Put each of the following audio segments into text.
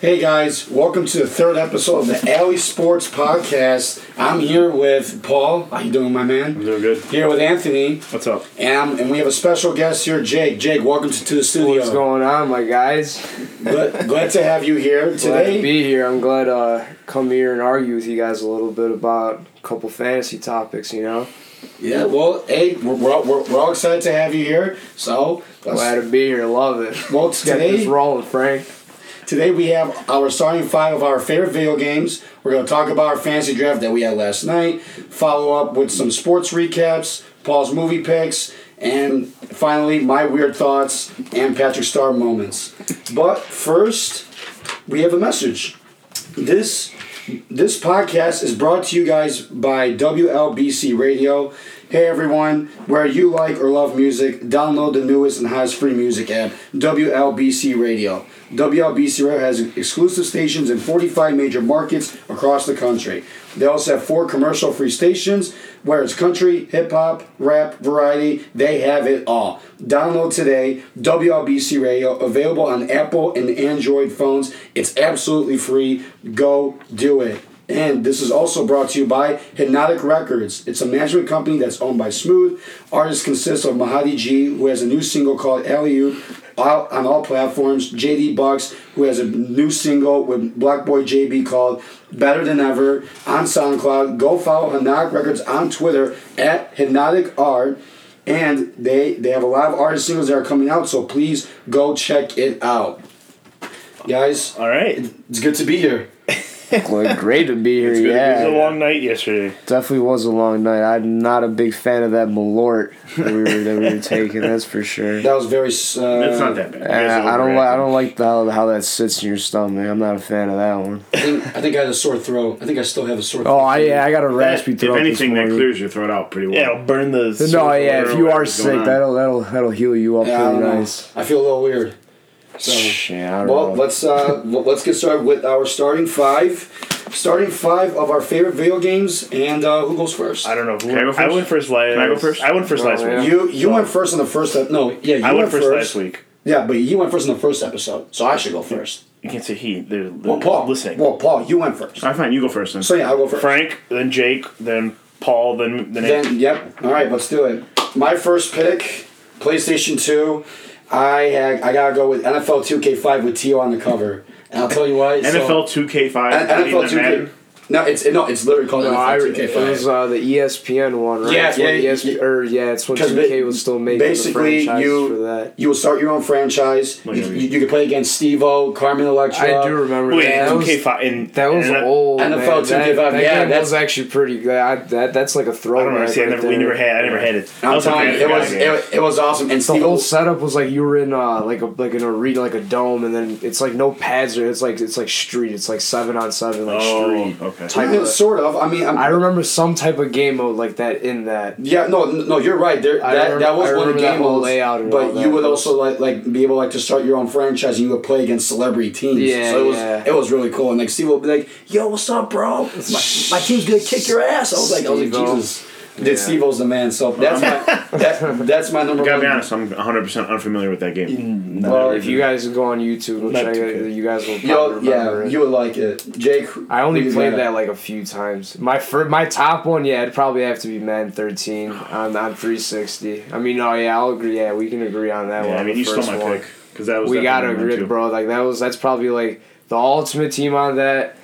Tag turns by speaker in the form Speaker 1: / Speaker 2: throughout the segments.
Speaker 1: Hey guys, welcome to the third episode of the Alley Sports Podcast. I'm here with Paul. How you doing, my man?
Speaker 2: I'm doing good.
Speaker 1: Here with Anthony,
Speaker 2: What's up?
Speaker 1: and, I'm- and we have a special guest here, Jake. Jake, welcome to, to the studio.
Speaker 3: What's going on, my guys?
Speaker 1: Glad, glad to have you here
Speaker 3: Glad to
Speaker 1: today.
Speaker 3: be here. I'm glad to uh, come here and argue with you guys a little bit about a couple fantasy topics, you know?
Speaker 1: Yeah, well, hey, we're, we're, all- we're, we're all excited to have you here. So, let's-
Speaker 3: Glad to be here. Love it.
Speaker 1: well,
Speaker 3: Let's get this
Speaker 1: today,
Speaker 3: rolling, Frank.
Speaker 1: today we have our starting five of our favorite video games. We're going to talk about our fantasy draft that we had last night, follow up with some sports recaps, Paul's movie picks, and finally, my weird thoughts and Patrick Star moments. But first, we have a message. This this podcast is brought to you guys by WLBC Radio. Hey everyone, where you like or love music, download the newest and highest free music app, WLBC Radio. WLBC Radio has exclusive stations in 45 major markets across the country. They also have four commercial free stations where it's country, hip hop, rap, variety, they have it all. Download today WLBC Radio, available on Apple and Android phones. It's absolutely free. Go do it. And this is also brought to you by Hypnotic Records. It's a management company that's owned by Smooth. Artists consist of Mahadi G, who has a new single called Alley-Oop, out on all platforms. JD Bucks, who has a new single with Black Boy JB called Better Than Ever on SoundCloud. Go follow Hypnotic Records on Twitter at Hypnotic Art. And they, they have a lot of artist singles that are coming out, so please go check it out. Guys,
Speaker 2: All right. It
Speaker 1: it's good to be here.
Speaker 3: Well, great to be here,
Speaker 2: was a
Speaker 3: yeah.
Speaker 2: long night yesterday.
Speaker 3: Definitely was a long night. I'm not a big fan of that Malort that we were, that we were taking, that's for sure.
Speaker 1: That was very. Uh,
Speaker 2: That's not that bad.
Speaker 3: Uh, I don't like I don't like the, how, how that sits in your stomach. I'm not a fan of that one.
Speaker 1: I think, I think I had a sore throat. I think I still have a sore throat.
Speaker 3: Oh, I, yeah, I got a raspy
Speaker 4: If
Speaker 3: throat. this
Speaker 4: anything, that
Speaker 3: morning.
Speaker 4: clears your throat out pretty well.
Speaker 2: Yeah, it'll burn the.
Speaker 3: No,
Speaker 2: circle
Speaker 3: yeah.
Speaker 2: or
Speaker 3: If you are
Speaker 2: whatever's going
Speaker 3: sick,
Speaker 2: on.
Speaker 3: that'll that'll that'll heal you up
Speaker 1: Yeah, I
Speaker 3: pretty
Speaker 1: don't know.
Speaker 3: nice.
Speaker 1: I feel a little weird. So.
Speaker 3: Shit, I don't
Speaker 1: Well,
Speaker 3: know.
Speaker 1: let's uh, well, let's get started with our starting five, starting five of our favorite video games, and uh, who goes first?
Speaker 2: I don't know. Who,
Speaker 4: Can I go
Speaker 2: I
Speaker 4: first?
Speaker 2: went first last.
Speaker 4: Can I go first?
Speaker 2: I went first
Speaker 3: Oh,
Speaker 2: last
Speaker 3: yeah.
Speaker 2: week.
Speaker 1: You you went first on the first. Ep- no, yeah, you
Speaker 2: I went first last week.
Speaker 1: Yeah, but you went first in the first episode, so I should go first.
Speaker 2: You can't say he. They're, they're
Speaker 1: Well, Paul,
Speaker 2: listening.
Speaker 1: Well, Paul, you went first.
Speaker 4: All right, Ah, fine. You go first then.
Speaker 1: So yeah, I'll go first.
Speaker 2: Frank, then Jake, then Paul, then then.
Speaker 1: Then, yep. All right, let's do it. My first pick, PlayStation Two. I had I gotta go with NFL Two K Five with Tio on the cover, and I'll tell you why. so-
Speaker 4: NFL 2K5.
Speaker 1: N-
Speaker 4: I mean,
Speaker 1: NFL
Speaker 4: the
Speaker 1: Two K.
Speaker 4: Madden.
Speaker 1: No, it's no, it's literally called
Speaker 3: No, I,
Speaker 1: NFL Two K
Speaker 3: it
Speaker 1: Five.
Speaker 3: was uh, the ESPN one, right?
Speaker 1: Yeah,
Speaker 3: It's when E
Speaker 1: yeah,
Speaker 3: ESP, or yeah, it's when
Speaker 1: 'Cause
Speaker 3: 2K
Speaker 1: ba-
Speaker 3: was still making
Speaker 1: basically
Speaker 3: the franchise
Speaker 1: you
Speaker 3: for that.
Speaker 1: you will start your own franchise. You,
Speaker 4: Like every-
Speaker 1: you, you can play against Steve-O, Carmen Electra.
Speaker 3: I do remember
Speaker 2: Wait,
Speaker 3: that. That
Speaker 2: two K
Speaker 3: was,
Speaker 2: five and
Speaker 3: that was
Speaker 2: and I-
Speaker 3: old.
Speaker 1: NFL
Speaker 3: man.
Speaker 1: 2K5,
Speaker 3: That, that
Speaker 1: yeah,
Speaker 3: game
Speaker 1: that's-
Speaker 3: was actually pretty good. I, that that's like a
Speaker 2: I
Speaker 3: throwback.
Speaker 2: don't understand.
Speaker 3: right
Speaker 2: never, we
Speaker 3: there.
Speaker 2: never had. I never had it. I
Speaker 1: I'm
Speaker 2: was a
Speaker 1: telling you,
Speaker 2: bad
Speaker 1: it
Speaker 2: guy,
Speaker 1: was
Speaker 2: man.
Speaker 1: it, it was awesome. And
Speaker 3: The
Speaker 1: Steve-O,
Speaker 3: whole setup was like you were in uh, like a like an arena, like a dome, and then it's like no pads or it's like it's like street. It's like seven on seven, like
Speaker 4: Oh,
Speaker 3: street.
Speaker 4: okay.
Speaker 3: type
Speaker 1: Yeah,
Speaker 3: of-
Speaker 1: sort of. I mean, I'm,
Speaker 3: I remember some type of game mode like that in that.
Speaker 1: yeah, no, n- no, you're right. There,
Speaker 3: I
Speaker 1: that, that
Speaker 3: remember-
Speaker 1: was
Speaker 3: I
Speaker 1: one of the
Speaker 3: remember that
Speaker 1: game
Speaker 3: whole
Speaker 1: modes.
Speaker 3: layout and all
Speaker 1: But
Speaker 3: that.
Speaker 1: you would also like like be able like to start your own franchise, and you would play against celebrity teams.
Speaker 3: Yeah,
Speaker 1: so it was
Speaker 3: yeah.
Speaker 1: it was really cool. And like Steve would be like, "Yo, what's up, bro? My, my team's gonna kick your ass." I was like, I was like,
Speaker 3: Steve-O.
Speaker 1: Jesus. Did
Speaker 3: Yeah.
Speaker 1: Steve-O's the man? So that's my that, that's my number
Speaker 4: I gotta
Speaker 1: one.
Speaker 4: be honest, I'm 100% unfamiliar with that game.
Speaker 3: Well, if you guys go on YouTube, and
Speaker 2: Not
Speaker 3: check
Speaker 2: too
Speaker 3: it,
Speaker 2: good.
Speaker 3: you guys will
Speaker 1: Yo,
Speaker 3: probably remember
Speaker 1: yeah,
Speaker 3: it.
Speaker 1: you would like it, Jake.
Speaker 3: I
Speaker 1: who
Speaker 3: only
Speaker 1: you
Speaker 3: played
Speaker 1: got?
Speaker 3: that like a few times. My fir- my top one, yeah, it'd probably have to be Madden 13 on, on 360. I mean, oh yeah, I'll agree. Yeah, we can agree on that
Speaker 4: Yeah,
Speaker 3: one.
Speaker 4: I mean,
Speaker 3: the
Speaker 4: you stole
Speaker 3: first
Speaker 4: my
Speaker 3: one.
Speaker 4: pick. Because that was
Speaker 3: We gotta
Speaker 4: definitely mine,
Speaker 3: agree,
Speaker 4: too.
Speaker 3: bro. Like that was that's probably like the ultimate team on that.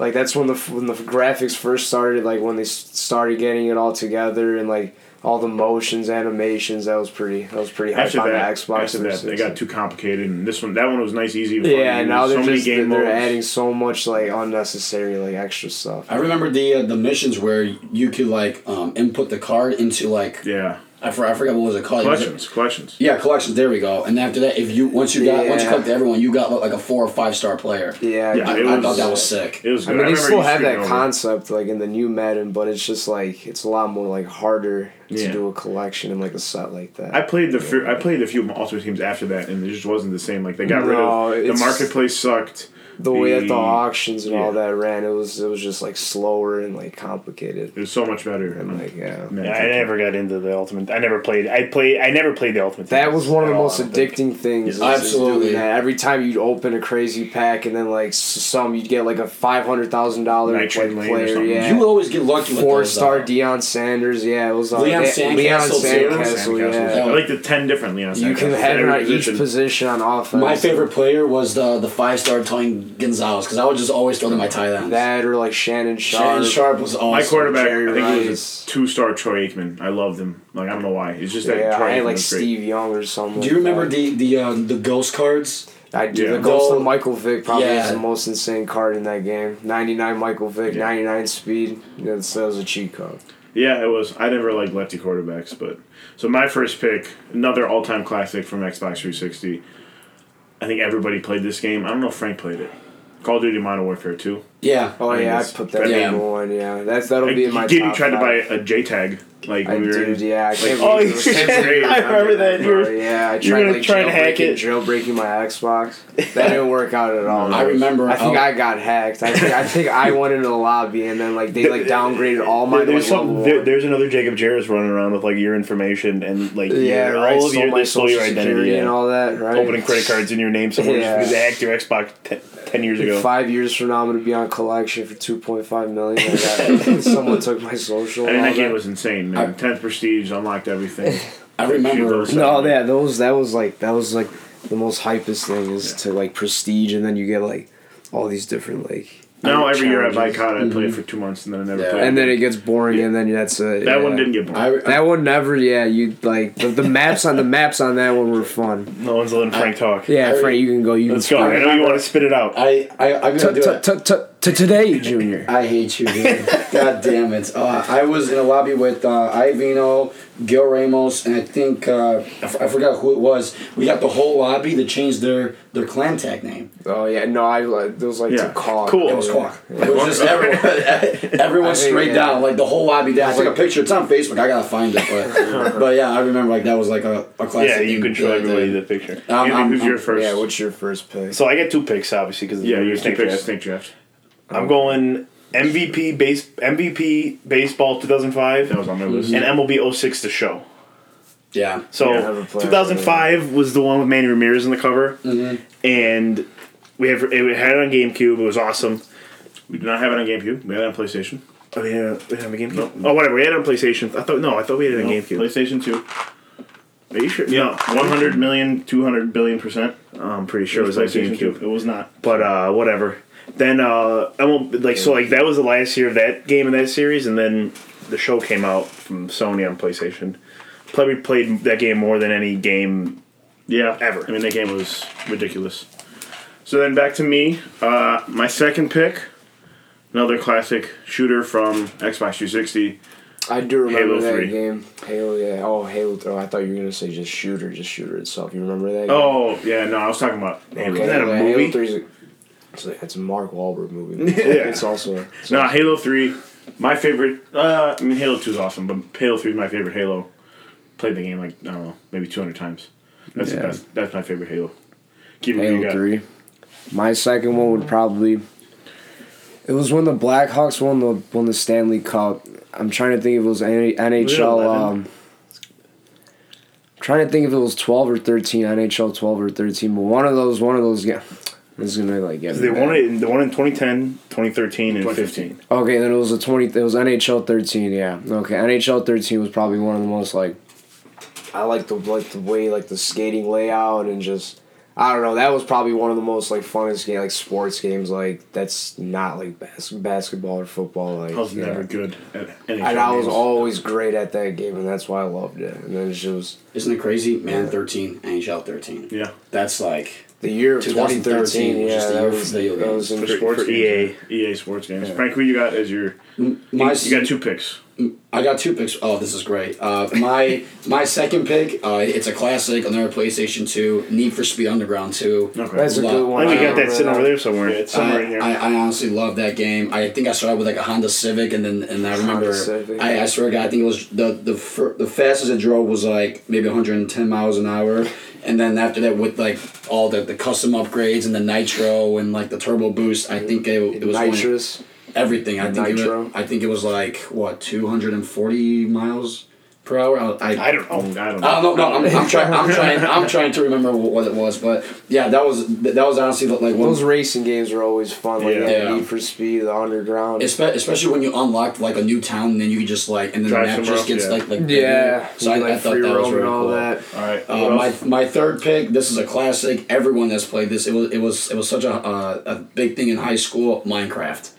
Speaker 3: Like that's when the when the graphics first started. Like when they s- started getting it all together and like all the motions, animations. That was pretty. That was pretty hype
Speaker 4: After
Speaker 3: on
Speaker 4: that,
Speaker 3: the Xbox.
Speaker 4: after that, they
Speaker 3: 360.
Speaker 4: got too complicated, and this one, that one was nice, easy. fun,
Speaker 3: Yeah,
Speaker 4: and
Speaker 3: now
Speaker 4: there's
Speaker 3: they're
Speaker 4: so
Speaker 3: just
Speaker 4: many game
Speaker 3: they're
Speaker 4: modes.
Speaker 3: adding so much like unnecessary like extra stuff.
Speaker 1: I remember the uh, the missions where you could like um, input the card into like
Speaker 4: Yeah,
Speaker 1: I, for, I forgot what was it called. It was-
Speaker 4: collections, collections.
Speaker 1: yeah, collections. There we go. And after that, if you once you got once you
Speaker 3: Yeah.
Speaker 1: collected everyone, you got like a four or five star player.
Speaker 3: Yeah,
Speaker 4: Yeah,
Speaker 1: I,
Speaker 4: it
Speaker 1: I
Speaker 4: was-
Speaker 1: thought that was sick.
Speaker 4: It was
Speaker 3: I
Speaker 4: good.
Speaker 3: mean they
Speaker 4: remember
Speaker 3: still
Speaker 4: you
Speaker 3: have
Speaker 4: screaming
Speaker 3: that
Speaker 4: over it.
Speaker 3: concept like in the new Madden, but it's just like it's a lot more like harder to
Speaker 4: Yeah.
Speaker 3: do a collection and like a set like that.
Speaker 4: I played the few, I played a few Ultimate Teams after that, and it just wasn't the same. Like they got
Speaker 3: No,
Speaker 4: rid of the
Speaker 3: it's-
Speaker 4: marketplace sucked.
Speaker 3: the way that the
Speaker 4: The-
Speaker 3: auctions and all
Speaker 4: yeah.
Speaker 3: that ran, it was it was just like slower and like complicated.
Speaker 4: It was so much better.
Speaker 3: And like yeah.
Speaker 4: Man,
Speaker 2: Yeah, I never got into the ultimate. I never played. I played. I never played the ultimate.
Speaker 3: That
Speaker 2: Team
Speaker 3: was one of
Speaker 2: at
Speaker 3: the
Speaker 2: all,
Speaker 3: most
Speaker 2: I don't think.
Speaker 3: addicting things.
Speaker 1: Yeah,
Speaker 3: was just doing
Speaker 1: absolutely.
Speaker 3: that. Every time you'd open a crazy pack and then like s- some, you'd get like a five hundred thousand dollar like
Speaker 4: Nitrate Lane or
Speaker 3: player.
Speaker 4: something.
Speaker 1: You
Speaker 3: Yeah,
Speaker 1: would always get lucky with
Speaker 3: four
Speaker 1: those,
Speaker 3: star
Speaker 1: though.
Speaker 3: Deion Sanders. Yeah, it was all
Speaker 1: Leon
Speaker 3: yeah,
Speaker 1: Sandcastle,
Speaker 3: Leon
Speaker 1: too.
Speaker 4: Leon
Speaker 3: Sandcastle.
Speaker 4: Sandcastle.
Speaker 3: Yeah,
Speaker 4: I like the ten different Leon Sandcastles.
Speaker 3: you can have it
Speaker 4: Every
Speaker 3: on each
Speaker 4: position.
Speaker 3: position on offense.
Speaker 1: My favorite player was the the five star Tony Gonzalez because I would just always throw to my tight ends.
Speaker 3: that or like Shannon Sharp.
Speaker 1: Shannon Sharp was awesome.
Speaker 4: My quarterback,
Speaker 3: Jerry
Speaker 4: I think it
Speaker 3: Rice.
Speaker 4: was a two-star Troy Aikman. I loved him. Like I don't know why. It's just that
Speaker 3: Yeah,
Speaker 4: Troy
Speaker 3: I
Speaker 4: Aikman
Speaker 3: had like
Speaker 4: was great.
Speaker 3: Steve Young or something.
Speaker 1: Do you
Speaker 3: like
Speaker 1: remember
Speaker 3: that.
Speaker 1: the the uh, the ghost cards?
Speaker 3: I do.
Speaker 4: Yeah.
Speaker 3: The ghost
Speaker 1: Goal-
Speaker 3: of Michael Vick probably
Speaker 1: Yeah.
Speaker 3: is the most insane card in that game. 99 Michael Vick,
Speaker 4: Yeah.
Speaker 3: 99 speed. That's, that was a cheat code.
Speaker 4: Yeah, it was. I never liked lefty quarterbacks, but so my first pick, another all-time classic from Xbox 360. I think everybody played this game. I don't know if Frank played it. Call of Duty Modern Warfare 2.
Speaker 1: Yeah.
Speaker 3: Oh
Speaker 4: I
Speaker 3: yeah, I
Speaker 4: guess.
Speaker 3: put that
Speaker 1: Yeah.
Speaker 3: number one. Yeah, that's that'll
Speaker 4: Like,
Speaker 3: be in my.
Speaker 4: you didn't
Speaker 3: top
Speaker 4: try to buy
Speaker 3: five.
Speaker 4: a JTAG like
Speaker 3: I
Speaker 4: when we were.
Speaker 3: did, yeah. I can't
Speaker 2: Oh,
Speaker 3: believe it was
Speaker 2: you
Speaker 3: tenth
Speaker 2: did.
Speaker 3: grade.
Speaker 2: I remember that. You were-
Speaker 3: Oh, yeah, I
Speaker 2: you were
Speaker 3: tried
Speaker 2: gonna
Speaker 3: like
Speaker 2: try and hack
Speaker 3: jailbreaking,
Speaker 2: it.
Speaker 3: jailbreaking my Xbox. That didn't work out at all.
Speaker 1: I remember.
Speaker 3: I think
Speaker 1: uh,
Speaker 3: I got hacked. I think I think I went into the lobby and then like they like downgraded all my
Speaker 2: There-
Speaker 3: like,
Speaker 2: there's some.
Speaker 3: level
Speaker 2: There,
Speaker 3: one.
Speaker 2: there's another Jacob Jarvis running around with like your information and like
Speaker 3: yeah,
Speaker 2: your,
Speaker 3: right.
Speaker 2: all of
Speaker 3: stole
Speaker 2: your,
Speaker 3: my
Speaker 2: they stole your
Speaker 3: social
Speaker 2: identity
Speaker 3: security and
Speaker 2: yeah.
Speaker 3: all that. Right.
Speaker 2: Opening credit cards in your name somewhere
Speaker 3: Yeah.
Speaker 2: just because they hacked your Xbox ten, 10 years ago.
Speaker 3: Five years from now, I'm gonna be on collection for two point five million. I got- Someone took my social.
Speaker 4: I mean,
Speaker 3: and all
Speaker 4: that game
Speaker 3: that.
Speaker 4: was insane, man. 10th Prestige unlocked everything.
Speaker 1: I remember.
Speaker 4: Shoot those.
Speaker 3: No, yeah, those that was like that was like the most hypest thing is to like prestige, and then you get like all these different like.
Speaker 4: now every year I buy
Speaker 3: challenges.
Speaker 4: COD, I play it for two months and then I never
Speaker 1: Yeah.
Speaker 4: play it.
Speaker 3: And then it gets boring, and then that's it.
Speaker 4: that
Speaker 3: yeah.
Speaker 4: one didn't get boring.
Speaker 1: I, I,
Speaker 3: That one never, yeah. You like the, the maps on the maps on that one were fun.
Speaker 2: No one's letting Frank talk.
Speaker 3: Yeah,
Speaker 1: I-
Speaker 3: Frank, you can go. You
Speaker 2: Let's
Speaker 3: can
Speaker 2: go. I know you want to spit it out.
Speaker 1: I, I, I'm gonna do it.
Speaker 3: To today, Junior.
Speaker 1: I hate you, dude. God damn it. Uh, I was in a lobby with uh, Ivino, Gil Ramos, and I think uh, I, f- I forgot who it was. We got the whole lobby to change their their clan tag name.
Speaker 3: Oh yeah, no, I like those like
Speaker 4: Yeah.
Speaker 3: to call.
Speaker 4: Cool.
Speaker 1: It was Quack. It was just everyone, everyone
Speaker 3: I think,
Speaker 1: straight
Speaker 3: yeah.
Speaker 1: down, like the whole lobby down. I took a picture. It's on Facebook. I gotta find it, but but yeah, I remember like that was like a, a classic.
Speaker 2: Yeah, you
Speaker 1: thing.
Speaker 2: can show
Speaker 1: Yeah,
Speaker 2: everybody
Speaker 1: yeah.
Speaker 2: the picture.
Speaker 1: Um,
Speaker 4: Andy,
Speaker 1: um,
Speaker 4: who's
Speaker 1: um,
Speaker 4: your first?
Speaker 3: Yeah, what's your first pick?
Speaker 2: So I get two picks, obviously, because
Speaker 4: yeah, you snake draft. Snake draft.
Speaker 2: I'm going MVP base MVP baseball 2005
Speaker 4: That was on my list.
Speaker 2: and MLB 06 to show.
Speaker 1: Yeah.
Speaker 2: So
Speaker 3: Yeah, I have a player
Speaker 2: 2005 was the one with Manny Ramirez in the cover, and we have it had it on GameCube. It was awesome.
Speaker 4: We did not have it on GameCube. We had it on PlayStation.
Speaker 2: Oh yeah, we didn't have a GameCube. Oh whatever, we had it on PlayStation. I thought no, I thought we had it on GameCube.
Speaker 4: PlayStation 2.
Speaker 2: Are you sure?
Speaker 4: Yeah, 100 million, 200 billion percent.
Speaker 2: No, I'm pretty sure it was, like
Speaker 4: PlayStation
Speaker 2: GameCube.
Speaker 4: It was not.
Speaker 2: But uh, whatever. Then uh, MLB, like so like that was the last year of that game in that series, and then the show came out from Sony on PlayStation. Probably played that game more than any game
Speaker 4: Yeah,
Speaker 2: Ever.
Speaker 4: I mean, that game was ridiculous. So then back to me. Uh, my second pick, another classic shooter from Xbox 360.
Speaker 3: I do remember
Speaker 4: Halo
Speaker 3: that
Speaker 4: 3.
Speaker 3: game. Halo, yeah. Oh, Halo. Th- Oh, I thought you were gonna say just shooter, just shooter itself. You remember that? Game?
Speaker 4: Oh yeah, no, I was talking about.
Speaker 3: Okay,
Speaker 2: Isn't that a
Speaker 3: yeah,
Speaker 2: movie?
Speaker 3: Halo 3 is a, it's, a, it's a Mark Wahlberg movie. yeah. It's also it's
Speaker 4: No, Halo Three. My favorite. Uh, I mean, Halo Two is awesome, but Halo Three is my favorite Halo. Played the game like I don't know, maybe 200 times. That's
Speaker 3: Yeah.
Speaker 4: the best. That's my favorite Halo. Keep it
Speaker 3: Halo Three. My second one would probably. It was when the Blackhawks won the won the Stanley Cup. I'm trying to think if it was any NHL.
Speaker 4: 11?
Speaker 3: Um, trying to think if it was 12 or 13 NHL 12 or 13, but one of those one of those ga- This is gonna like get. me
Speaker 2: they
Speaker 3: back.
Speaker 2: won it. They won in 2010, 2013, and
Speaker 4: 2015.
Speaker 2: 15.
Speaker 3: Okay, then it was a twenty. It was NHL thirteen. Yeah. Okay, NHL thirteen was probably one of the most like. I like the like the way like the skating layout and just I don't know. That was probably one of the most like funnest game like sports games like that's not like bas- basketball or football like.
Speaker 4: I was
Speaker 3: yeah.
Speaker 4: never good at any.
Speaker 3: And I was always great at that game, and that's why I loved it. And then it's just
Speaker 1: Isn't it crazy? Man, thirteen NHL thirteen.
Speaker 4: Yeah.
Speaker 1: That's like
Speaker 3: the year of twenty
Speaker 1: 2013 was
Speaker 3: thirteen. Yeah,
Speaker 1: just the
Speaker 3: that
Speaker 1: year
Speaker 3: was,
Speaker 1: for E video
Speaker 3: that was
Speaker 1: games.
Speaker 3: in
Speaker 4: For, E
Speaker 3: sports.
Speaker 4: sports
Speaker 2: for E
Speaker 4: games. EA Sports games. Frank, who you got as your?
Speaker 1: my.
Speaker 4: you got two picks.
Speaker 1: I got two picks. Oh, this is great. Uh, my my second pick. Uh, it's a classic. Another PlayStation Two. Need for Speed Underground Two.
Speaker 4: Okay.
Speaker 3: That's a good
Speaker 2: I
Speaker 3: one.
Speaker 2: think we
Speaker 1: Wow.
Speaker 2: got that sitting over there somewhere.
Speaker 4: Yeah, it's somewhere
Speaker 1: I,
Speaker 4: in here.
Speaker 1: I, I honestly love that game. I think I started with like a Honda Civic, and then and I remember
Speaker 3: Civic.
Speaker 1: I, I swear to God, I think it was the the fir- the fastest it drove was like maybe 110 miles an hour, and and then after that with like all the, the custom upgrades and the nitro and like the turbo boost, I think it, it was one-
Speaker 3: nitrous.
Speaker 1: everything. I
Speaker 3: And
Speaker 1: think It
Speaker 3: nitro.
Speaker 1: was, I think it was like what two hundred and forty miles per hour. I, I,
Speaker 2: I don't
Speaker 4: Oh,
Speaker 2: know.
Speaker 4: I don't know.
Speaker 3: Uh,
Speaker 1: I don't know. No, I'm, I'm trying. I'm trying. I'm trying to remember wh- what it was, but yeah, that was that was honestly like one.
Speaker 3: Those racing games are always fun. Like
Speaker 2: Yeah.
Speaker 3: that
Speaker 1: Yeah.
Speaker 3: Need for Speed, the Underground.
Speaker 1: Espe- especially when you unlock like a new town, and then you just like, and then
Speaker 2: Drive
Speaker 1: the map
Speaker 2: somewhere
Speaker 1: just
Speaker 2: else,
Speaker 1: gets
Speaker 2: yeah.
Speaker 1: like, like
Speaker 3: yeah,
Speaker 1: bigger. So I,
Speaker 3: like
Speaker 1: I thought
Speaker 3: free
Speaker 1: that was
Speaker 3: roam
Speaker 1: really
Speaker 3: and all
Speaker 1: cool.
Speaker 3: that.
Speaker 4: All right.
Speaker 1: Uh, my my third pick. This is a classic. Everyone that's played this, it was it was it was such a uh, a big thing in high school. Minecraft.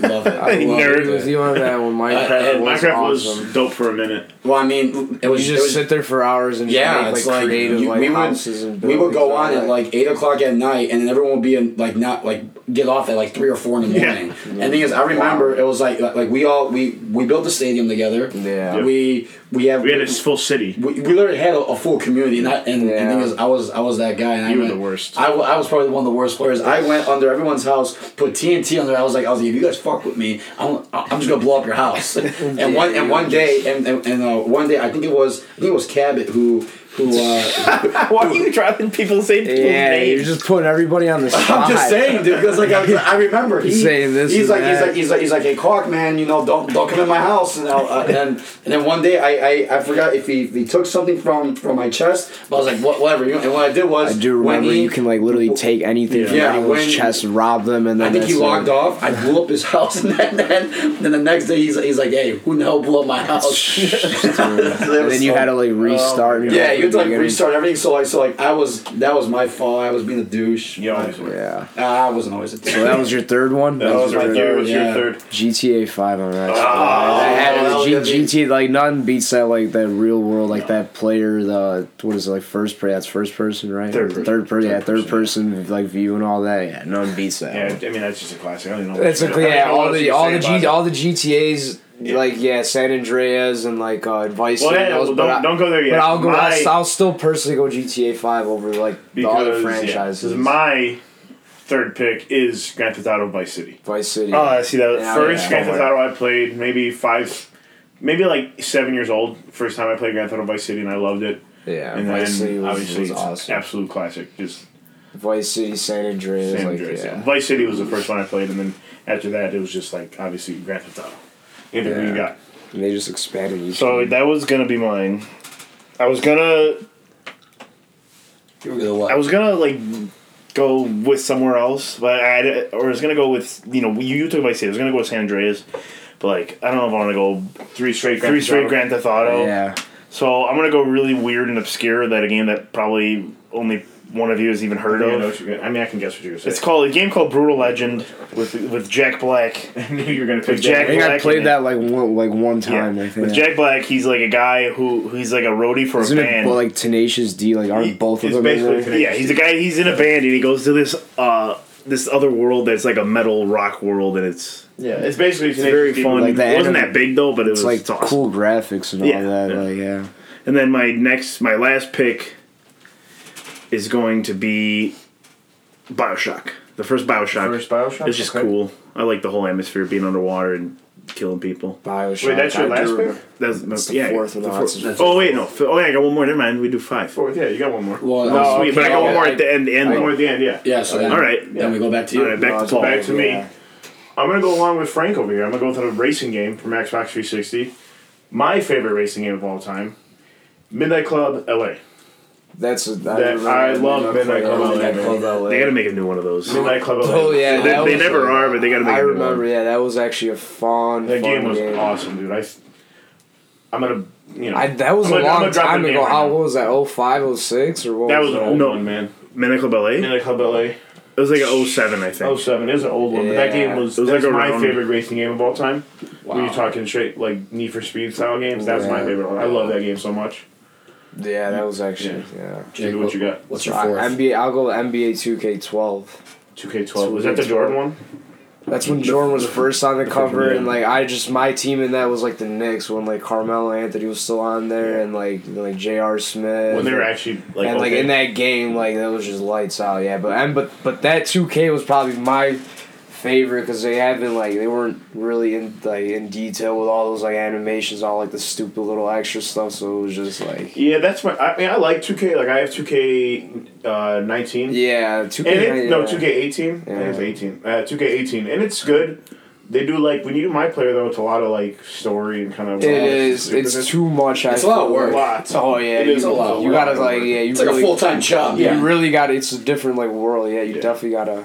Speaker 1: Love it. I love
Speaker 2: nerd.
Speaker 3: It was
Speaker 1: It.
Speaker 3: you on that one. Minecraft,
Speaker 4: and
Speaker 3: was
Speaker 4: Minecraft
Speaker 3: awesome.
Speaker 4: was dope for a minute.
Speaker 1: Well, I mean, it was
Speaker 3: you just
Speaker 1: it was,
Speaker 3: sit there for hours and
Speaker 1: Yeah,
Speaker 3: make,
Speaker 1: it's
Speaker 3: like,
Speaker 1: like,
Speaker 3: creative
Speaker 1: you-
Speaker 3: like
Speaker 1: we would-
Speaker 3: houses and
Speaker 1: we would go
Speaker 3: buildings
Speaker 1: on
Speaker 3: and
Speaker 1: at
Speaker 3: all that.
Speaker 1: like eight o'clock at night, and then everyone would be in like not like get off at like three or four in the morning. And the thing is, I remember it was like like we all we we built the stadium together.
Speaker 3: Yeah. Yep.
Speaker 1: we we have
Speaker 4: We had this full city.
Speaker 1: we, we literally had a, a full community, and I, and the
Speaker 3: Yeah.
Speaker 1: thing is, I was I was that guy. And I
Speaker 4: You were
Speaker 1: went-
Speaker 4: the worst.
Speaker 1: I, wa- I was probably one of the worst players. I went under everyone's house, put TNT under. I was like, I was like, if you guys fuck with me, I'm, I'm just gonna blow up your house. and one and one day and and, and uh, one day I think it was I think it was Cabot who who. Uh,
Speaker 2: Why are you dropping people's same people's
Speaker 3: yeah,
Speaker 2: names?
Speaker 3: you're just putting everybody on the spot.
Speaker 1: I'm just saying, dude, because like I, I remember he,
Speaker 3: He's saying this
Speaker 1: He's
Speaker 3: and
Speaker 1: like, he's
Speaker 3: that.
Speaker 1: like, he's like, he's like, hey, Clark, man, you know, don't don't come in my house, and I'll, uh, and and then one day I, I, I forgot if he, if he took something from from my chest, but I was like, what, whatever, you know, and what I did was
Speaker 3: I do
Speaker 1: when
Speaker 3: remember
Speaker 1: he,
Speaker 3: you can like literally take anything from
Speaker 1: Yeah,
Speaker 3: anyone's
Speaker 1: when-
Speaker 3: chest, rob them, and then
Speaker 1: I think he
Speaker 3: that's
Speaker 1: logged
Speaker 3: it.
Speaker 1: off. I blew up his house, and then, then, then the next day he's, he's like, "Hey, who the hell blew up my house?"
Speaker 3: And then you had to like restart. and
Speaker 1: Oh, yeah, you had to like
Speaker 3: everything.
Speaker 1: restart everything. So like, so like, I was that was my fault. I was being a douche.
Speaker 4: You always were.
Speaker 3: Yeah.
Speaker 1: I wasn't always a douche.
Speaker 3: So that was your third one.
Speaker 4: That was my
Speaker 1: Third,
Speaker 4: third. Was
Speaker 1: yeah.
Speaker 4: your third?
Speaker 3: GTA Five on that.
Speaker 4: Ah,
Speaker 3: I had
Speaker 1: that was
Speaker 3: it.
Speaker 1: good.
Speaker 3: G- GTA like nothing beats that like that real world like that player the what is it like first person that's first person right
Speaker 2: Third person.
Speaker 3: third person yeah third
Speaker 2: Third
Speaker 3: person like view and all that yeah none beats that.
Speaker 4: yeah, I mean that's just a classic. I don't even know. what
Speaker 3: That's
Speaker 4: to
Speaker 3: a,
Speaker 4: say. I
Speaker 3: yeah
Speaker 4: don't know
Speaker 3: all
Speaker 4: what
Speaker 3: the
Speaker 4: to
Speaker 3: all
Speaker 4: say
Speaker 3: the
Speaker 4: about
Speaker 3: G,
Speaker 4: it.
Speaker 3: all the GTA's like yeah San Andreas and like uh, Vice
Speaker 4: Well,
Speaker 3: City,
Speaker 4: yeah,
Speaker 3: those,
Speaker 4: well,
Speaker 3: but
Speaker 4: don't-
Speaker 3: I-
Speaker 4: don't go there yet.
Speaker 3: But I'll go.
Speaker 4: My-
Speaker 3: I'll still personally go GTA Five over like the other
Speaker 4: yeah,
Speaker 3: franchises.
Speaker 4: 'cause my third pick is Grand Theft Auto Vice City.
Speaker 3: Vice City.
Speaker 2: Oh, I see that.
Speaker 3: Yeah,
Speaker 4: First
Speaker 3: yeah.
Speaker 4: Grand Theft Auto I played, maybe five, maybe like seven years old. First time I played Grand Theft Auto Vice City, and I loved it.
Speaker 3: yeah,
Speaker 4: and
Speaker 3: Vice City
Speaker 4: then
Speaker 3: was,
Speaker 4: obviously
Speaker 3: was
Speaker 4: it's
Speaker 3: awesome.
Speaker 4: absolute classic. Just
Speaker 3: Vice City, San Andreas,
Speaker 4: San
Speaker 3: like
Speaker 4: Andreas.
Speaker 3: yeah.
Speaker 4: Vice City was the first one I played, and then after that it was just like obviously Grand Theft Auto. Anything
Speaker 3: Yeah.
Speaker 4: you got?
Speaker 3: And they just expanded each.
Speaker 2: So
Speaker 3: one.
Speaker 2: that was gonna be mine. I was gonna
Speaker 1: You were gonna what?
Speaker 2: I was gonna like go with somewhere else, but I had- or I was gonna go with you know you, you took my city. I was gonna go with San Andreas, but like I don't know if I want to go
Speaker 4: Three straight. Grand
Speaker 2: three
Speaker 4: Theft
Speaker 2: straight
Speaker 4: Auto.
Speaker 2: Grand Theft Auto.
Speaker 3: yeah,
Speaker 2: So I'm gonna go really weird and obscure. That a game that probably only one of you has even heard
Speaker 4: Yeah, I, know
Speaker 2: of.
Speaker 4: what you're gonna- I mean, I can guess what you're gonna say.
Speaker 2: It's called a game called Brutal Legend with with Jack Black.
Speaker 4: I knew you were gonna pick
Speaker 2: With
Speaker 3: I
Speaker 2: Jack
Speaker 3: think I
Speaker 2: Black
Speaker 3: played
Speaker 2: and-
Speaker 3: that like one like one time. I think.
Speaker 2: with Jack Black, he's like a guy who he's like a roadie for
Speaker 3: Isn't
Speaker 2: a
Speaker 3: it
Speaker 2: band.
Speaker 3: well, like Tenacious D? Like aren't
Speaker 4: He-
Speaker 3: both of
Speaker 4: it's
Speaker 3: them? in
Speaker 4: basically
Speaker 3: there?
Speaker 4: Tenacious-
Speaker 2: yeah, he's a guy. He's in a band and he goes to this uh this other world that's like a metal rock world and it's
Speaker 4: Yeah, it's basically it's
Speaker 2: very fun.
Speaker 3: Like the
Speaker 2: it wasn't
Speaker 3: anime-
Speaker 2: that big though, but it
Speaker 3: It's
Speaker 2: was
Speaker 3: like
Speaker 2: it's awesome.
Speaker 3: cool graphics and all
Speaker 2: Yeah.
Speaker 3: that.
Speaker 2: Yeah.
Speaker 3: Like yeah,
Speaker 2: And then my next, my last pick is going to be Bioshock. The first Bioshock.
Speaker 4: First Bioshock?
Speaker 2: It's just
Speaker 4: Okay.
Speaker 2: cool. I like the whole atmosphere being underwater and killing people.
Speaker 3: Bioshock.
Speaker 4: Wait, that's your
Speaker 3: I
Speaker 4: last
Speaker 3: do
Speaker 4: pick?
Speaker 3: remember.
Speaker 2: That's,
Speaker 3: It's the
Speaker 2: yeah.
Speaker 3: fourth one.
Speaker 2: the
Speaker 3: no,
Speaker 2: fourth.
Speaker 3: it's-
Speaker 2: Oh wait, no. F- Oh yeah, I got one more. Never mind. We do five.
Speaker 4: Fourth, yeah, you got one more.
Speaker 1: well,
Speaker 3: No.
Speaker 1: uh,
Speaker 2: Oh, Sweet,
Speaker 3: okay,
Speaker 2: but I got one
Speaker 3: yeah,
Speaker 2: more
Speaker 3: I-
Speaker 2: at the end. The end
Speaker 4: One more
Speaker 2: one.
Speaker 4: at the end, yeah.
Speaker 1: yeah. So then,
Speaker 2: All right.
Speaker 1: then we go back to you.
Speaker 2: All right, back
Speaker 3: no,
Speaker 2: to
Speaker 3: it's
Speaker 2: Paul.
Speaker 4: Back to me.
Speaker 3: Yeah.
Speaker 4: I'm gonna go along with Frank over here. I'm gonna go with a racing game from Xbox 360. My favorite racing game of all time, Midnight Club LA.
Speaker 3: That's a, I,
Speaker 4: That- I love Midnight Club LA, man.
Speaker 2: They got to make a new one of those.
Speaker 4: Midnight Club LA.
Speaker 3: Oh yeah,
Speaker 2: They,
Speaker 3: that
Speaker 2: they
Speaker 3: was-
Speaker 2: never are, but they got to make.
Speaker 3: I
Speaker 2: a new
Speaker 3: remember.
Speaker 2: One.
Speaker 3: Yeah, that was actually a fun.
Speaker 4: that
Speaker 3: fun
Speaker 4: game was awesome, dude. I, I'm gonna, you know,
Speaker 3: I, that was
Speaker 4: I'm
Speaker 3: a
Speaker 4: gonna- I'm
Speaker 3: long
Speaker 4: gonna drop
Speaker 3: time
Speaker 4: the name
Speaker 3: ago.
Speaker 4: right
Speaker 3: How
Speaker 4: now.
Speaker 3: what was that? 05, 06? or what?
Speaker 4: That was an old
Speaker 2: No.
Speaker 4: one, man.
Speaker 2: Manical Ballet.
Speaker 4: Midnight Club LA.
Speaker 2: It was like a 07, I think.
Speaker 4: 07 Oh, is an old one, but that
Speaker 3: Yeah.
Speaker 4: game was,
Speaker 2: It was
Speaker 4: that's
Speaker 2: like a
Speaker 4: my
Speaker 2: round-
Speaker 4: favorite racing game of all time. When
Speaker 1: Wow.
Speaker 4: you're talking straight like Need for Speed style games, that's my
Speaker 3: Yeah.
Speaker 4: favorite one. I love that game so much.
Speaker 3: Yeah, that was actually yeah.
Speaker 1: Jake,
Speaker 4: What you got?
Speaker 1: What's
Speaker 3: So
Speaker 1: your
Speaker 3: I-
Speaker 1: fourth?
Speaker 3: NBA, I'll go with NBA 2K12.
Speaker 4: 2K12. Was that the Jordan one?
Speaker 3: That's when Jordan was first on the cover,
Speaker 4: yeah.
Speaker 3: and like I just my team in that was like the Knicks when like Carmelo Anthony was still on there, and like like J.R. Smith.
Speaker 4: When they were actually like,
Speaker 3: and like
Speaker 4: okay.
Speaker 3: in that game, like that was just lights out. Yeah, but and but but that 2K was probably my favorite because they haven't like they weren't really in like in detail with all those like animations, all like the stupid little extra stuff. So it was just like
Speaker 4: Yeah, that's my. I mean, I like 2K. Like, I have 2K uh, 19.
Speaker 3: yeah, two
Speaker 4: And it,
Speaker 3: yeah.
Speaker 4: no, 2K18. I think it's
Speaker 3: Yeah.
Speaker 4: 18. Uh, 2K18. And it's good. They do, like, when you do my player, though, it's a lot of, like, story and kind of.
Speaker 3: It is.
Speaker 4: stupidness.
Speaker 3: It's too much. I
Speaker 1: It's a lot of
Speaker 3: feel
Speaker 1: work.
Speaker 3: like.
Speaker 4: Lots.
Speaker 3: Oh yeah,
Speaker 4: It is
Speaker 3: you,
Speaker 4: a lot of
Speaker 3: You
Speaker 4: work.
Speaker 3: gotta like yeah, you
Speaker 1: It's like
Speaker 3: really
Speaker 1: a full time job.
Speaker 4: Yeah.
Speaker 3: you really got to It's a different like world. Yeah, you
Speaker 4: Yeah.
Speaker 3: definitely gotta.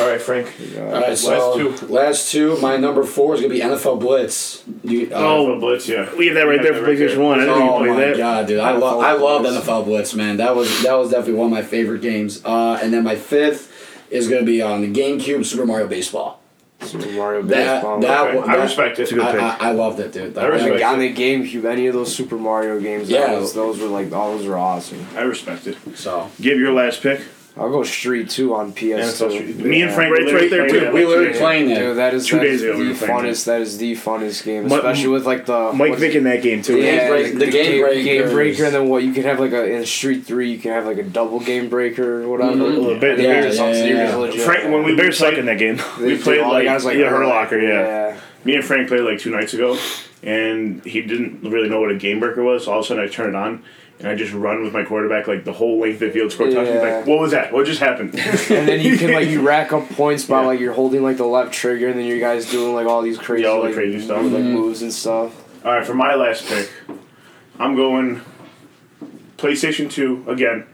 Speaker 4: All right, Frank.
Speaker 1: All right,
Speaker 4: Last
Speaker 1: so
Speaker 4: two.
Speaker 1: last two. My number four is gonna be NFL Blitz. You, uh,
Speaker 2: Oh,
Speaker 4: Oh, Blitz, yeah.
Speaker 2: We have that
Speaker 4: We
Speaker 2: right there
Speaker 4: have
Speaker 2: for
Speaker 4: that right
Speaker 2: PlayStation
Speaker 4: there.
Speaker 2: One. I didn't
Speaker 1: Oh
Speaker 2: know you
Speaker 1: my
Speaker 2: played that.
Speaker 1: god, dude! I love I loved NFL Blitz, man. That was that was definitely one of my favorite games. Uh, and then my fifth is gonna be on the GameCube Super Mario Baseball.
Speaker 3: Super Mario
Speaker 1: That
Speaker 3: Baseball.
Speaker 1: that,
Speaker 4: Okay,
Speaker 1: one-
Speaker 4: I
Speaker 1: that-
Speaker 4: respect it.
Speaker 2: It's a good
Speaker 1: I,
Speaker 2: pick.
Speaker 1: I, I loved it, dude. That
Speaker 4: I
Speaker 1: was-
Speaker 3: Like,
Speaker 4: respect
Speaker 3: on the GameCube, any of those Super Mario games, that
Speaker 1: Yeah.
Speaker 3: was- those were like all those were awesome.
Speaker 4: I respect it.
Speaker 1: so
Speaker 4: Give your last pick.
Speaker 3: I'll go Street Two on PS2.
Speaker 4: Me and Frank
Speaker 2: Right- right there,
Speaker 4: literally
Speaker 2: too.
Speaker 1: we
Speaker 4: played
Speaker 1: literally
Speaker 4: that.
Speaker 1: playing it.
Speaker 3: Dude, that is
Speaker 2: Two
Speaker 3: that is
Speaker 2: days ago we were
Speaker 3: the
Speaker 2: playing
Speaker 3: funnest. That is the funnest game,
Speaker 2: Mi-
Speaker 3: especially with like the
Speaker 2: Mike
Speaker 3: what's-
Speaker 2: Vick in that game too.
Speaker 3: Yeah,
Speaker 1: break-
Speaker 3: like,
Speaker 1: the game breakers.
Speaker 3: game breaker, and then what you can have like a in Street Three, you can have like a double game breaker or whatever.
Speaker 2: A little bit.
Speaker 1: Yeah,
Speaker 3: Bears,
Speaker 1: yeah,
Speaker 3: obviously,
Speaker 1: yeah,
Speaker 3: you're
Speaker 1: yeah.
Speaker 3: just legit.
Speaker 4: Frank, when
Speaker 2: We
Speaker 4: we
Speaker 2: better suck
Speaker 4: played-
Speaker 2: in that game.
Speaker 3: They
Speaker 4: we
Speaker 3: do
Speaker 4: played,
Speaker 3: all the
Speaker 4: like,
Speaker 3: guys
Speaker 2: yeah, Hurt Locker, yeah.
Speaker 4: Me and Frank played like two nights ago, and he didn't really know what a game breaker was. So all of a sudden, I turn it on, and I just run with my quarterback like the whole length of the field, score touchdown. He's
Speaker 3: Yeah.
Speaker 4: like, "What was that? What just happened?"
Speaker 3: and then you can like you rack up points by like you're holding like the left trigger, and then your guys doing like all these crazy,
Speaker 4: Yeah, all the
Speaker 3: like,
Speaker 4: crazy stuff.
Speaker 3: like moves and stuff.
Speaker 4: all right, for my last pick, I'm going PlayStation Two again.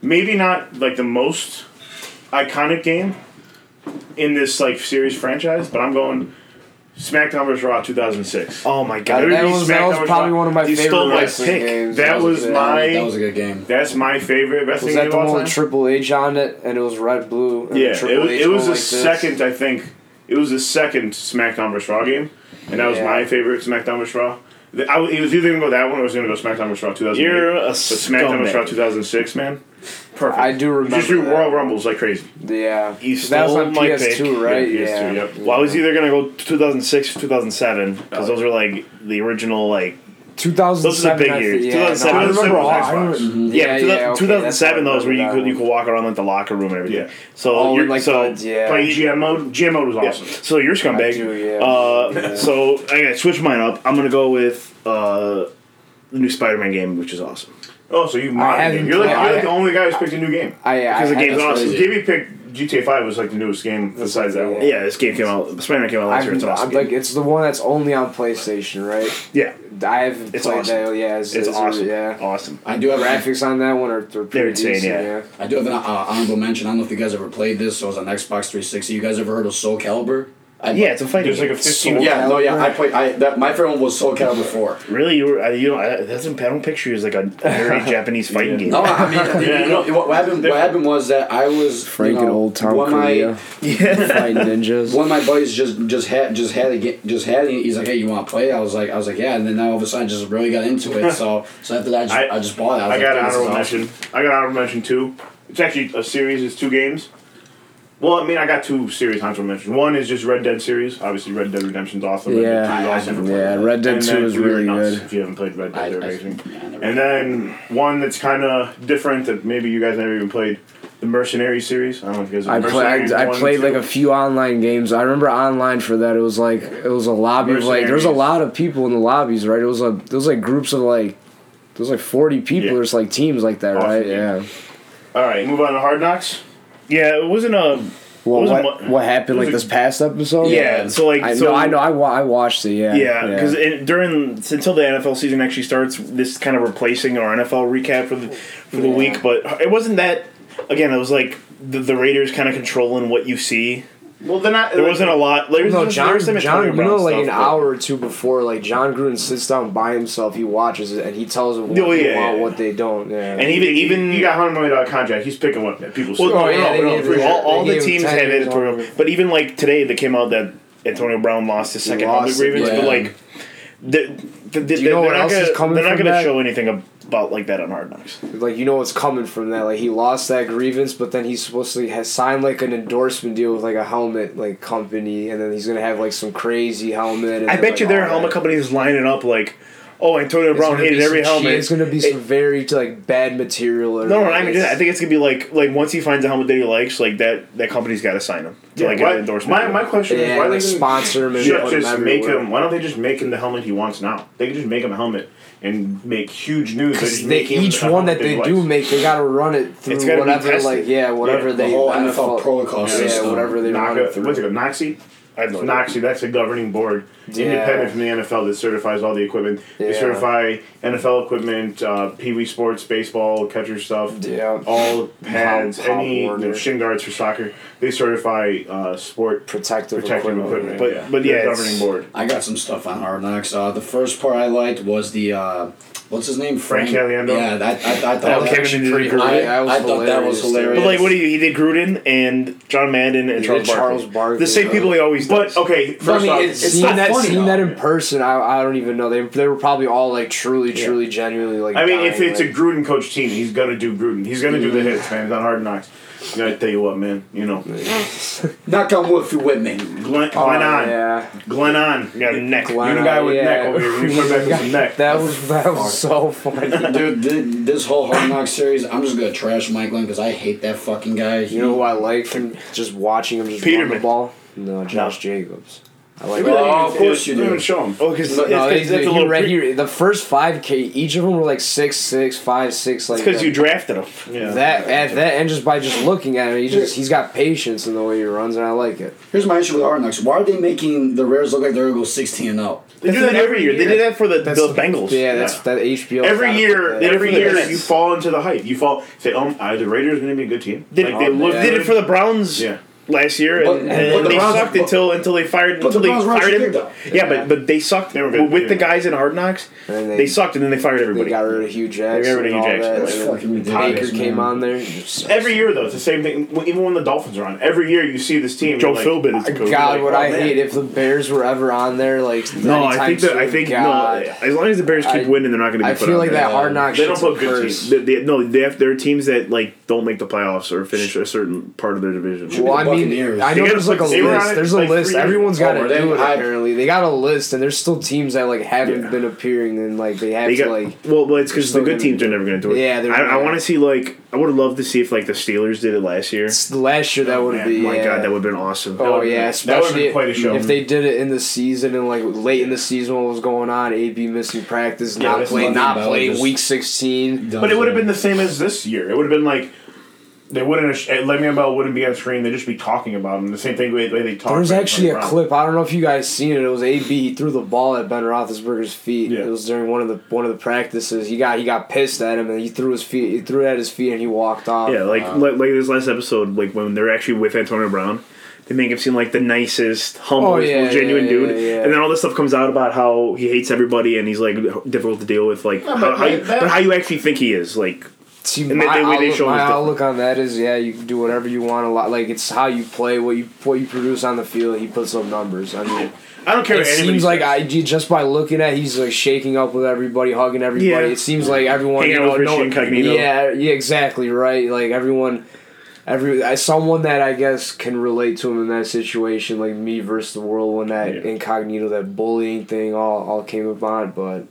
Speaker 4: Maybe not like the most iconic game in this like series franchise, but I'm going SmackDown vs. Raw 2006.
Speaker 2: Oh my
Speaker 3: That,
Speaker 2: god.
Speaker 4: Dude, you smacked
Speaker 3: was, that was
Speaker 4: that was
Speaker 3: probably
Speaker 4: my-
Speaker 3: one of my
Speaker 2: you
Speaker 3: favorite
Speaker 2: stole my
Speaker 3: wrestling
Speaker 2: pick.
Speaker 3: games.
Speaker 4: That was
Speaker 3: a-
Speaker 4: my-
Speaker 1: that was a good game.
Speaker 4: That's my favorite wrestling
Speaker 3: Was that
Speaker 4: game
Speaker 3: the
Speaker 4: of all
Speaker 3: one with
Speaker 4: time.
Speaker 3: Triple H on it, and it was red, blue? And
Speaker 4: Yeah,
Speaker 3: Triple
Speaker 4: it was,
Speaker 3: H
Speaker 4: it was the
Speaker 3: going like this?
Speaker 4: second, I think, it was the second SmackDown vs. Raw game, and that was
Speaker 3: Yeah.
Speaker 4: my favorite SmackDown vs. Raw. The- I, was- it was either going to go that one or it was going to go SmackDown vs. Raw 2008.
Speaker 2: You're a
Speaker 4: but SmackDown vs. Raw
Speaker 2: scumbag.
Speaker 4: 2006, man. Perfect.
Speaker 3: I do remember.
Speaker 4: Just do
Speaker 3: that.
Speaker 4: Royal Rumbles like crazy.
Speaker 3: Yeah,
Speaker 2: You
Speaker 3: that was
Speaker 2: stole
Speaker 3: on
Speaker 2: my
Speaker 3: PS2,
Speaker 2: pick.
Speaker 3: right?
Speaker 4: Yeah,
Speaker 3: Yeah.
Speaker 4: PS2, yep.
Speaker 2: Well, I was either gonna go 2006 or 2007 because those were like the original like
Speaker 3: 2007.
Speaker 2: big
Speaker 3: I thi-
Speaker 2: years.
Speaker 3: Yeah,
Speaker 2: 2007
Speaker 3: no, I
Speaker 2: was
Speaker 3: remember all. I
Speaker 4: Xbox.
Speaker 3: remember,
Speaker 2: yeah,
Speaker 3: yeah,
Speaker 2: two-
Speaker 3: yeah, okay,
Speaker 2: 2007
Speaker 3: that's
Speaker 2: those where
Speaker 3: how I
Speaker 2: you
Speaker 3: remember
Speaker 2: could you
Speaker 3: that
Speaker 2: could walk around like the locker room and everything.
Speaker 4: Yeah.
Speaker 2: So
Speaker 3: Oh,
Speaker 2: you're
Speaker 3: like
Speaker 2: so
Speaker 3: the- yeah.
Speaker 4: Playing GM mode, GM mode was awesome.
Speaker 2: So you're scumbag.
Speaker 3: I do, yeah.
Speaker 2: Uh, So I gotta switch mine up. I'm gonna go with uh, the new Spider-Man game, which is awesome.
Speaker 4: Oh, so you
Speaker 3: haven't
Speaker 4: mind You're, like,
Speaker 3: played-
Speaker 4: you're like
Speaker 3: I-
Speaker 4: the only guy who's picked a new game.
Speaker 3: I, I
Speaker 2: Because the
Speaker 3: had
Speaker 2: game's
Speaker 3: this-
Speaker 2: awesome.
Speaker 1: crazy.
Speaker 4: Davey picked GTA 5 was like the newest game besides that one.
Speaker 3: Yeah.
Speaker 2: Yeah, this game came out. Spider-Man came out last
Speaker 3: I've,
Speaker 2: year. It's awesome.
Speaker 3: I've, like it's the one that's only on PlayStation, right?
Speaker 2: yeah,
Speaker 3: I haven't
Speaker 2: It's
Speaker 3: played
Speaker 2: awesome.
Speaker 3: that. Yeah,
Speaker 2: it's awesome.
Speaker 3: Yeah,
Speaker 2: Awesome.
Speaker 1: I do have
Speaker 3: graphics on that one are, are pretty
Speaker 2: They're insane,
Speaker 3: decent,
Speaker 2: yeah.
Speaker 1: I do have an uh, honorable mention. I don't know if you guys ever played this. So it was on Xbox 360. You guys ever heard of Soul Calibur? I,
Speaker 2: Yeah, it's a fighting.
Speaker 4: There's like
Speaker 2: game.
Speaker 4: a 15
Speaker 1: yeah, no, yeah. I played. I that my favorite one was Soul Calibur Four.
Speaker 2: Really, you were, I, you know, I, that's in panel picture is like a very Japanese fighting game.
Speaker 1: No, I mean, you know, what, what happened? What happened was that I was
Speaker 3: Frank
Speaker 1: you know,
Speaker 3: and old Tom
Speaker 1: one of my-
Speaker 3: Korea fighting ninjas.
Speaker 1: one of my buddies just just had just had a ga- just had it. He's like, hey, you want to play? I was like, I was like, yeah. And then now all of a sudden, I just really got into it. So so after that, I just, I,
Speaker 4: I-
Speaker 1: just bought it. I, was
Speaker 4: I
Speaker 1: like,
Speaker 4: got an
Speaker 1: "Dude, this is
Speaker 4: honorable
Speaker 1: awesome."
Speaker 4: mention. I got an honorable mention too. It's actually a series. It's two games. Well, I mean, I got two series honorable mentions. One is just Red Dead series. Obviously, Red Dead Redemption's awesome. Red Dead
Speaker 3: Yeah.
Speaker 4: 2 is
Speaker 1: I- I
Speaker 4: awesome.
Speaker 1: never played that.
Speaker 3: Red
Speaker 4: And then we were nuts. If you haven't played Red Dead,
Speaker 1: I-
Speaker 4: they're
Speaker 1: I-
Speaker 4: amazing.
Speaker 1: yeah, I never
Speaker 4: and then one that's kind of different that maybe you guys never even played, the Mercenary series. I don't know if you guys.
Speaker 3: I
Speaker 4: have
Speaker 3: played.
Speaker 4: Mercenaries
Speaker 3: I,
Speaker 4: one
Speaker 3: I
Speaker 4: and
Speaker 3: played
Speaker 4: two.
Speaker 3: like a few online games. I remember online for that. It was like it was a lobby of like there's a
Speaker 4: Mercenaries.
Speaker 3: lot of people in the lobbies, right? It was like there was like groups of like there was like forty people.
Speaker 4: Yeah.
Speaker 3: There's like teams like that,
Speaker 4: Awesome
Speaker 3: right?
Speaker 4: game.
Speaker 3: Yeah.
Speaker 4: All right, move on to Hard Knocks.
Speaker 2: Yeah, it wasn't a.
Speaker 3: Well,
Speaker 4: was a
Speaker 3: what
Speaker 4: mo-
Speaker 3: what happened
Speaker 4: it was
Speaker 3: like
Speaker 4: a-
Speaker 3: this past episode?
Speaker 2: Yeah, so like
Speaker 3: I
Speaker 2: so
Speaker 3: know. I know. I, wa- I watched it. Yeah.
Speaker 2: Yeah, because during until the NFL season actually starts, this is kind of replacing our NFL recap for the for the
Speaker 3: Yeah.
Speaker 2: week. But it wasn't that. Again, it was like the, the Raiders kind of controlling what you see.
Speaker 4: Well, they're not.
Speaker 2: There wasn't a lot. There was
Speaker 3: No,
Speaker 2: just-
Speaker 3: John,
Speaker 2: there was some
Speaker 3: John,
Speaker 2: Antonio
Speaker 3: you
Speaker 2: Brown
Speaker 3: know, like
Speaker 2: stuff,
Speaker 3: an
Speaker 2: but-
Speaker 3: hour or two before, like John Gruden sits down by himself, he watches it, and he tells them what
Speaker 2: Oh,
Speaker 3: they
Speaker 2: yeah,
Speaker 3: want,
Speaker 2: yeah.
Speaker 3: what they don't. Yeah.
Speaker 2: And even even
Speaker 4: He got hundred million dollar contract. He's picking what people.
Speaker 2: Well,
Speaker 4: say.
Speaker 3: Oh,
Speaker 2: no,
Speaker 3: yeah, they
Speaker 2: no, no,
Speaker 3: gave it-
Speaker 2: all, all
Speaker 3: they
Speaker 2: the
Speaker 3: gave
Speaker 2: teams
Speaker 3: 10
Speaker 2: have
Speaker 3: years
Speaker 2: it for,
Speaker 3: longer.
Speaker 2: but even like today that came out that Antonio Brown lost his second
Speaker 3: lost
Speaker 2: public
Speaker 3: it,
Speaker 2: grievance, but
Speaker 1: yeah.
Speaker 2: like, the, the, the,
Speaker 3: Do you know
Speaker 2: they're
Speaker 3: what
Speaker 2: not
Speaker 3: else
Speaker 2: gonna,
Speaker 3: is coming
Speaker 2: They're not
Speaker 3: from
Speaker 2: gonna
Speaker 3: that?
Speaker 2: show anything about like that on Hard Knocks.
Speaker 3: like you know what's coming from that. Like he lost that grievance, but then he's supposed to has signed like an endorsement deal with like a helmet like company, and then he's gonna have like some crazy helmet. And
Speaker 2: I
Speaker 3: then,
Speaker 2: bet
Speaker 3: like,
Speaker 2: you their
Speaker 3: all
Speaker 2: helmet
Speaker 3: that.
Speaker 2: company is lining up like, oh, Antonio Brown hated every helmet.
Speaker 3: It's gonna be
Speaker 2: It-
Speaker 3: some very like bad material. Or
Speaker 2: no, no, I mean, I think it's gonna be like like once he finds a helmet that he likes, like that that company's got to sign him to
Speaker 4: Yeah,
Speaker 2: like
Speaker 4: why-
Speaker 2: an endorsement.
Speaker 4: my, my question is
Speaker 3: yeah,
Speaker 4: why
Speaker 3: like
Speaker 4: they didn't
Speaker 3: sponsor him and
Speaker 4: ju-
Speaker 3: put him
Speaker 4: just make
Speaker 3: everywhere.
Speaker 4: him? Why don't they just make him the helmet he wants now? They could just make him a helmet and make huge news. by just
Speaker 3: They,
Speaker 4: making him
Speaker 3: each
Speaker 4: the
Speaker 3: one that
Speaker 4: helmet
Speaker 3: they
Speaker 4: he
Speaker 3: do
Speaker 4: likes.
Speaker 3: make, they gotta run it through
Speaker 2: It's gotta be
Speaker 3: whatever,
Speaker 2: tested.
Speaker 3: like yeah, whatever
Speaker 4: Yeah,
Speaker 1: The
Speaker 3: they
Speaker 1: whole NFL protocol
Speaker 3: yeah,
Speaker 1: system.
Speaker 3: whatever they run it
Speaker 4: NACA, what's it
Speaker 3: through.
Speaker 4: called? NOXI?
Speaker 2: I have no idea.
Speaker 4: NOXI, that's a governing board independent
Speaker 3: Yeah.
Speaker 4: from the NFL that certifies all the equipment. They
Speaker 3: Yeah.
Speaker 4: certify NFL equipment, uh, Pee Wee sports, baseball, catcher stuff,
Speaker 3: Yeah.
Speaker 4: all pads,
Speaker 3: Pop- pop
Speaker 4: any you know,
Speaker 3: warner.
Speaker 4: shin guards for soccer. They certify uh, sport
Speaker 3: Protective,
Speaker 4: protective
Speaker 3: equipment.
Speaker 4: equipment.
Speaker 2: But- but
Speaker 4: They're
Speaker 2: yeah, it's-
Speaker 4: governing board.
Speaker 1: I got some stuff on Hard Knocks. Uh, the first part I liked was the uh, what's his name?
Speaker 4: Frank Caliendo?
Speaker 1: Yeah, that, I, I, thought that,
Speaker 2: was actually
Speaker 1: I-
Speaker 2: pretty great.
Speaker 1: I,
Speaker 3: That was
Speaker 1: thought that was
Speaker 3: hilarious.
Speaker 1: hilarious.
Speaker 2: But like, what do you? He did Gruden and John Madden and
Speaker 3: He
Speaker 2: Charles
Speaker 3: did
Speaker 2: Barkley.
Speaker 3: Charles Barkley, uh,
Speaker 2: The same
Speaker 3: though.
Speaker 2: people he always does.
Speaker 4: But okay, first
Speaker 1: mean,
Speaker 4: off,
Speaker 1: it's-
Speaker 3: seeing
Speaker 1: not
Speaker 3: that,
Speaker 1: funny,
Speaker 3: seeing
Speaker 1: though.
Speaker 3: that in person, I, I don't even know. They, they were probably all like truly, truly, genuinely like.
Speaker 4: I mean, if
Speaker 3: dying,
Speaker 4: it's
Speaker 3: like,
Speaker 4: a Gruden coach team, he's gonna do Gruden. He's gonna do the
Speaker 3: Mm-hmm.
Speaker 4: hits, man. It's on hard knocks. You know, I tell you what, man. You know,
Speaker 1: Knock on wood if you're with me.
Speaker 4: Glenn, Glenn
Speaker 3: oh,
Speaker 4: on,
Speaker 3: yeah,
Speaker 4: Glenn on.
Speaker 2: yeah, neck.
Speaker 3: Glenn-
Speaker 4: You're the guy with
Speaker 3: Yeah.
Speaker 4: neck over here. You're the quarterback with some neck.
Speaker 3: that was that was so funny.
Speaker 1: Dude, thi- this whole Hard Knocks series, I'm just gonna trash Mike Glenn because I hate that fucking guy.
Speaker 3: You know who I like from just watching him just run the
Speaker 2: Peterman.
Speaker 3: ball? No, Josh Jacobs. I like.
Speaker 1: Really? Oh, of course you
Speaker 4: Don't
Speaker 1: do.
Speaker 4: even show him.
Speaker 2: Oh, because
Speaker 1: No,
Speaker 2: that's
Speaker 3: No, they, they,
Speaker 2: a
Speaker 3: he
Speaker 2: little.
Speaker 3: re-
Speaker 2: pre-
Speaker 3: he- the first five K, each of them were like six, six, five, six, like
Speaker 2: It's because
Speaker 3: that.
Speaker 2: you drafted him.
Speaker 4: Yeah.
Speaker 3: that at that and just by just looking at him, he just he's got patience in the way he runs, and I like it.
Speaker 1: Here's my issue with Hard Knocks. Why are they making the Rares look like they're gonna go 16 and 0?
Speaker 2: They do that every year. They did that for the, the Bengals.
Speaker 3: Yeah, that's
Speaker 4: Yeah.
Speaker 3: that HBO.
Speaker 4: Every year,
Speaker 3: they
Speaker 4: every
Speaker 2: for the
Speaker 4: year
Speaker 2: Jets.
Speaker 4: you fall into the hype. You fall. Say, oh, are the Raiders going to be a good team?
Speaker 2: Did,
Speaker 4: like they look.
Speaker 2: they did it for the Browns
Speaker 4: Yeah.
Speaker 2: last year,
Speaker 1: But-
Speaker 2: and,
Speaker 1: but
Speaker 2: and
Speaker 1: the
Speaker 2: they
Speaker 1: Browns-
Speaker 2: sucked
Speaker 1: but-
Speaker 2: until until they fired until
Speaker 1: the
Speaker 2: they
Speaker 1: Browns were actually
Speaker 2: fired
Speaker 1: good,
Speaker 2: him.
Speaker 1: though.
Speaker 2: Yeah, but but they sucked
Speaker 4: were good,
Speaker 2: with the
Speaker 4: yeah.
Speaker 2: guys in Hard Knocks.
Speaker 3: And
Speaker 2: They,
Speaker 3: they-
Speaker 2: sucked and then they fired
Speaker 3: They
Speaker 2: everybody.
Speaker 3: got rid of Hugh Jackson.
Speaker 2: rid of
Speaker 3: and
Speaker 2: Hugh
Speaker 3: all
Speaker 2: Jackson.
Speaker 3: that,
Speaker 1: That's
Speaker 3: and
Speaker 1: fucking
Speaker 3: then Baker
Speaker 1: ridiculous,
Speaker 3: came
Speaker 1: man.
Speaker 3: on there. Just-
Speaker 4: Every year though, it's the same thing. Well, Even when the Dolphins are on, every year you see this team.
Speaker 2: Joe
Speaker 4: you're like,
Speaker 2: Philbin is the coach.
Speaker 3: God,
Speaker 4: like,
Speaker 3: would
Speaker 4: oh,
Speaker 3: I
Speaker 4: man.
Speaker 3: hate if the Bears were ever on there? Like
Speaker 2: No, I
Speaker 3: anytime
Speaker 2: think that I
Speaker 3: soon.
Speaker 2: think
Speaker 3: God.
Speaker 2: no. As long as the Bears keep
Speaker 3: I-
Speaker 2: winning, they're not going to be
Speaker 3: I
Speaker 2: put
Speaker 3: feel
Speaker 2: on
Speaker 3: like
Speaker 2: there.
Speaker 3: that hard knock.
Speaker 4: They don't
Speaker 3: shit's
Speaker 4: put
Speaker 3: a
Speaker 4: good
Speaker 3: curse.
Speaker 4: teams.
Speaker 2: They, they, no, they have, there are teams that like don't make the playoffs or finish a certain part of their division.
Speaker 3: Well, I
Speaker 1: Buccaneers.
Speaker 3: mean, I
Speaker 4: They
Speaker 3: know
Speaker 4: gotta
Speaker 3: there's like a
Speaker 4: put- they were on
Speaker 3: list.
Speaker 4: it
Speaker 3: There's a
Speaker 4: like three
Speaker 3: list.
Speaker 4: years
Speaker 3: Everyone's
Speaker 4: ago.
Speaker 3: got
Speaker 1: Oh,
Speaker 3: to
Speaker 1: they-
Speaker 3: do it.
Speaker 1: I-
Speaker 3: Apparently, they got a list, and there's still teams that like haven't
Speaker 2: Yeah.
Speaker 3: been appearing, and like they have
Speaker 2: They
Speaker 3: to
Speaker 2: got,
Speaker 3: like.
Speaker 2: well, well, it's because the
Speaker 3: still
Speaker 2: good
Speaker 3: gonna
Speaker 2: teams are never going to do it.
Speaker 3: Yeah, they're
Speaker 2: I, I
Speaker 3: not.
Speaker 2: want to see like I would have loved to see if like the Steelers did it last year.
Speaker 3: s- Last year, that would have
Speaker 4: man,
Speaker 3: been.
Speaker 2: My
Speaker 3: yeah.
Speaker 2: God, that would have been awesome.
Speaker 3: Oh
Speaker 4: would've
Speaker 3: yeah,
Speaker 4: been- that would've been
Speaker 3: especially
Speaker 4: quite a show.
Speaker 3: if they did it in the season and like late in the season, what was going on? AB missing practice, not
Speaker 4: that's
Speaker 3: play,
Speaker 1: nothing
Speaker 3: not
Speaker 1: about
Speaker 3: play
Speaker 1: just-
Speaker 3: week sixteen.
Speaker 4: But it would have been the same as this year. It would have been like. They wouldn't. Le'Veon Bell wouldn't be on screen. They'd just be talking about him. The same thing way, way they talk.
Speaker 3: There was
Speaker 4: about
Speaker 3: actually a
Speaker 4: Brown.
Speaker 3: clip. I don't know if you guys seen it. It was AB. He threw the ball at Ben Roethlisberger's feet.
Speaker 4: Yeah.
Speaker 3: It was during one of the one of the practices. He got he got pissed at him and he threw his feet. He threw it at his feet and he walked off.
Speaker 2: Yeah, like, like like this last episode, like when they're actually with Antonio Brown, they make him seem like the nicest, humble,
Speaker 3: Oh, yeah,
Speaker 2: most genuine
Speaker 3: yeah,
Speaker 2: dude,
Speaker 3: yeah, yeah.
Speaker 2: and then all this stuff comes out about how he hates everybody and he's like difficult to deal with, like how,
Speaker 4: but
Speaker 2: how you,
Speaker 4: that-
Speaker 2: but how you actually think he is, like
Speaker 3: See,
Speaker 2: And they-
Speaker 3: my
Speaker 2: they- they
Speaker 3: outlook,
Speaker 2: show
Speaker 3: my
Speaker 2: his def-
Speaker 3: outlook on that is yeah, you can do whatever you want. A lot like it's how you play, what you what you produce on the field. He puts up numbers. I mean,
Speaker 4: I don't care.
Speaker 3: it
Speaker 4: what anybody
Speaker 3: seems like
Speaker 4: says.
Speaker 3: I just by looking at, he's like shaking up with everybody, hugging everybody.
Speaker 2: Yeah.
Speaker 3: It seems like everyone,
Speaker 2: Hanging
Speaker 3: you
Speaker 2: out
Speaker 3: know,
Speaker 2: with Richie
Speaker 3: no-
Speaker 2: Incognito.
Speaker 3: yeah, yeah, exactly right. Like everyone, every I- someone that I guess can relate to him in that situation, like me versus the world when that
Speaker 2: Yeah.
Speaker 3: incognito, that bullying thing, all all came about. But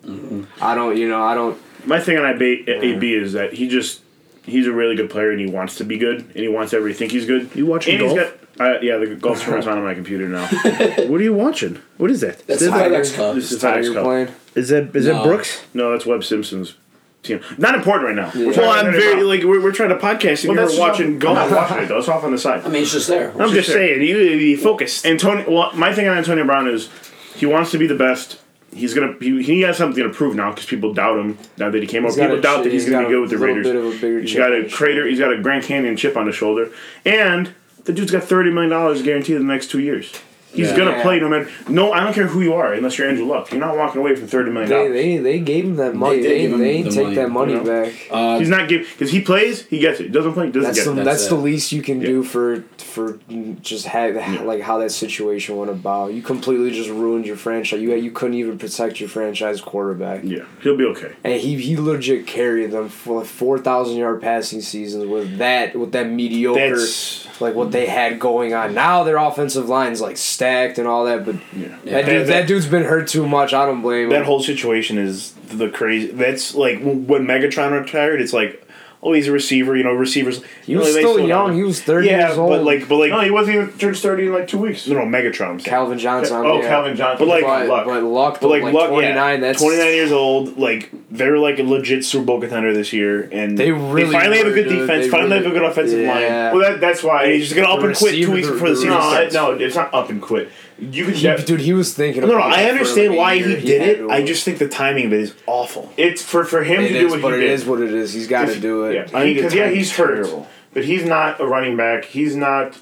Speaker 3: I don't, you know, I don't.
Speaker 4: My thing on IB, AB is that he just he's a really good player and he wants to be good and he wants everybody to think he's good.
Speaker 2: You watching
Speaker 4: and he's
Speaker 2: golf?
Speaker 4: Got, uh, yeah, the golf tournament's on my computer now.
Speaker 2: what are you watching? What is that?
Speaker 1: That's
Speaker 2: is,
Speaker 1: the
Speaker 2: that
Speaker 1: FedEx Cup.
Speaker 4: This is
Speaker 3: Tiger
Speaker 4: Tiger's Cup.
Speaker 3: playing.
Speaker 2: is that is
Speaker 1: No.
Speaker 2: that Brooks?
Speaker 4: No, that's Webb Simpson's team. Not important right now. We're
Speaker 2: Well, I'm
Speaker 4: about-
Speaker 2: very like we're, we're trying to podcast
Speaker 4: Well,
Speaker 2: and you're
Speaker 4: that's
Speaker 2: watching
Speaker 4: watching
Speaker 2: golf.
Speaker 4: golf. I'm not watching it though. It's off on the side.
Speaker 1: I mean, it's just there.
Speaker 2: I'm just
Speaker 4: Sure.
Speaker 2: saying, you, you focus.
Speaker 4: Antonio. Well, my thing on Antonio Brown is he wants to be the best. He's gonna. He, he has something to prove now because people doubt him now that he came up.
Speaker 3: got
Speaker 4: People
Speaker 3: a
Speaker 4: doubt
Speaker 3: ch-
Speaker 4: that he's,
Speaker 3: he's
Speaker 4: gonna
Speaker 3: got
Speaker 4: be
Speaker 3: a
Speaker 4: good with the
Speaker 3: little
Speaker 4: Raiders.
Speaker 3: bit of a bigger
Speaker 4: he's
Speaker 3: chip
Speaker 4: got
Speaker 3: on
Speaker 4: a
Speaker 3: his
Speaker 4: crater. He's got a Grand Canyon chip on his shoulder, and the dude's got thirty million dollars guaranteed in the next two years. He's
Speaker 1: Yeah.
Speaker 4: gonna
Speaker 3: Yeah.
Speaker 4: play no matter. No, I don't care who you are, unless you're Andrew Luck. You're not walking away from thirty million
Speaker 3: They,
Speaker 4: dollars.
Speaker 3: they they gave him that money.
Speaker 1: did
Speaker 3: They
Speaker 1: give him
Speaker 3: they, ain't
Speaker 1: the
Speaker 3: take
Speaker 1: money,
Speaker 3: that money
Speaker 4: you know?
Speaker 3: back.
Speaker 4: He's not giving because he plays, he gets it. Doesn't play, he doesn't
Speaker 3: That's
Speaker 4: get
Speaker 3: the
Speaker 4: it.
Speaker 1: that's
Speaker 3: that's, the
Speaker 1: it.
Speaker 3: least you can do for for just ha like how that situation went about. You completely just ruined your franchise. You you couldn't even protect your franchise quarterback,
Speaker 4: Yeah, he'll be okay.
Speaker 3: and he he legit carried them for like four thousand yard passing seasons with that with that mediocre
Speaker 4: That's-
Speaker 3: like what they had going on. Now their offensive line's like stacked and all that, but
Speaker 2: Yeah.
Speaker 3: that, dude,
Speaker 2: That-
Speaker 3: that dude's been hurt too much. I don't blame
Speaker 2: That
Speaker 3: him.
Speaker 2: whole situation is the crazy. That's like when Megatron retired. It's like, oh, he's a receiver. You know, receivers.
Speaker 3: he was
Speaker 2: you know, they
Speaker 3: still
Speaker 2: slow
Speaker 3: young.
Speaker 2: down.
Speaker 3: He was thirty
Speaker 2: yeah,
Speaker 3: years old.
Speaker 2: but like, but like,
Speaker 4: No,
Speaker 2: no,
Speaker 4: he wasn't even turns thirty in like two weeks.
Speaker 2: no Megatron. I'm saying.
Speaker 3: Calvin Johnson.
Speaker 4: oh,
Speaker 3: yeah.
Speaker 4: Calvin Johnson.
Speaker 2: But, like,
Speaker 3: But,
Speaker 4: luck.
Speaker 3: but luck,
Speaker 2: But like,
Speaker 3: like
Speaker 2: luck,
Speaker 3: twenty nine.
Speaker 2: yeah,
Speaker 3: That's
Speaker 2: twenty nine years old. Like they're like a legit Super Bowl contender this year, and
Speaker 3: They really
Speaker 2: finally have a
Speaker 3: were,
Speaker 2: good
Speaker 3: dude.
Speaker 2: defense.
Speaker 3: They
Speaker 2: finally
Speaker 3: really-
Speaker 2: have a good offensive line.
Speaker 3: Yeah.
Speaker 4: well, that, that's why
Speaker 2: And he's just gonna up and quit
Speaker 3: receiver-
Speaker 2: two weeks before the
Speaker 3: the
Speaker 2: season
Speaker 4: No, I,
Speaker 2: starts.
Speaker 4: no, it's not up and quit. You could.
Speaker 3: He,
Speaker 4: def-
Speaker 3: dude, he was thinking.
Speaker 2: no, no,
Speaker 3: about it
Speaker 2: I
Speaker 3: for
Speaker 2: understand
Speaker 3: like a
Speaker 2: why he
Speaker 3: year.
Speaker 2: did
Speaker 3: had
Speaker 2: it.
Speaker 3: to.
Speaker 2: I just think the timing of it is awful.
Speaker 4: it's for for him
Speaker 3: It
Speaker 4: to do
Speaker 3: is,
Speaker 4: what
Speaker 3: but
Speaker 4: he
Speaker 3: it
Speaker 4: did.
Speaker 3: is what it is. He's got to do it.
Speaker 4: Yeah, because yeah, he's hurt,
Speaker 2: Terrible.
Speaker 4: but he's not a running back. He's not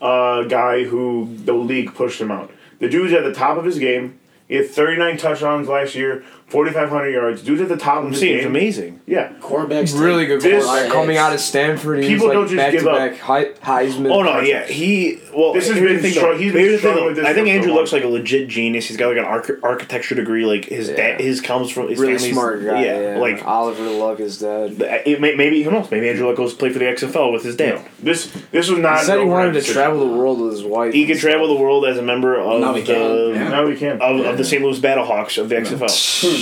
Speaker 4: a guy who the league pushed him out. The dude's at the top of his game. He had 39 touchdowns last year, 4,500 yards. Dude's at the top of his
Speaker 2: See, it's
Speaker 4: game.
Speaker 2: amemaze.
Speaker 4: Yeah,
Speaker 1: Quarterbacks
Speaker 3: Really good
Speaker 4: This-
Speaker 3: quarterback coming out of Stanford. He
Speaker 4: People
Speaker 3: was
Speaker 4: don't
Speaker 3: like
Speaker 4: just
Speaker 3: back
Speaker 4: give
Speaker 3: to
Speaker 4: up.
Speaker 3: back Heisman.
Speaker 2: Oh no, yeah, he. Well,
Speaker 4: This has
Speaker 2: here's
Speaker 4: been
Speaker 2: the thing,
Speaker 4: strong-
Speaker 2: though.
Speaker 4: he's been
Speaker 2: Here's the
Speaker 4: strong
Speaker 2: thing,
Speaker 4: with
Speaker 2: though.
Speaker 4: this
Speaker 2: I think
Speaker 4: for so
Speaker 2: Andrew
Speaker 4: long.
Speaker 2: looks like a legit genius. He's got like an arch- architecture degree. Like his
Speaker 3: Yeah.
Speaker 2: dad, his comes from his
Speaker 3: really
Speaker 2: family's-
Speaker 3: smart guy.
Speaker 2: Yeah,
Speaker 3: Yeah,
Speaker 2: like
Speaker 3: Oliver Luck is dead.
Speaker 2: it may, maybe who knows? Maybe Andrew Luck goes play for the XFL with his dad.
Speaker 4: this this was not.
Speaker 3: He said
Speaker 4: an
Speaker 3: he
Speaker 4: overnight
Speaker 3: wanted to
Speaker 4: decision.
Speaker 3: travel the world with his wife.
Speaker 2: uh, He could travel the world as a member of
Speaker 1: No, he
Speaker 2: the
Speaker 1: can't. Yeah.
Speaker 4: Now we can.
Speaker 2: of, of the St. Louis Battlehawks of the XFL.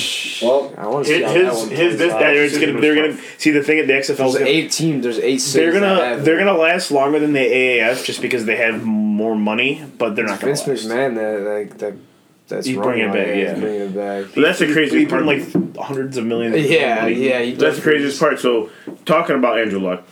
Speaker 1: Well,
Speaker 3: I want to
Speaker 4: His-
Speaker 3: see how that
Speaker 4: his-
Speaker 3: one
Speaker 4: his-
Speaker 3: plays
Speaker 4: this-
Speaker 3: out.
Speaker 4: that-
Speaker 2: They're, it's gonna, they're gonna see the thing at the XFL.
Speaker 3: There's
Speaker 2: Is gonna,
Speaker 3: eight teams. There's eight. Cities
Speaker 2: they're
Speaker 3: that
Speaker 2: gonna
Speaker 3: have
Speaker 2: they're
Speaker 3: it.
Speaker 2: gonna last longer than the AAF just because they have more money, but they're not gonna.
Speaker 3: Vince
Speaker 2: Last.
Speaker 3: McMahon. That that, that that's
Speaker 2: He's
Speaker 3: wrong
Speaker 2: bringing it
Speaker 3: line,
Speaker 2: back,
Speaker 3: he's
Speaker 2: yeah.
Speaker 3: bringing it back.
Speaker 4: But that's the
Speaker 2: He
Speaker 4: craziest part.
Speaker 2: put in like hundreds of millions. of
Speaker 3: Yeah,
Speaker 2: money.
Speaker 3: yeah. He
Speaker 4: That's
Speaker 3: does
Speaker 4: the craziest part. So, talking about Andrew Luck,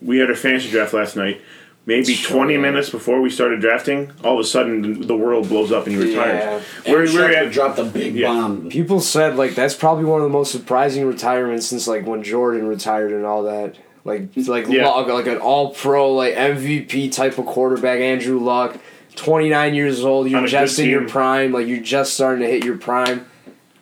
Speaker 4: we had our fantasy draft last night. Maybe 20 minutes before we started drafting, all of a sudden the- the world blows up and he retires.
Speaker 1: Aaron
Speaker 4: Where, where
Speaker 1: Schefter
Speaker 4: at,
Speaker 1: dropped a big
Speaker 4: Yeah.
Speaker 1: bomb.
Speaker 3: People said like that's probably one of the most surprising retirements since like when Jordan retired and all that. Like like
Speaker 4: Yeah.
Speaker 3: Luck, like an All Pro, like MVP type of quarterback, Andrew Luck, twenty nine years old.
Speaker 4: On
Speaker 3: You're
Speaker 4: a
Speaker 3: just
Speaker 4: good
Speaker 3: in your
Speaker 4: team.
Speaker 3: prime, like you're just starting to hit your prime,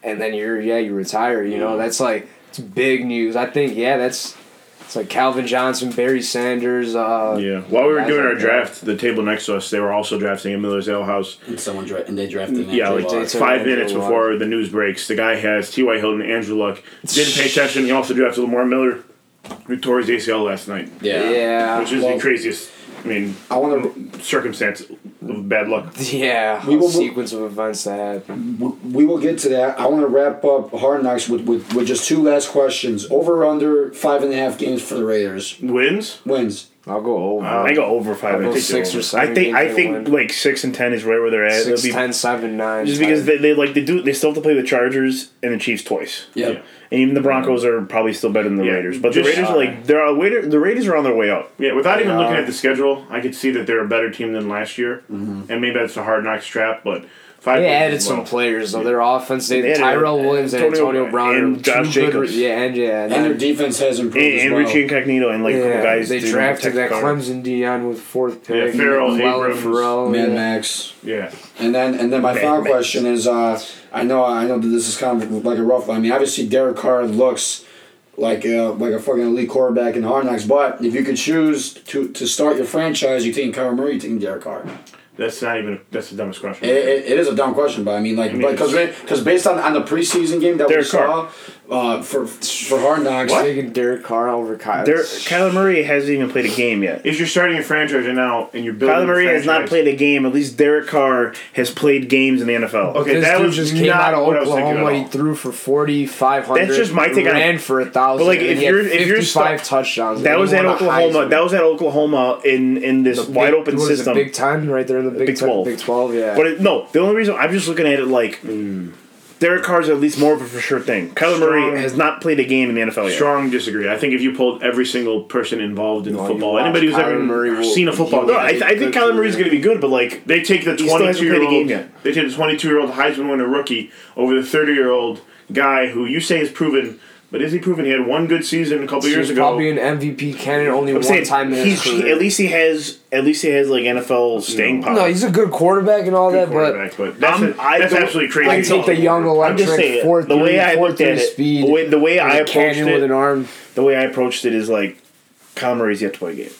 Speaker 3: and then you're yeah you retire. You
Speaker 4: Mm-hmm.
Speaker 3: know that's like it's big news. I think yeah that's it's like Calvin Johnson, Barry Sanders. Uh,
Speaker 4: yeah. While we were
Speaker 3: Guys
Speaker 4: doing
Speaker 3: like
Speaker 4: our
Speaker 3: that.
Speaker 4: draft, the table next to us, they were also drafting at Miller's Ale House.
Speaker 1: And someone dra- and they drafted him.
Speaker 4: Yeah,
Speaker 1: after
Speaker 4: like
Speaker 1: he
Speaker 3: Jay-
Speaker 1: lost.
Speaker 3: Jay-
Speaker 4: five
Speaker 3: Andrew
Speaker 4: minutes
Speaker 3: Luck.
Speaker 4: before the news breaks, the guy has T.Y. Hilton, Andrew Luck, didn't pay attention. He also drafted Lamar Miller, who tore his ACL last night,
Speaker 1: yeah.
Speaker 3: yeah,
Speaker 4: which is
Speaker 1: Well-
Speaker 4: the craziest, I mean,
Speaker 1: I want to.
Speaker 4: circumstance of bad luck.
Speaker 3: yeah.
Speaker 1: We
Speaker 3: a
Speaker 1: will-
Speaker 3: sequence of events that happened.
Speaker 1: We will get to that. I want to wrap up Hard Knocks with, with, with just two last questions. Over or under five and a half games for the Raiders
Speaker 4: Wins?
Speaker 1: wins.
Speaker 3: I'll go over.
Speaker 4: Uh,
Speaker 2: I go over five.
Speaker 3: I'll
Speaker 2: I
Speaker 3: go
Speaker 2: think
Speaker 3: six
Speaker 2: over.
Speaker 3: or seven
Speaker 2: I think I
Speaker 3: games they
Speaker 2: think
Speaker 3: win.
Speaker 2: like six and ten is right where they're at.
Speaker 3: Six,
Speaker 2: It'll be-
Speaker 3: ten, seven, nine.
Speaker 2: just because they, they like they do they still have to play the Chargers and the Chiefs twice.
Speaker 1: Yep.
Speaker 4: Yeah.
Speaker 2: And even the Broncos are probably still better than the
Speaker 4: Yeah.
Speaker 2: Raiders, but
Speaker 4: Just-
Speaker 2: the Raiders are like they're on waiter, the Raiders are on their way out.
Speaker 4: Yeah, without even
Speaker 3: Yeah.
Speaker 4: looking at the schedule, I could see that they're a better team than last year, and maybe that's a hard knocks trap. But five
Speaker 3: Mm-hmm. They
Speaker 4: wins
Speaker 3: added
Speaker 4: is
Speaker 3: some
Speaker 4: low.
Speaker 3: players though. Their offense, they,
Speaker 2: They added
Speaker 3: Tyrell Williams and
Speaker 2: Antonio
Speaker 3: Antonio Brown
Speaker 2: and
Speaker 3: are
Speaker 2: Josh
Speaker 3: two good-
Speaker 2: Jacobs.
Speaker 3: yeah, and yeah,
Speaker 1: And
Speaker 3: and,
Speaker 1: their
Speaker 3: then-
Speaker 1: defense has improved
Speaker 2: And,
Speaker 1: as
Speaker 2: and
Speaker 1: well.
Speaker 2: Richie Incognito and like a couple
Speaker 3: yeah,
Speaker 2: guys
Speaker 3: they
Speaker 2: didn't
Speaker 3: drafted
Speaker 2: protect
Speaker 3: that
Speaker 2: the guard.
Speaker 3: Clemson Dion with fourth
Speaker 4: Yeah,
Speaker 3: pick.
Speaker 4: Farrell,
Speaker 3: Llewellyn
Speaker 4: Abrams,
Speaker 3: Ferrell,
Speaker 1: Man
Speaker 3: yeah.
Speaker 1: Max.
Speaker 4: Yeah,
Speaker 1: And then and then my
Speaker 2: Man
Speaker 1: final
Speaker 2: Max.
Speaker 1: question is uh, I know I know that this is kind of like a rough one. I mean obviously Derek Carr looks like a, like a fucking elite quarterback in Hard Knocks, but if you could choose to, to start your franchise, you're taking Kyler Murray, you're taking Derek Carr.
Speaker 4: that's not even that's the dumbest question.
Speaker 1: It, it, it is a dumb question, but I mean, like,
Speaker 4: mean,
Speaker 1: because because based on, on the preseason game that we
Speaker 2: Derek
Speaker 1: saw
Speaker 2: Carr.
Speaker 1: uh, for for Hard Knocks,
Speaker 3: He's Taking Derek Carr over Kyle.
Speaker 2: They're- Kyler Murray hasn't even played a game yet.
Speaker 4: If you're starting a franchise right now and you're building,
Speaker 2: Kyler
Speaker 4: a
Speaker 2: Murray has
Speaker 4: franchise-
Speaker 2: not played a game. At least Derek Carr has played games in the NFL.
Speaker 4: Okay,
Speaker 3: This
Speaker 4: that
Speaker 3: dude
Speaker 4: was
Speaker 3: just
Speaker 4: not
Speaker 3: came out of
Speaker 4: what I was thinking
Speaker 3: Oklahoma.
Speaker 4: at
Speaker 3: He
Speaker 4: all.
Speaker 3: threw for forty five hundred.
Speaker 2: That's just my take on it.
Speaker 3: Ran for a thousand.
Speaker 2: But, like,
Speaker 3: and
Speaker 2: if
Speaker 3: he had
Speaker 2: you're- if you're
Speaker 3: 55 touchdowns,
Speaker 2: That
Speaker 3: and
Speaker 2: was
Speaker 3: he
Speaker 2: at
Speaker 3: won a
Speaker 2: Oklahoma.
Speaker 3: Heisman.
Speaker 2: That was at Oklahoma in in this
Speaker 3: The
Speaker 2: wide
Speaker 3: big-
Speaker 2: open
Speaker 3: what is it,
Speaker 2: system.
Speaker 3: Big Ten, right there in the Big,
Speaker 2: Big
Speaker 3: Ten-
Speaker 2: 12.
Speaker 3: Big Twelve, yeah.
Speaker 2: But it, no, the only reason I'm just looking at it like Derek Carr's at least more of a for sure thing. Kyler
Speaker 4: Strong.
Speaker 2: Murray has not played a game in the NFL yet.
Speaker 4: Strong disagree. I think if you pulled every single person involved in
Speaker 3: No, you
Speaker 4: football,
Speaker 3: watch
Speaker 4: anybody who's
Speaker 3: Kyler
Speaker 4: ever
Speaker 3: Murray will-
Speaker 4: seen a football
Speaker 3: he
Speaker 2: No,
Speaker 4: game,
Speaker 3: will-
Speaker 2: I, th- I think Kyler Murray's going to be good, but like
Speaker 4: they take the
Speaker 2: He still
Speaker 4: 22
Speaker 2: hasn't
Speaker 4: year
Speaker 2: played a game
Speaker 4: old.
Speaker 2: yet.
Speaker 4: They take the 22 year old Heisman winner rookie over the 30 year old guy who you say is proven, but is he proven? He had one good season a couple
Speaker 3: He's
Speaker 4: years ago.
Speaker 3: probably an MVP candidate only
Speaker 2: I'm
Speaker 3: one
Speaker 2: saying
Speaker 3: time in his
Speaker 2: he's,
Speaker 3: career.
Speaker 2: he, at least he has at least he has like NFL staying power.
Speaker 3: No, he's a good quarterback and all that,
Speaker 4: quarterback,
Speaker 3: but
Speaker 4: but that's,
Speaker 2: I'm-
Speaker 4: a-
Speaker 2: I
Speaker 4: that's
Speaker 2: don't-
Speaker 4: absolutely crazy.
Speaker 3: I
Speaker 2: think
Speaker 3: take the young
Speaker 2: I'm just
Speaker 3: electric
Speaker 2: saying
Speaker 3: four
Speaker 2: the way I
Speaker 3: four
Speaker 2: looked at
Speaker 3: three
Speaker 2: it,
Speaker 3: speed.
Speaker 2: the way, the way I
Speaker 3: a
Speaker 2: approached
Speaker 3: cannon with an
Speaker 2: it,
Speaker 3: arm.
Speaker 2: the way I approached it is like Kyler Murray's yet to play a game.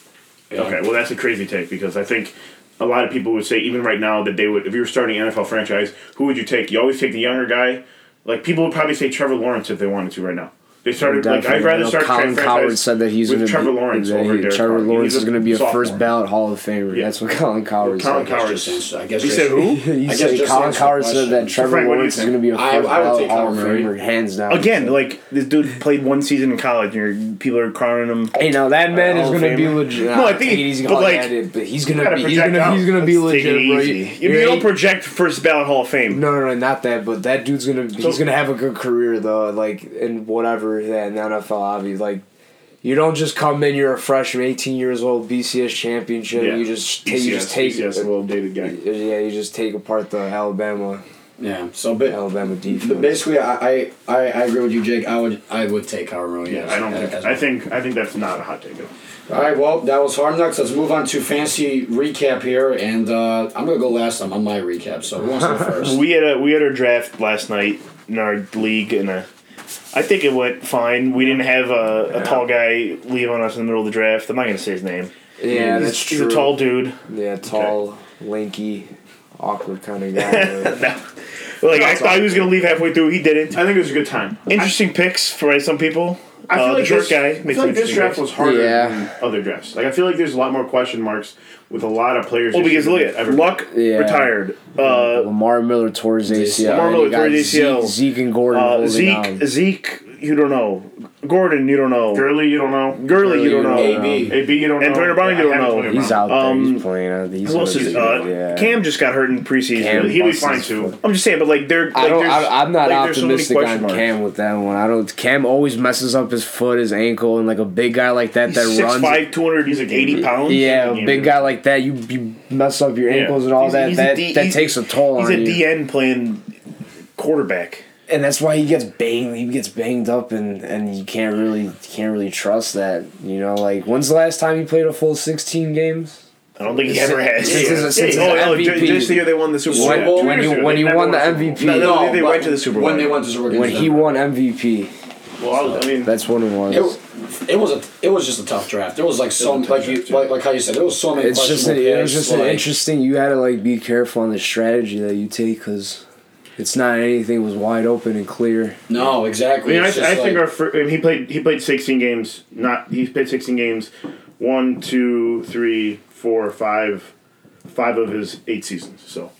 Speaker 4: Okay, well that's a crazy take because I think a lot of people would say even right now that they would if you were starting an NFL franchise, who would you take? You always take the younger guy. Like people would probably say Trevor Lawrence if they wanted to right now. They started like
Speaker 3: Definitely.
Speaker 4: I'd rather
Speaker 3: I know
Speaker 4: start
Speaker 3: Colin
Speaker 4: franchise
Speaker 3: Coward said that he's
Speaker 4: with
Speaker 3: going to
Speaker 4: Trevor Lawrence over Derek
Speaker 3: Trevor
Speaker 4: Carr.
Speaker 3: Lawrence
Speaker 4: He's
Speaker 3: is
Speaker 4: a
Speaker 3: going to be a
Speaker 4: sophomore.
Speaker 3: first ballot Hall of Famer.
Speaker 4: Yeah.
Speaker 3: That's what Colin Coward
Speaker 4: Colin
Speaker 3: said.
Speaker 4: Coward.
Speaker 1: Just, I guess
Speaker 4: You said
Speaker 1: just-
Speaker 4: who?
Speaker 3: He
Speaker 1: I guess
Speaker 3: said
Speaker 1: just
Speaker 3: Colin
Speaker 1: answer the
Speaker 3: Coward said
Speaker 1: question.
Speaker 3: that Trevor
Speaker 4: Frank, what do you
Speaker 3: Lawrence is
Speaker 4: think?
Speaker 3: going to be a first
Speaker 1: I- I would
Speaker 3: ballot
Speaker 1: take
Speaker 3: Hall of
Speaker 1: Kyler Murray.
Speaker 3: Famer, hands down.
Speaker 2: Again, like this dude played one season in college, and you're, people are crowning him.
Speaker 3: Hey, now that man
Speaker 2: Uh,
Speaker 3: is
Speaker 2: Hall of
Speaker 3: gonna be
Speaker 2: Famer.
Speaker 3: legit.
Speaker 2: No, I think-
Speaker 3: he's
Speaker 2: but,
Speaker 3: gonna
Speaker 2: like,
Speaker 3: add it, but he's
Speaker 4: you
Speaker 3: gonna
Speaker 4: gotta
Speaker 3: be he's
Speaker 4: project Oh,
Speaker 3: gonna,
Speaker 4: out.
Speaker 3: he's gonna be
Speaker 2: Let's take it
Speaker 3: legit, bro.
Speaker 2: easy.
Speaker 3: You-
Speaker 2: You
Speaker 3: you're
Speaker 2: don't
Speaker 3: eight-
Speaker 2: project first ballot Hall of Fame.
Speaker 3: no, no, no, not that. But that dude's gonna he's gonna have a good career though, like in whatever that in the NFL. Obviously, like you don't just come in. You're a freshman, 18 years old, BCS championship.
Speaker 4: Yeah.
Speaker 3: You just take,
Speaker 4: BCS,
Speaker 3: you just take
Speaker 4: BCS, a little dated guy.
Speaker 3: Yeah, you just take apart the Alabama
Speaker 1: Yeah. So, but,
Speaker 3: Alabama
Speaker 1: but
Speaker 3: defense.
Speaker 1: basically, I, I I I agree with you, Jake. I would I would take Kyler Murray.
Speaker 4: Yeah,
Speaker 1: as-
Speaker 4: I don't.
Speaker 1: as-
Speaker 4: Think,
Speaker 1: as-
Speaker 4: I think I think that's not a hot take.
Speaker 1: All right, well, that was hard knocks. Let's move on to fancy recap here, and uh, I'm gonna go last on, on my recap. So who wants to go first?
Speaker 2: We had a we had our draft last night in our league, and uh, I think it went fine. We didn't have a, a tall guy leave on us in the middle of the draft. I'm not gonna say his name.
Speaker 3: yeah,
Speaker 2: he's,
Speaker 3: that's
Speaker 2: he's
Speaker 3: true.
Speaker 2: a tall dude.
Speaker 3: yeah, tall, lanky, awkward kind of guy. but-
Speaker 2: Like I thought he was gonna leave halfway through. He didn't.
Speaker 4: I think it was a good time.
Speaker 2: Interesting picks for some people.
Speaker 4: I feel
Speaker 2: Uh,
Speaker 4: like
Speaker 2: the short
Speaker 4: this,
Speaker 2: guy
Speaker 4: I
Speaker 2: makes
Speaker 4: feel like this
Speaker 2: interesting
Speaker 4: draft
Speaker 2: picks.
Speaker 4: was harder
Speaker 3: Yeah.
Speaker 4: than other drafts. Like I feel like there's a lot more question marks with a lot of players.
Speaker 2: Well,
Speaker 4: this
Speaker 2: because
Speaker 4: year
Speaker 2: look
Speaker 4: than
Speaker 2: at
Speaker 4: ever.
Speaker 2: Luck
Speaker 3: Yeah.
Speaker 2: retired. Uh,
Speaker 3: Lamar Miller tore his ACL.
Speaker 2: Lamar
Speaker 3: and
Speaker 2: Miller
Speaker 3: you got
Speaker 2: tore his ACL.
Speaker 3: Zeke, Zeke and Gordon.
Speaker 2: uh,
Speaker 3: holding
Speaker 2: Zeke,
Speaker 3: down.
Speaker 2: Zeke, you don't know. Gordon, you don't know.
Speaker 4: Gurley, you don't know.
Speaker 2: Gurley, you
Speaker 3: Gurley,
Speaker 2: don't
Speaker 3: you
Speaker 2: know.
Speaker 3: don't
Speaker 1: AB.
Speaker 4: AB, you don't know.
Speaker 2: Antonio Brown,
Speaker 4: Yeah,
Speaker 2: you don't
Speaker 4: I have
Speaker 2: know.
Speaker 4: Antonio
Speaker 3: He's
Speaker 4: Brown.
Speaker 3: out there.
Speaker 2: Um,
Speaker 3: he's playing. Uh, He's
Speaker 2: Who else
Speaker 3: gonna
Speaker 2: is?
Speaker 3: be
Speaker 2: Uh,
Speaker 3: good, yeah.
Speaker 2: Cam just got hurt in preseason.
Speaker 3: Cam
Speaker 2: He was
Speaker 3: busts
Speaker 4: fine,
Speaker 3: his
Speaker 4: too.
Speaker 3: foot.
Speaker 2: I'm just saying, but like they're. Like,
Speaker 3: I don't.
Speaker 2: there's-
Speaker 3: I, I'm not
Speaker 2: like, there's so many
Speaker 3: optimistic
Speaker 2: question
Speaker 3: on
Speaker 2: marks.
Speaker 3: Cam with that one. I don't. Cam always messes up his foot, his ankle, and like a big guy like that that
Speaker 2: He's six
Speaker 3: runs.
Speaker 2: five, two hundred. He's like eighty pounds.
Speaker 3: yeah,
Speaker 2: He's
Speaker 3: a big guy like that. You, you mess up your ankles and all
Speaker 2: He's-
Speaker 3: that.
Speaker 2: he's a
Speaker 3: that
Speaker 2: D-
Speaker 3: that
Speaker 2: he's-
Speaker 3: takes a toll
Speaker 2: He's
Speaker 3: on
Speaker 2: a
Speaker 3: you.
Speaker 2: DN playing quarterback.
Speaker 3: and that's why he gets banged. He gets banged up, and and you can't really you can't really trust that. You know, like when's the last time you played a full sixteen games?
Speaker 2: I don't think he ever has.
Speaker 3: Since his- since his
Speaker 2: oh, no, ju-
Speaker 3: MVP.
Speaker 2: just the year they won the Super Bowl.
Speaker 1: When-
Speaker 2: Yeah, two
Speaker 1: when
Speaker 2: years
Speaker 1: he-
Speaker 2: ago,
Speaker 3: when
Speaker 2: they
Speaker 3: he
Speaker 2: never
Speaker 3: won the
Speaker 2: Super Bowl.
Speaker 3: MVP.
Speaker 2: No, no,
Speaker 1: No,
Speaker 2: they, they
Speaker 1: but
Speaker 2: went to the Super Bowl.
Speaker 1: When they went to the Super Bowl
Speaker 3: When
Speaker 1: against
Speaker 3: he
Speaker 1: Denver.
Speaker 3: won MVP,
Speaker 4: Well, I was- I mean,
Speaker 3: that's when it was.
Speaker 1: It, it was a it was just a tough draft. There was like so like you like, like how you said there was so many.
Speaker 3: It's just an,
Speaker 1: questionable
Speaker 3: it was
Speaker 1: picks,
Speaker 3: just an
Speaker 1: like-
Speaker 3: interesting. You had to like be careful on the strategy that you take because it's not anything was wide open and clear.
Speaker 1: No,
Speaker 4: I
Speaker 1: exactly.
Speaker 4: mean, I,
Speaker 1: It's just
Speaker 4: I think
Speaker 1: like-
Speaker 4: our fir- I mean, he played he played sixteen games. Not he played sixteen games. One, two, three, four, five, five of his eight seasons. So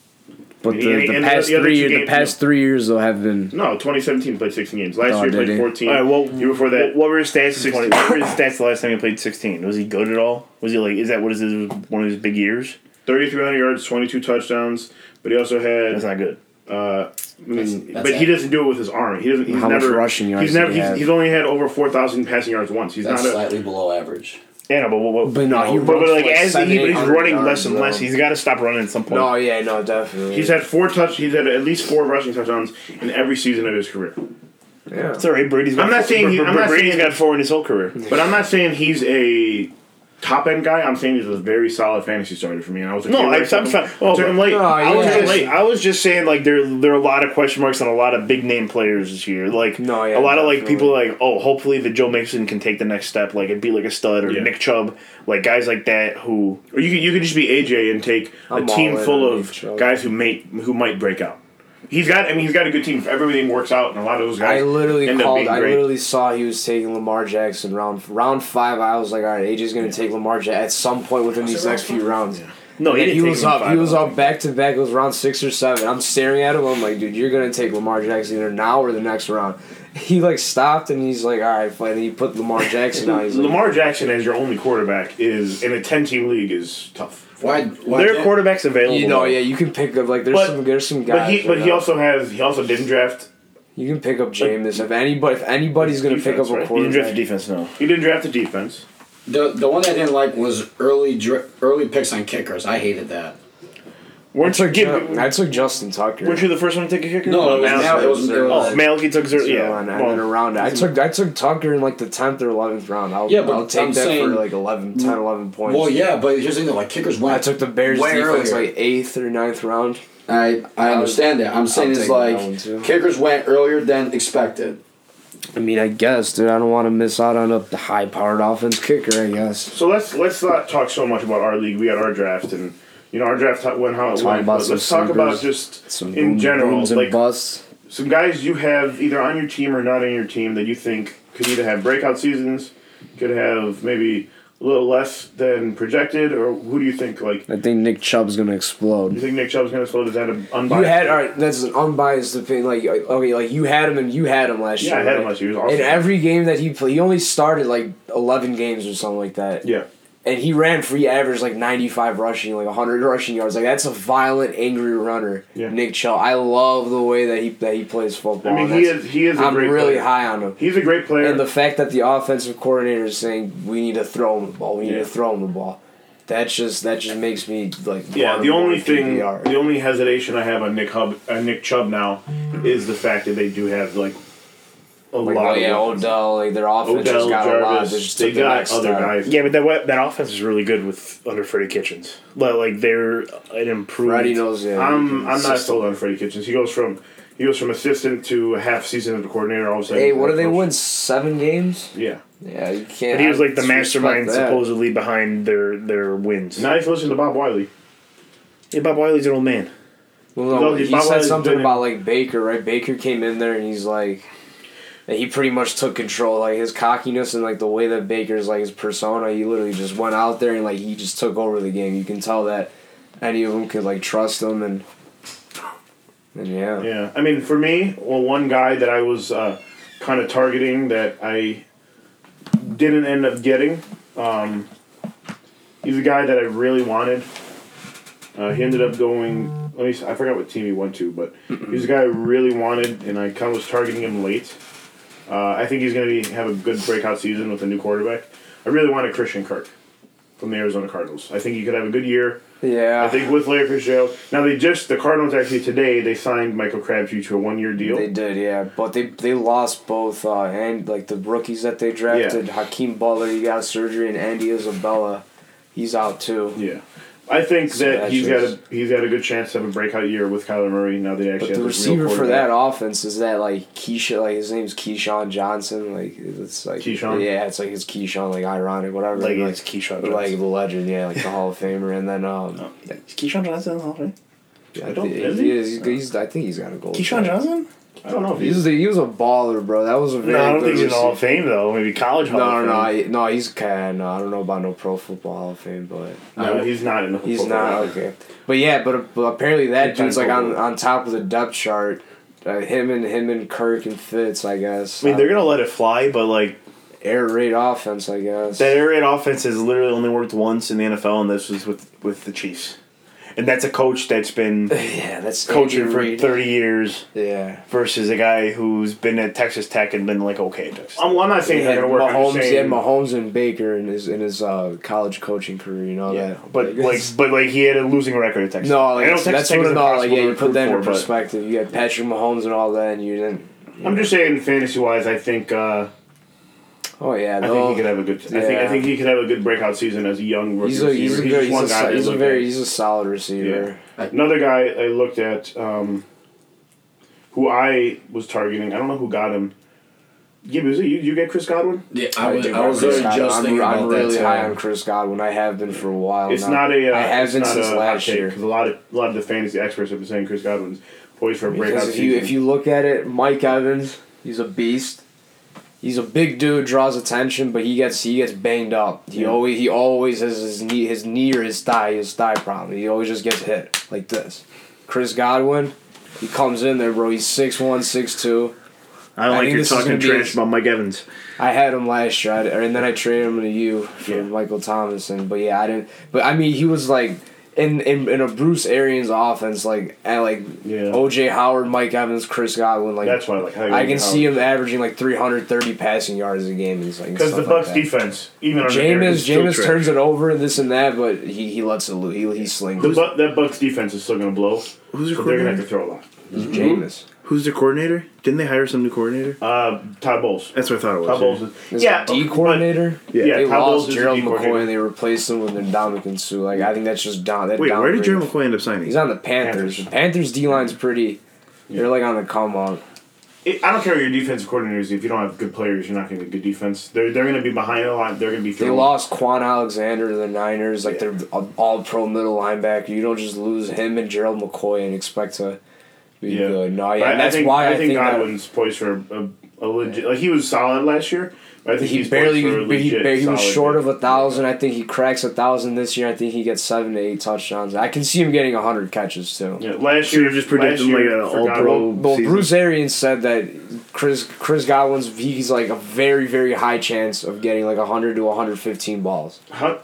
Speaker 3: But the,
Speaker 4: And-
Speaker 3: the
Speaker 4: and the
Speaker 3: past
Speaker 4: other
Speaker 3: three
Speaker 4: two
Speaker 3: year, the
Speaker 4: games,
Speaker 3: past three years though have been
Speaker 4: no, twenty seventeen played sixteen games. Last
Speaker 3: Oh,
Speaker 4: year
Speaker 3: did
Speaker 4: played
Speaker 3: he?
Speaker 4: fourteen.
Speaker 2: All right, well,
Speaker 4: year before that,
Speaker 2: What, what were his stats? In
Speaker 4: 16.
Speaker 2: 20, what were his stats the last time he played sixteen? Was he good at all? Was he like? Is that what is his one of his big years?
Speaker 4: thirty three hundred yards, twenty two touchdowns. But he also
Speaker 2: That's
Speaker 4: had.
Speaker 2: not good.
Speaker 4: Uh, I mean,
Speaker 1: that's
Speaker 4: but he
Speaker 1: it.
Speaker 4: doesn't do it with his arm. He doesn't. He's
Speaker 3: How much
Speaker 4: never
Speaker 3: rushing yards
Speaker 4: He's
Speaker 3: did
Speaker 4: never.
Speaker 3: he
Speaker 4: He's,
Speaker 3: have?
Speaker 4: he's only had over four thousand passing yards once. He's
Speaker 1: that's
Speaker 4: not a.
Speaker 1: slightly below average.
Speaker 2: Yeah, no, but what? what
Speaker 3: But no, he
Speaker 2: but, but
Speaker 3: runs
Speaker 2: like
Speaker 3: for, like,
Speaker 2: as
Speaker 3: seven,
Speaker 2: he, but he's
Speaker 3: 800
Speaker 2: running
Speaker 3: yards,
Speaker 2: less and
Speaker 3: though.
Speaker 2: less. He's got to stop running at some point.
Speaker 3: yeah no definitely
Speaker 4: He's had four touch. He's had at least four rushing touchdowns in every season of his career.
Speaker 3: yeah.
Speaker 2: It's all right. Brady's. Got
Speaker 4: I'm not
Speaker 2: four-
Speaker 4: saying he-
Speaker 2: Br- Br-
Speaker 4: I'm not
Speaker 2: Brady's
Speaker 4: saying-
Speaker 2: got four in his whole career.
Speaker 4: But I'm not saying he's a top end guy. I'm saying he's a very solid fantasy starter for me. And I was like,
Speaker 2: No, I,
Speaker 4: I
Speaker 2: I'm fine. Oh,
Speaker 4: took him late.
Speaker 3: No,
Speaker 2: I was
Speaker 3: yeah.
Speaker 2: just late. I was just saying like there there are a lot of question marks on a lot of big name players this year. Like
Speaker 3: No, yeah,
Speaker 2: a lot of like
Speaker 3: definitely.
Speaker 2: people like oh hopefully the Joe Mixon can take the next step like and be like a stud or
Speaker 4: Yeah.
Speaker 2: Nick Chubb like guys like that who
Speaker 4: Or you could, you could just be AJ and take
Speaker 3: I'm
Speaker 4: a team
Speaker 3: all in
Speaker 4: full
Speaker 3: on
Speaker 4: of
Speaker 3: each other.
Speaker 4: guys who may who might break out. He's got. I mean, he's got a good team. If everything works out, and a lot of those guys
Speaker 3: I literally
Speaker 4: end up
Speaker 3: called.
Speaker 4: being
Speaker 3: I
Speaker 4: great.
Speaker 3: literally saw he was taking Lamar Jackson round round five. I was like, all right, AJ's gonna take Lamar Jackson at some point within these next few rounds.
Speaker 2: no he,
Speaker 3: And
Speaker 2: didn't
Speaker 3: he
Speaker 2: take
Speaker 3: was
Speaker 2: him
Speaker 3: up.
Speaker 2: five,
Speaker 3: He was
Speaker 2: I don't
Speaker 3: up back to back. It was round six or seven. I'm staring at him. I'm like, dude, you're gonna take Lamar Jackson either now or the next round. He like stopped and he's like, all right, fine. And he put Lamar Jackson on. He's like,
Speaker 4: Lamar Jackson as your only quarterback is in a ten team league is tough.
Speaker 1: Why? why
Speaker 2: There are
Speaker 1: can't-
Speaker 2: quarterbacks available.
Speaker 3: you know, yeah, you can pick up like there's
Speaker 4: But-
Speaker 3: some there's some guys.
Speaker 4: But he, but
Speaker 3: right
Speaker 4: he
Speaker 3: now.
Speaker 4: also has he also didn't draft
Speaker 3: you can pick up Jameis if anybody if anybody's gonna pick
Speaker 4: Defense,
Speaker 3: up a
Speaker 4: right?
Speaker 2: You didn't draft
Speaker 3: quarterback.
Speaker 2: a defense, no.
Speaker 4: he didn't draft a defense.
Speaker 1: The the one I didn't like was early dri- early picks on kickers. I hated that.
Speaker 3: I
Speaker 2: Weren't you,
Speaker 3: took, Ju-
Speaker 2: give,
Speaker 3: I took Justin Tucker.
Speaker 2: weren't you the first one to take a kicker?
Speaker 1: No, it was,
Speaker 4: Malice
Speaker 1: now, it was, it
Speaker 3: deserves
Speaker 1: was
Speaker 2: Oh, Maliki took zero.
Speaker 3: So,
Speaker 2: Yeah,
Speaker 3: and,
Speaker 2: well,
Speaker 3: and around it. I took I took Tucker in like the tenth or eleventh round. I'll,
Speaker 1: Yeah, but
Speaker 3: I'll take
Speaker 1: I'm
Speaker 3: that
Speaker 1: saying-
Speaker 3: for like 11, 10, 11 points.
Speaker 1: Well, yeah, but here's the thing though. Like kickers went.
Speaker 3: I took the Bears
Speaker 1: way
Speaker 3: defense
Speaker 1: earlier.
Speaker 3: like eighth or ninth round.
Speaker 1: I I understand that. I'm saying it's
Speaker 3: taking that one,
Speaker 1: like
Speaker 3: too.
Speaker 1: kickers went earlier than expected.
Speaker 3: I mean, I guess, dude. I don't want to miss out on a high powered offense kicker. I guess.
Speaker 4: So let's let's not talk so much about our league. We had our draft, and you know our draft went how it
Speaker 3: Talk
Speaker 4: went.
Speaker 3: about
Speaker 4: But
Speaker 3: some
Speaker 4: let's talk about
Speaker 3: sleepers,
Speaker 4: just
Speaker 3: Some
Speaker 4: in
Speaker 3: boom-
Speaker 4: general,
Speaker 3: booms and
Speaker 4: like
Speaker 3: busts.
Speaker 4: some guys you have either on your team or not on your team that you think could either have breakout seasons, could have maybe a little less than projected, or who do you think? Like,
Speaker 3: I think Nick Chubb's gonna
Speaker 4: you
Speaker 3: explode.
Speaker 4: think Nick Chubb's going to slow? Is that an
Speaker 3: You
Speaker 4: unbiased?
Speaker 3: had all right. That's an unbiased opinion. Like uh, okay, like you had him and you had him last
Speaker 4: yeah, I
Speaker 3: year.
Speaker 4: had him
Speaker 3: right?
Speaker 4: last year. He was awesome.
Speaker 3: In every game that he played, he only started like eleven games or something like that.
Speaker 4: yeah,
Speaker 3: and he ran free average like 95 rushing, like 100 rushing yards. Like that's a violent, angry runner.
Speaker 4: Yeah.
Speaker 3: Nick Chubb. I love the way that he that he plays football.
Speaker 4: I mean,
Speaker 3: and
Speaker 4: he
Speaker 3: Oh, that's-
Speaker 4: is he is a
Speaker 3: I'm
Speaker 4: great
Speaker 3: really
Speaker 4: player.
Speaker 3: high on him.
Speaker 4: He's a great player.
Speaker 3: And the fact that the offensive coordinator is saying we need to throw him the ball, we need
Speaker 4: Yeah.
Speaker 3: to throw him the ball. That just that just makes me like
Speaker 4: Yeah,
Speaker 3: want
Speaker 4: the
Speaker 3: him more
Speaker 4: only
Speaker 3: in
Speaker 4: thing,
Speaker 3: PPR.
Speaker 4: the only hesitation I have on Nick Hub, uh, Nick Chubb now, is the fact that they do have like a
Speaker 3: like,
Speaker 4: lot.
Speaker 3: oh, yeah,
Speaker 4: of weapons.
Speaker 3: Odell, like their offense
Speaker 4: Odell,
Speaker 3: just got a lot.
Speaker 4: Jarvis,
Speaker 3: They just
Speaker 4: they
Speaker 3: took the
Speaker 4: got
Speaker 3: next uh,
Speaker 4: other
Speaker 3: step.
Speaker 4: guys.
Speaker 2: Yeah, but that we- that offense is really good with under Freddie Kitchens. Like, like they're an improved.
Speaker 3: Freddie knows. Yeah,
Speaker 4: I'm I'm not sold on Freddie Kitchens. He goes from he goes from assistant to a half season as a coordinator. All of a sudden,
Speaker 3: Hey,
Speaker 4: he's
Speaker 3: what
Speaker 4: a
Speaker 3: do they
Speaker 4: coach.
Speaker 3: win? Seven games?
Speaker 4: Yeah,
Speaker 3: Yeah, you can't.
Speaker 2: But he was like the
Speaker 3: I respect
Speaker 2: mastermind
Speaker 3: that.
Speaker 2: supposedly behind their their wins.
Speaker 4: now he's listening to Bob Wiley.
Speaker 2: yeah, Bob Wiley's an old man.
Speaker 3: Well,
Speaker 4: No,
Speaker 3: no, he
Speaker 4: Bob
Speaker 3: said
Speaker 4: Wiley's
Speaker 3: something
Speaker 4: been in-
Speaker 3: about like Baker, right? Baker came in there and he's like, and he pretty much took control, like his cockiness and like the way that Baker's like his persona. He literally just went out there and like he just took over the game. You can tell that any of them could like trust him and and yeah,
Speaker 4: Yeah, I mean, for me, well, one guy that I was uh, kind of targeting that I didn't end up getting, um, he's a guy that I really wanted. Uh, he ended up going. Let me. See, I forgot what team he went to, but he's a guy I really wanted, and I kind of was targeting him late. Uh, I think he's going to be, have a good breakout season with a new quarterback. I really wanted Christian Kirk from the Arizona Cardinals. I think he could have a good year.
Speaker 3: yeah.
Speaker 4: I think with Larry Fitzgerald. Now they just the Cardinals actually today they signed Michael Crabtree to a one year deal.
Speaker 3: they did, yeah, but they they lost both uh, and like the rookies that they drafted. Hakeem Butler, he got surgery, and Andy Isabella, he's out too.
Speaker 4: yeah, I think that he's got
Speaker 3: Smashes.
Speaker 4: a he's got a good chance to have a breakout year with Kyler Murray. Now they actually
Speaker 3: But
Speaker 4: have
Speaker 3: the
Speaker 4: a
Speaker 3: receiver
Speaker 4: real
Speaker 3: for that offense is that like Keisha, like his name's Keyshawn Johnson, like it's like
Speaker 4: Keyshawn?
Speaker 3: yeah, it's like it's Keyshawn, like ironic, whatever,
Speaker 2: Like
Speaker 3: like
Speaker 2: it's
Speaker 3: like,
Speaker 2: Keyshawn.
Speaker 3: like
Speaker 2: Johnson.
Speaker 3: the legend, yeah, like the Hall of Famer, and then um,
Speaker 2: Like, Keyshawn Johnson in the Hall of Fame?
Speaker 3: I
Speaker 4: don't-
Speaker 3: think
Speaker 4: is
Speaker 3: he
Speaker 4: he?
Speaker 3: is, he's, he's, I think he's got a gold.
Speaker 2: Keyshawn Johnson?
Speaker 4: I don't know if
Speaker 3: He
Speaker 4: he's
Speaker 3: was, a, he was a baller, bro. That was a very
Speaker 2: No, I don't
Speaker 3: good
Speaker 2: think he's in the Hall
Speaker 3: receiver.
Speaker 2: of Fame though. Maybe college Hall.
Speaker 3: No,
Speaker 2: of
Speaker 3: no, no,
Speaker 2: Fame.
Speaker 3: I- no. He's kind. No, I don't know about no Pro Football Hall of Fame, but
Speaker 4: no, he's not in the
Speaker 3: He's
Speaker 4: football
Speaker 3: not
Speaker 4: league.
Speaker 3: okay, but yeah, but, but apparently that
Speaker 4: Big-time
Speaker 3: dude's like on,
Speaker 4: football.
Speaker 3: on top of the depth chart. Uh, him and him and Kirk and Fitz, I guess.
Speaker 2: I mean, they're gonna let it fly, but like
Speaker 3: air raid offense, I guess.
Speaker 2: that air raid offense has literally only worked once in the NFL, and this was with with the Chiefs, and that's a coach that's been
Speaker 3: yeah, that's
Speaker 2: coaching
Speaker 3: Andy
Speaker 2: for
Speaker 3: Reid.
Speaker 2: thirty years
Speaker 3: Yeah,
Speaker 2: versus a guy who's been at Texas Tech and been like okay. at Texas Tech.
Speaker 4: I'm, I'm not
Speaker 3: he
Speaker 4: saying they're
Speaker 3: had
Speaker 4: going to work. I'm
Speaker 3: Mahomes,
Speaker 4: just
Speaker 3: he had
Speaker 4: saying,
Speaker 3: Mahomes and Baker in his in his uh, college coaching career. You know
Speaker 2: Yeah,
Speaker 3: that,
Speaker 2: but like, but like, he had a losing record at Texas.
Speaker 3: no,
Speaker 2: Tech.
Speaker 3: like
Speaker 2: I know
Speaker 3: that's,
Speaker 2: Texas
Speaker 3: that's
Speaker 2: Tech
Speaker 3: what
Speaker 2: is
Speaker 3: it all like.
Speaker 2: impossible
Speaker 3: Yeah,
Speaker 2: to
Speaker 3: you
Speaker 2: root
Speaker 3: put that
Speaker 2: for,
Speaker 3: into
Speaker 2: but-
Speaker 3: perspective. You had Patrick Mahomes and all that, and you didn't.
Speaker 4: I'm just saying, fantasy wise, I think uh,
Speaker 3: Oh yeah,
Speaker 4: I
Speaker 3: no.
Speaker 4: think he could have a good. I think I
Speaker 3: Yeah.
Speaker 4: think he could have a good breakout season as a young rookie
Speaker 3: He's a he's
Speaker 4: receiver.
Speaker 3: a good,
Speaker 4: just one
Speaker 3: he's a,
Speaker 4: guy
Speaker 3: so-
Speaker 4: to
Speaker 3: he's a
Speaker 4: look
Speaker 3: very
Speaker 4: at.
Speaker 3: he's a solid receiver.
Speaker 4: Another guy I looked at um, who I was targeting, I don't know who got him. Gibbs, you, you get Chris Godwin?
Speaker 1: Yeah, I was,
Speaker 3: do
Speaker 1: I was
Speaker 3: Chris
Speaker 1: literally
Speaker 3: Godwin.
Speaker 1: just
Speaker 3: I'm,
Speaker 1: thinking
Speaker 3: I'm
Speaker 1: about
Speaker 3: really
Speaker 1: that
Speaker 3: high
Speaker 1: too.
Speaker 3: on Chris Godwin. I have been for a while.
Speaker 4: It's
Speaker 3: now.
Speaker 4: not a. Uh,
Speaker 3: I have
Speaker 4: it's
Speaker 3: been
Speaker 4: not
Speaker 3: since
Speaker 4: a hot
Speaker 3: last
Speaker 4: take,
Speaker 3: year.
Speaker 4: 'cause A lot of a lot of the fantasy experts have been saying Chris Godwin's poised for a breakout
Speaker 3: Because if you
Speaker 4: season.
Speaker 3: if you look at it, Mike Evans, he's a beast. He's a big dude, draws attention, but he gets he gets banged up. He
Speaker 4: Yeah.
Speaker 3: always he always has his knee his knee or his thigh his thigh problem. He always just gets hit like this. Chris Godwin, he comes in there, bro. He's six one, six two.
Speaker 2: I don't
Speaker 3: I
Speaker 2: like
Speaker 3: think
Speaker 2: you're
Speaker 3: this is
Speaker 2: talking
Speaker 3: gonna be
Speaker 2: trash
Speaker 3: his-
Speaker 2: about Mike Evans.
Speaker 3: I had him last year, I, and then I traded him to you for
Speaker 4: Yeah.
Speaker 3: Michael Thomason. But yeah, I didn't. But I mean, he was like in in, in a Bruce Arians offense, like at like
Speaker 4: Yeah.
Speaker 3: OJ Howard, Mike Evans, Chris Godwin, like
Speaker 4: That's why, like, how
Speaker 3: I can see him averaging like 330 passing yards a game. He's like
Speaker 4: because the
Speaker 3: stuff like
Speaker 4: Bucks
Speaker 3: that.
Speaker 4: defense, even under
Speaker 3: Jameis,
Speaker 4: Arians, still
Speaker 3: Jameis
Speaker 4: trash.
Speaker 3: turns it over and this and that, but he, he lets it loose. He, he slings.
Speaker 4: the Bu- that Bucks defense is still going to blow.
Speaker 2: Who's
Speaker 4: But they're going to have to throw a lot.
Speaker 3: Jameis.
Speaker 2: Who's their coordinator? Didn't they hire some new coordinator?
Speaker 4: Uh, Todd Bowles.
Speaker 2: That's what I thought it was.
Speaker 4: Todd Bowles. Is,
Speaker 3: Is
Speaker 4: yeah,
Speaker 3: it D
Speaker 4: but-
Speaker 3: coordinator.
Speaker 2: Yeah.
Speaker 4: Yeah,
Speaker 3: they
Speaker 4: Todd Bowles
Speaker 3: lost
Speaker 4: is the
Speaker 3: Gerald
Speaker 4: D coordinator.
Speaker 3: McCoy and they replaced him with Ndamukong Sue. Like I think that's just down. That
Speaker 2: Wait, where did
Speaker 3: downgrade.
Speaker 2: Jerry McCoy end up signing?
Speaker 3: He's on the Panthers.
Speaker 4: Panthers.
Speaker 3: The Panthers D line's pretty. They're like on the come up.
Speaker 4: It, I don't care what your defensive coordinator is. If you don't have good players, you're not going to get good defense. They're they're going to be behind a lot. They're going to be
Speaker 3: They
Speaker 4: throwing.
Speaker 3: lost Quan Alexander to the Niners. Like they're all pro middle linebacker. You don't just lose him and Gerald McCoy and expect to be
Speaker 4: Yeah.
Speaker 3: good. No,
Speaker 4: But
Speaker 3: yeah,
Speaker 4: I-
Speaker 3: and
Speaker 4: I
Speaker 3: that's
Speaker 4: think,
Speaker 3: why I, think, that
Speaker 4: Godwin's poised for a, a legit. Like he was solid last year. But I think
Speaker 3: he
Speaker 4: he's
Speaker 3: barely
Speaker 4: poised for a
Speaker 3: he,
Speaker 4: legit
Speaker 3: ba- he was
Speaker 4: solid
Speaker 3: short
Speaker 4: year.
Speaker 3: of a thousand. I think he cracks a thousand this year. I think he gets seven to eight touchdowns. I can see him getting hundred catches too.
Speaker 4: Yeah, last
Speaker 2: So
Speaker 4: year
Speaker 2: you're just predicting
Speaker 4: last
Speaker 2: like
Speaker 4: year
Speaker 2: an
Speaker 4: for
Speaker 2: all
Speaker 4: Godwin-
Speaker 2: pro
Speaker 3: Well,
Speaker 2: season.
Speaker 3: Bruce Arians said that Chris Chris Godwin's he's like a very very high chance of getting like hundred to one hundred fifteen balls.
Speaker 4: How,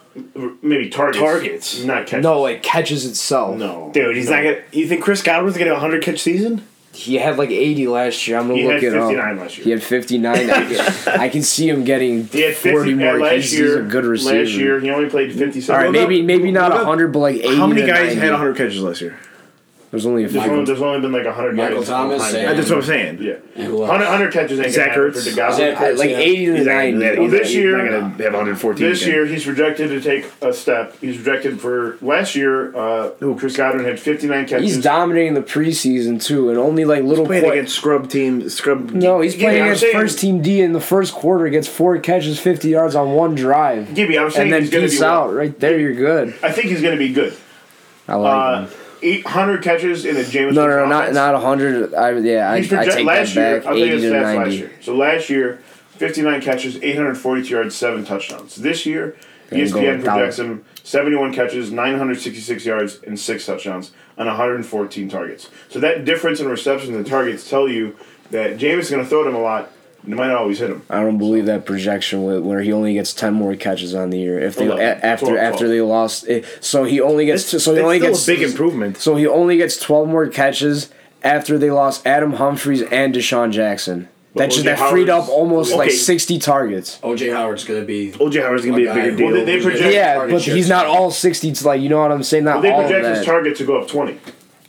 Speaker 4: maybe targets.
Speaker 2: Targets.
Speaker 4: Not catches.
Speaker 3: No, like catches itself.
Speaker 4: No.
Speaker 2: Dude, he's
Speaker 4: No.
Speaker 2: not gonna. You think Chris Godwin's gonna get a hundred catch season?
Speaker 3: He had like eighty last year. I'm gonna
Speaker 4: He
Speaker 3: look
Speaker 4: had
Speaker 3: it up.
Speaker 4: 59 last year.
Speaker 3: He had fifty nine. I, can- I can see him getting
Speaker 4: He had 50,
Speaker 3: forty more.
Speaker 4: and last
Speaker 3: He's,
Speaker 4: year,
Speaker 3: he's a good receiver.
Speaker 4: Last year, he only played 57.
Speaker 3: All right,
Speaker 2: What about-
Speaker 3: maybe maybe not
Speaker 2: what about-
Speaker 3: hundred, but like eighty.
Speaker 2: How many
Speaker 3: to 90.
Speaker 2: guys had hundred catches last year?
Speaker 3: There's only a few.
Speaker 4: There's, only, there's only been like 100
Speaker 1: Michael
Speaker 4: yards
Speaker 1: Thomas
Speaker 4: all time.
Speaker 1: and-
Speaker 2: That's what I'm saying.
Speaker 4: Yeah.
Speaker 1: And who else?
Speaker 4: 100, 100 catches ain't
Speaker 2: Zach
Speaker 4: gonna happen
Speaker 2: Ertz.
Speaker 4: for DeGoffin.
Speaker 1: Zach Ertz.
Speaker 3: I- like
Speaker 1: Yeah.
Speaker 3: eighty to
Speaker 2: He's not
Speaker 3: ninety.
Speaker 2: gonna-
Speaker 3: Well,
Speaker 2: he's
Speaker 4: this
Speaker 2: not- he's
Speaker 4: year-
Speaker 2: not gonna have 114.
Speaker 4: This
Speaker 2: again.
Speaker 4: year, he's projected to take a step. He's projected for last year. Uh, Chris Godwin had 59 catches.
Speaker 3: He's dominating the preseason too, and only like little
Speaker 2: playing
Speaker 3: point-
Speaker 2: against scrub team, scrub.
Speaker 3: No, he's
Speaker 4: Yeah,
Speaker 3: playing
Speaker 4: I'm
Speaker 3: against
Speaker 4: saying-
Speaker 3: first team D in the first quarter. Gets four catches, fifty yards on one drive,
Speaker 4: Gibby, I'm saying
Speaker 3: and then
Speaker 4: he's going to
Speaker 3: peace
Speaker 4: be.
Speaker 3: out. Right there, you're good.
Speaker 4: I think he's going to be good.
Speaker 3: I like.
Speaker 4: Uh, 800 catches in a Jameis.
Speaker 3: no, no, no, not
Speaker 4: offense.
Speaker 3: not hundred. I yeah, I, I
Speaker 4: He's project-
Speaker 3: take
Speaker 4: last year.
Speaker 3: that
Speaker 4: I'll
Speaker 3: back.
Speaker 4: tell you
Speaker 3: Eighty
Speaker 4: his
Speaker 3: to
Speaker 4: stats last year.
Speaker 3: ninety.
Speaker 4: So last year, 59 catches, 842 yards, seven touchdowns. This year, E
Speaker 3: Gonna go
Speaker 4: ESPN
Speaker 3: with
Speaker 4: projects
Speaker 3: Dallas.
Speaker 4: him 71 catches, 966 yards, and six touchdowns on 114 targets. So that difference in receptions and targets tell you that Jameis is going to throw to him a lot. and It might not always hit him.
Speaker 3: I don't believe that projection where, where he only gets ten more catches on the year if they
Speaker 4: Eleven.
Speaker 3: a, after
Speaker 4: Twelve,
Speaker 3: after
Speaker 4: twelve.
Speaker 3: they lost. It, so he only gets
Speaker 2: It's,
Speaker 3: so he
Speaker 2: it's
Speaker 3: only
Speaker 2: still
Speaker 3: gets
Speaker 2: a big improvement.
Speaker 3: So he only gets 12 more catches after they lost Adam Humphries and Deshaun Jackson. That
Speaker 4: was
Speaker 3: just
Speaker 4: it
Speaker 3: that freed
Speaker 4: Howard's-
Speaker 3: up almost like
Speaker 2: Okay.
Speaker 3: 60 targets.
Speaker 1: OJ Howard's gonna be.
Speaker 2: OJ Howard's gonna be a
Speaker 1: guy
Speaker 2: bigger
Speaker 1: who-
Speaker 2: deal.
Speaker 4: Well, they- they
Speaker 1: who's gonna
Speaker 4: project-
Speaker 1: get
Speaker 3: Yeah,
Speaker 1: target
Speaker 3: but
Speaker 1: shares.
Speaker 3: he's not all 60. It's like you know what I'm saying. Not
Speaker 4: They
Speaker 3: all of
Speaker 4: project his
Speaker 3: that.
Speaker 4: target to go up 20.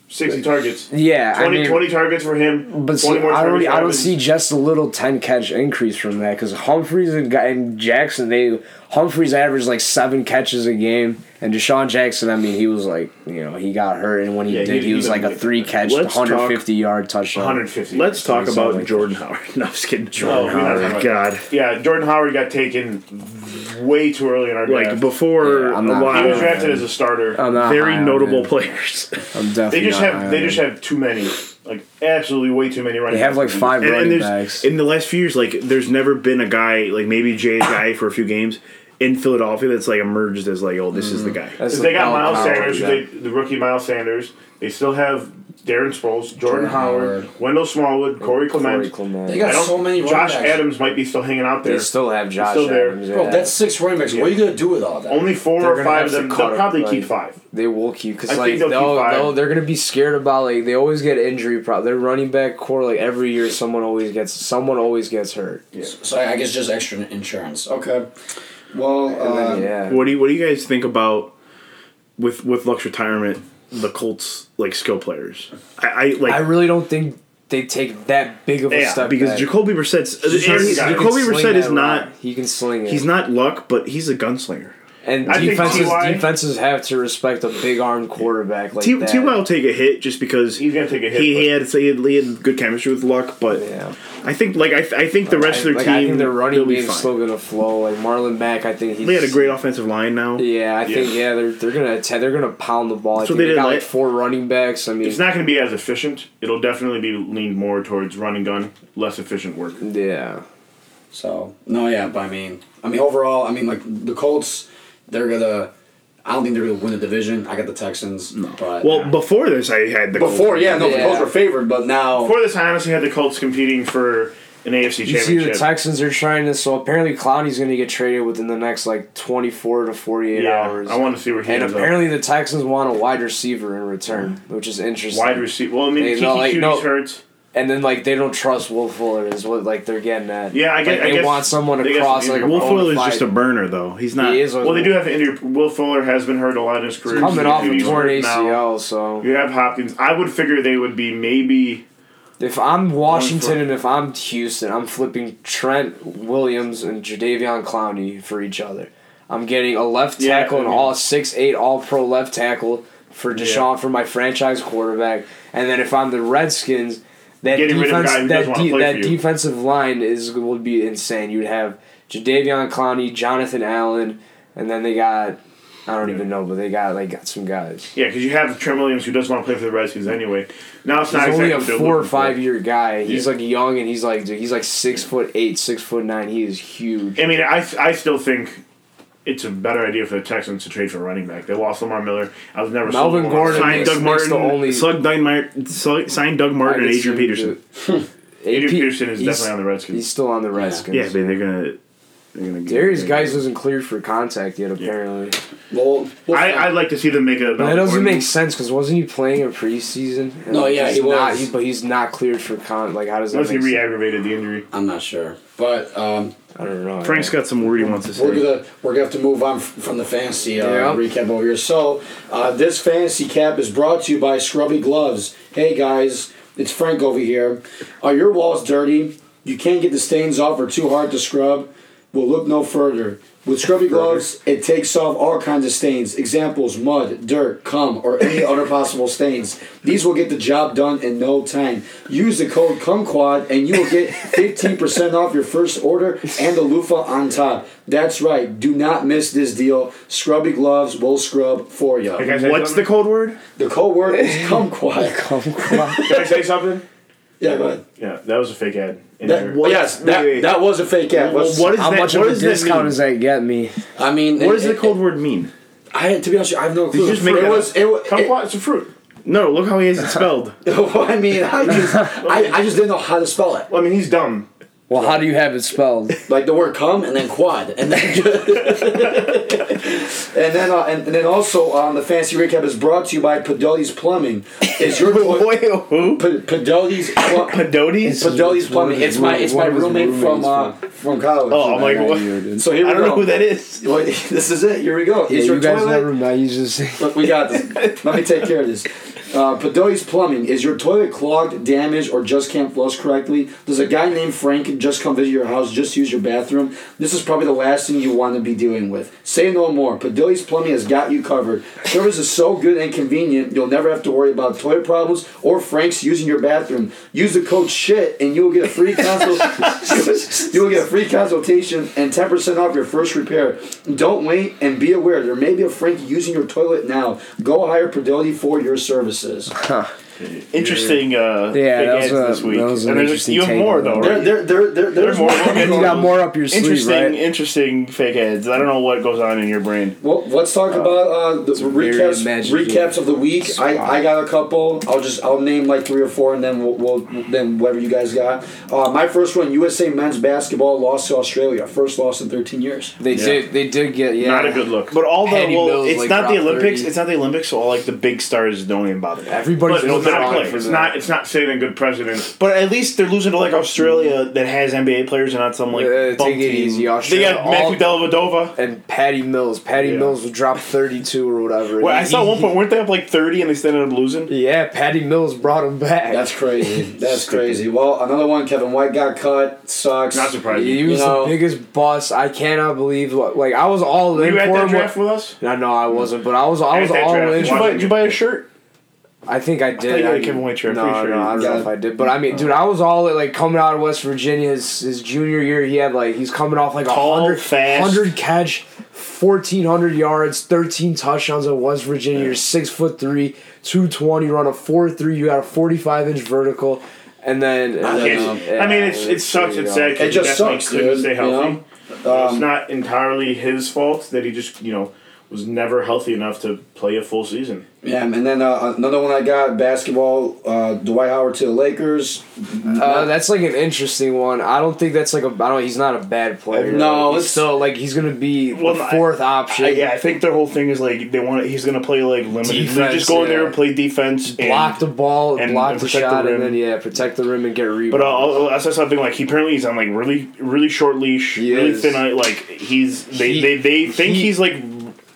Speaker 4: 60 targets.
Speaker 3: Yeah, I
Speaker 4: 20,
Speaker 3: mean-
Speaker 4: 20 targets for him. 20
Speaker 3: but see,
Speaker 4: more
Speaker 3: I don't.
Speaker 4: targets for
Speaker 3: I don't
Speaker 4: Evans.
Speaker 3: see just a little ten catch increase from that because Humphries and, Guy- and Jackson they Humphries averaged like seven catches a game, and Deshaun Jackson. I mean, he was like you know he got hurt, and when he
Speaker 4: Yeah,
Speaker 3: did,
Speaker 4: he-
Speaker 3: he was
Speaker 4: he
Speaker 3: like a
Speaker 4: doesn't-
Speaker 3: three catch,
Speaker 2: Let's talk-
Speaker 3: 150 yard touchdown.
Speaker 4: 150.
Speaker 2: Let's talk
Speaker 3: Something
Speaker 2: about
Speaker 3: like-
Speaker 2: Jordan Howard. No, I'm just kidding.
Speaker 4: Oh, we're
Speaker 2: Jordan
Speaker 4: not talking
Speaker 2: Howard.
Speaker 4: about-
Speaker 2: God.
Speaker 4: Yeah, Jordan Howard got taken way too early in our
Speaker 2: Like
Speaker 4: draft.
Speaker 2: before
Speaker 3: Yeah, I'm
Speaker 2: a uh,
Speaker 3: not-
Speaker 2: lot
Speaker 4: he was
Speaker 2: of
Speaker 4: drafted as a starter.
Speaker 3: I'm not
Speaker 2: very
Speaker 3: high on
Speaker 2: notable
Speaker 3: it.
Speaker 2: players.
Speaker 3: I'm definitely
Speaker 4: they just
Speaker 3: not
Speaker 4: have
Speaker 3: high
Speaker 4: they
Speaker 3: on
Speaker 4: just
Speaker 3: it.
Speaker 4: have too many, like absolutely way too many running.
Speaker 3: They have like
Speaker 4: backs.
Speaker 3: five
Speaker 2: and, and
Speaker 3: running
Speaker 2: there's,
Speaker 3: backs.
Speaker 2: in the last few years, like there's never been a guy like maybe Jay's guy for a few games in Philadelphas that's like emerged as like oh this is the guy.
Speaker 3: Mm-hmm. That's
Speaker 4: 'Cause they got
Speaker 3: the
Speaker 4: Miles
Speaker 3: power
Speaker 4: Sanders,
Speaker 3: that-
Speaker 4: who they, the rookie Miles Sanders. They still have Darren Sproles, Jordan,
Speaker 1: Jordan
Speaker 4: Howard,
Speaker 1: Howard.
Speaker 4: Wendell Smallwood, Corey Clement.
Speaker 3: Corey Clement.
Speaker 1: They
Speaker 4: I
Speaker 1: got
Speaker 4: don't-
Speaker 1: so many. running
Speaker 4: Josh
Speaker 1: backs.
Speaker 4: Adams might be still hanging out there.
Speaker 3: They still have Josh
Speaker 4: still there.
Speaker 3: Adams.
Speaker 1: Bro,
Speaker 3: yeah.
Speaker 1: that's six running backs. What are you gonna do with all that?
Speaker 4: Only 4
Speaker 3: They're
Speaker 4: or
Speaker 3: gonna
Speaker 4: five
Speaker 3: have
Speaker 4: of
Speaker 3: to
Speaker 4: them.
Speaker 3: cut
Speaker 4: They'll
Speaker 3: it,
Speaker 4: probably
Speaker 3: like-
Speaker 4: keep five.
Speaker 3: they will keep because
Speaker 4: I
Speaker 3: like
Speaker 4: think they'll
Speaker 3: they'll,
Speaker 4: keep five.
Speaker 3: they'll they're gonna be scared about like they always get injury problems. Their running back core like every year someone always gets someone always gets hurt.
Speaker 1: So I guess just extra insurance. Okay. Well, uh,
Speaker 3: yeah,
Speaker 2: What do you What do you guys think about with with Luck's retirement? The Colts like skill players. I, I like.
Speaker 3: I really don't think they take that big of a
Speaker 2: yeah,
Speaker 3: step
Speaker 2: because
Speaker 3: back.
Speaker 2: Jacoby Brissett's
Speaker 4: not a guy.
Speaker 2: Jacoby
Speaker 3: He can
Speaker 2: Brissett
Speaker 3: sling
Speaker 2: is
Speaker 3: that
Speaker 2: not.
Speaker 3: rock. He can sling it.
Speaker 2: He's not luck, but he's a gunslinger.
Speaker 3: And
Speaker 4: I think
Speaker 3: defenses
Speaker 4: T.Y.
Speaker 3: defenses have to respect a big arm quarterback like
Speaker 2: T
Speaker 3: that.
Speaker 2: Ty will take a hit just because
Speaker 4: He's gonna take a hit,
Speaker 2: He, he
Speaker 4: but-
Speaker 2: had he had he had good chemistry with luck, but
Speaker 3: Yeah.
Speaker 2: I think like I, th- I think the rest of their
Speaker 3: like,
Speaker 2: team
Speaker 3: I think their
Speaker 2: they'll
Speaker 3: running
Speaker 2: be
Speaker 3: game's
Speaker 2: fine.
Speaker 3: still gonna flow. Like Marlon Mack, I think he's
Speaker 2: They had a great offensive line now.
Speaker 3: Yeah, I
Speaker 4: Yeah.
Speaker 3: think yeah they're they're gonna attack, they're gonna pound the ball. I
Speaker 2: That's what
Speaker 3: think
Speaker 2: they
Speaker 3: they,
Speaker 2: did
Speaker 3: got like
Speaker 2: last-
Speaker 3: four running backs. I mean,
Speaker 4: It's not going to be as efficient. It'll definitely be leaned more towards run and gun, less efficient work.
Speaker 3: yeah,
Speaker 1: so no, yeah, but I mean, I mean, overall, I mean, like the Colts, they're gonna. I don't think they're gonna win the division. I got the Texans, but
Speaker 2: Well, before this, I had the
Speaker 1: before,
Speaker 2: Colts.
Speaker 1: yeah, no, the
Speaker 3: Yeah.
Speaker 1: Colts were favored, but now
Speaker 4: Before this, I honestly had the Colts competing for an AFC
Speaker 3: you see the
Speaker 4: championship.
Speaker 3: Texans are trying this. So apparently Clowney's gonna get traded within the next like twenty four to forty eight
Speaker 4: yeah,
Speaker 3: hours.
Speaker 4: I want to see where he
Speaker 3: and
Speaker 4: ends up.
Speaker 3: apparently the Texans want a wide receiver in return, which is interesting.
Speaker 4: wide receiver. Well, I mean,
Speaker 3: Hey,
Speaker 4: Kiki
Speaker 3: no, like,
Speaker 4: Cutie's
Speaker 3: no.
Speaker 4: hurt.
Speaker 3: and then like they don't trust Will Fuller is what like they're getting at.
Speaker 4: Yeah, I guess-
Speaker 3: Like,
Speaker 4: I
Speaker 3: they
Speaker 4: guess
Speaker 3: want someone
Speaker 4: they
Speaker 3: to
Speaker 4: got
Speaker 3: cross
Speaker 4: some
Speaker 3: like a
Speaker 2: Will
Speaker 4: Wolf
Speaker 3: bona
Speaker 2: Fuller is
Speaker 3: fide-
Speaker 2: just a burner, though. He's not.
Speaker 3: He is what-
Speaker 4: Well, they do have an injury. Will Fuller has been hurt a lot in his career.
Speaker 3: coming
Speaker 4: Kiki
Speaker 3: off a
Speaker 4: Cutie's
Speaker 3: torn
Speaker 4: hurt now.
Speaker 3: ACL. So
Speaker 4: You have Hopkins. I would figure they would be maybe.
Speaker 3: If I'm
Speaker 4: Going
Speaker 3: Washington
Speaker 4: for-
Speaker 3: and if I'm Houston, I'm flipping Trent Williams and Jadavion Clowney for each other. I'm getting a left
Speaker 4: Yeah,
Speaker 3: tackle
Speaker 4: I
Speaker 3: and
Speaker 4: mean-
Speaker 3: all six eight all pro left tackle for Deshaun for my franchise quarterback. And then if I'm the Redskins, that
Speaker 4: Getting rid of a
Speaker 3: defense
Speaker 4: guy who doesn't
Speaker 3: that,
Speaker 4: wanna
Speaker 3: de-
Speaker 4: play
Speaker 3: that
Speaker 4: for you.
Speaker 3: defensive line is would be insane. You'd have Jadavion Clowney, Jonathan Allen, and then they got I don't even know, but they got like got some guys.
Speaker 4: Yeah, because you have Trent Williams who doesn't want to play for the Redskins anyway. Now it's not exactly
Speaker 3: He's only a
Speaker 4: what they're
Speaker 3: four or
Speaker 4: looking for.
Speaker 3: five year guy. He's
Speaker 4: Yeah.
Speaker 3: like young and he's like dude, he's like six foot eight, six foot nine. He is huge.
Speaker 4: I mean, I, I still think it's a better idea for the Texans to trade for a running back. They lost Lamar Miller. I was never
Speaker 3: Melvin
Speaker 4: sold on Lamar.
Speaker 3: Gordon
Speaker 4: Sign
Speaker 3: makes-
Speaker 4: Doug Martin.
Speaker 3: makes the only-
Speaker 2: Slug Doug Martin, slug, sign Doug
Speaker 3: I
Speaker 2: Martin
Speaker 3: could
Speaker 2: and
Speaker 3: see him
Speaker 2: Adrian Peterson.
Speaker 3: do it.
Speaker 4: Adrian
Speaker 3: AP
Speaker 4: Peterson is
Speaker 3: he's-
Speaker 4: definitely on the Redskins.
Speaker 3: He's still on the Redskins.
Speaker 2: Yeah, but they're gonna they're gonna.
Speaker 3: Darius
Speaker 2: get-
Speaker 3: Guys wasn't cleared for contact yet, apparently.
Speaker 1: Well, we'll
Speaker 4: I,
Speaker 1: find-
Speaker 4: I'd like to see them make a.
Speaker 3: That
Speaker 4: Melvin
Speaker 3: doesn't
Speaker 4: Gordon.
Speaker 3: make sense because wasn't he playing in preseason?
Speaker 1: No, yeah,
Speaker 3: He's
Speaker 1: he was.
Speaker 3: Not, but he's not cleared for con. Like, how does that?
Speaker 4: Unless he
Speaker 3: make sense?
Speaker 4: re-aggravated the injury.
Speaker 1: I'm not sure, but um,
Speaker 3: I don't know.
Speaker 2: Frank's got some word he wants to
Speaker 1: We're
Speaker 2: say.
Speaker 1: gonna we're gonna have to move on f- from the fantasy uh,
Speaker 3: Yeah.
Speaker 1: recap over here. So uh, this fantasy cap is brought to you by Scrubby Gloves. Hey guys, it's Frank over here. Are your walls dirty? You can't get the stains off or too hard to scrub? Well, look no further. With Scrubby Gloves, it takes off all kinds of stains. Examples: mud, dirt, cum, or any other possible stains. These will get the job done in no time. Use the code CUMQUAD and you will get 15% off your first order and the loofah on top. That's right. Do not miss this deal. Scrubby gloves will scrub for
Speaker 4: Can I
Speaker 1: you.
Speaker 4: say
Speaker 2: What's the
Speaker 4: something?
Speaker 2: code word?
Speaker 1: The code word is CUMQUAD.
Speaker 4: Can I say something?
Speaker 1: Yeah, go ahead.
Speaker 4: Yeah, that was a fake ad. In
Speaker 1: That,
Speaker 4: there.
Speaker 1: well, yes, that,
Speaker 2: wait, wait.
Speaker 1: that was a fake ad.
Speaker 2: Well, what is
Speaker 3: How
Speaker 2: that?
Speaker 3: much
Speaker 2: what
Speaker 3: of a
Speaker 2: does that
Speaker 3: discount
Speaker 2: mean?
Speaker 3: does that get me?
Speaker 1: I mean,
Speaker 2: What
Speaker 1: it-
Speaker 2: does the
Speaker 1: it-
Speaker 2: code word mean?
Speaker 1: I to be honest, with you, I have no clue.
Speaker 2: you just make
Speaker 1: it
Speaker 2: that
Speaker 1: was.
Speaker 2: up?
Speaker 1: It, was- it,
Speaker 4: Kumquat, it's a fruit.
Speaker 2: No, look how he has it spelled.
Speaker 1: I mean, I just, I, I just didn't know how to spell it.
Speaker 4: Well, I mean, he's dumb.
Speaker 3: Well, how do you have it spelled?
Speaker 1: like the word cum and then quad and then and then uh, and, and then also um, the fancy recap is brought to you by Podoli's Plumbing. Is your
Speaker 2: Wait, who?
Speaker 1: P- Podoli's Pl-
Speaker 2: Padotes?
Speaker 1: Podoli's Plumbing? It's my it's my
Speaker 3: One of his
Speaker 1: roommate from
Speaker 3: roommates
Speaker 1: uh, from college.
Speaker 2: Oh, I'm like, what?
Speaker 1: so here we
Speaker 2: I don't
Speaker 1: go.
Speaker 2: know who that is.
Speaker 1: Well, this is it. Here we go.
Speaker 3: Yeah,
Speaker 1: is your
Speaker 3: you guys
Speaker 1: toilet?
Speaker 3: never met. You just
Speaker 1: Look, we got this. Let me take care of this. Uh, Padoi's Plumbing. Is your toilet clogged, damaged, or just can't flush correctly? Does a guy named Frank just come visit your house just to use your bathroom? This is probably the last thing you want to be dealing with. Say no more. Padoi's Plumbing has got you covered. Service is so good and convenient, you'll never have to worry about toilet problems or Frank's using your bathroom. Use the code SHIT and you'll get a free consult. you'll get a free consultation and 10% off your first repair. Don't wait and be aware there may be a Frank using your toilet now. Go hire Perdoli for your services.
Speaker 2: Interesting.
Speaker 3: Yeah,
Speaker 2: Uh, fake
Speaker 3: that was
Speaker 2: ads
Speaker 3: a-
Speaker 2: this week.
Speaker 3: that was an
Speaker 2: and there's
Speaker 3: interesting
Speaker 2: you have
Speaker 3: take
Speaker 2: more
Speaker 3: on
Speaker 2: though,
Speaker 3: that.
Speaker 1: There,
Speaker 2: right?
Speaker 1: there, there, there, there's
Speaker 2: There's more.
Speaker 1: more.
Speaker 2: We'll
Speaker 3: you
Speaker 2: get
Speaker 3: got
Speaker 2: to
Speaker 3: more up your sleeve,
Speaker 2: Interesting,
Speaker 3: right?
Speaker 2: interesting fake ads. I don't know what goes on in your brain.
Speaker 1: Well, let's talk about uh, the
Speaker 3: very
Speaker 1: recaps.
Speaker 3: imaginative
Speaker 1: Recaps of the week. I, I got a couple. I'll just I'll name like three or four, and then we'll, we'll then whatever you guys got. Uh, my first one: USA men's basketball lost to Australia. First loss in 13 years.
Speaker 3: They did. They did get. Yeah.
Speaker 4: Not a good look.
Speaker 2: But all the
Speaker 3: Patty
Speaker 2: well,
Speaker 3: Mills,
Speaker 2: it's
Speaker 3: like,
Speaker 2: not the
Speaker 3: dropped
Speaker 2: Olympics.
Speaker 3: 30.
Speaker 2: It's not the Olympics. So all like the big stars don't even bother.
Speaker 3: Everybody's
Speaker 4: But it's
Speaker 3: looking
Speaker 4: not
Speaker 3: around
Speaker 4: play.
Speaker 3: for
Speaker 4: It's
Speaker 3: that.
Speaker 4: not. It's not saving a good president.
Speaker 2: But at least they're losing to like Australia that has NBA players and not some like
Speaker 3: Uh,
Speaker 2: bum
Speaker 3: take it
Speaker 2: team.
Speaker 3: easy,
Speaker 2: They
Speaker 3: Australia.
Speaker 2: got Matthew Dellavedova.
Speaker 3: and Patty Mills. Patty
Speaker 4: Yeah.
Speaker 3: Mills would drop 32 or whatever.
Speaker 2: Well, I
Speaker 3: He-
Speaker 2: saw at one point weren't they up like thirty and they still ended up losing.
Speaker 3: Yeah, Patty Mills brought him back.
Speaker 1: That's crazy. That's crazy. Well, another one. Kevin White got cut. Sucks.
Speaker 4: Not surprising.
Speaker 3: he
Speaker 4: You,
Speaker 3: was
Speaker 1: You know-
Speaker 3: the biggest bust. I cannot believe. what- Like I was all in
Speaker 4: at
Speaker 3: for him.
Speaker 4: that draft with us?
Speaker 3: No, no, I wasn't. But I was, I
Speaker 4: At
Speaker 3: was
Speaker 4: that
Speaker 3: all
Speaker 4: draft,
Speaker 3: in.
Speaker 2: Did you, buy, did you buy a shirt?
Speaker 3: I think I did.
Speaker 2: you had
Speaker 3: I
Speaker 2: a Kevin White shirt. I'm
Speaker 3: No,
Speaker 2: pretty
Speaker 3: no,
Speaker 2: sure you
Speaker 3: I don't
Speaker 1: got
Speaker 3: know
Speaker 1: it.
Speaker 3: if I did. But I mean, dude, I was all at, like coming out of West Virginia. His, his junior year, he had like he's coming off like a
Speaker 2: Tall,
Speaker 3: hundred
Speaker 2: fast.
Speaker 3: hundred catch, fourteen hundred yards, thirteen touchdowns at West Virginia. You're six foot three, two twenty. Run a four three. You got a forty five inch vertical, and then. and then,
Speaker 1: can't-
Speaker 3: um,
Speaker 4: I mean, it's, it sucks. It's sad. 'cause
Speaker 1: It just
Speaker 4: he definitely
Speaker 1: sucks,
Speaker 4: couldn't
Speaker 1: dude,
Speaker 4: Stay
Speaker 1: you
Speaker 4: healthy.
Speaker 1: know?
Speaker 4: So
Speaker 3: Um,
Speaker 4: it's not entirely his fault that he just you know was never healthy enough to play a full season.
Speaker 1: Yeah, and then uh, another one I got basketball. Uh, Dwight Howard to the Lakers.
Speaker 3: Uh, that's like an interesting one. I don't think that's like a. I don't. He's not a bad player.
Speaker 1: No,
Speaker 3: he's
Speaker 1: it's-
Speaker 3: still like he's gonna be
Speaker 2: Well,
Speaker 3: the
Speaker 2: I-
Speaker 3: fourth option.
Speaker 2: I, yeah, I think their whole thing is like they want. He's gonna play like limited. they
Speaker 3: Defense,
Speaker 2: just go in there
Speaker 3: yeah.
Speaker 2: and play defense. and-
Speaker 3: block the ball,
Speaker 2: and-
Speaker 3: block
Speaker 2: and
Speaker 3: the
Speaker 2: protect the
Speaker 3: shot,
Speaker 2: rim.
Speaker 3: and then yeah, protect the rim and get
Speaker 2: But uh,
Speaker 3: rebound.
Speaker 2: I'll- I saw something like he apparently he's on like really really short leash,
Speaker 3: He
Speaker 2: really
Speaker 3: is.
Speaker 2: thin. eye, Like he's they
Speaker 3: He-
Speaker 2: they, they think
Speaker 3: he-
Speaker 2: he's like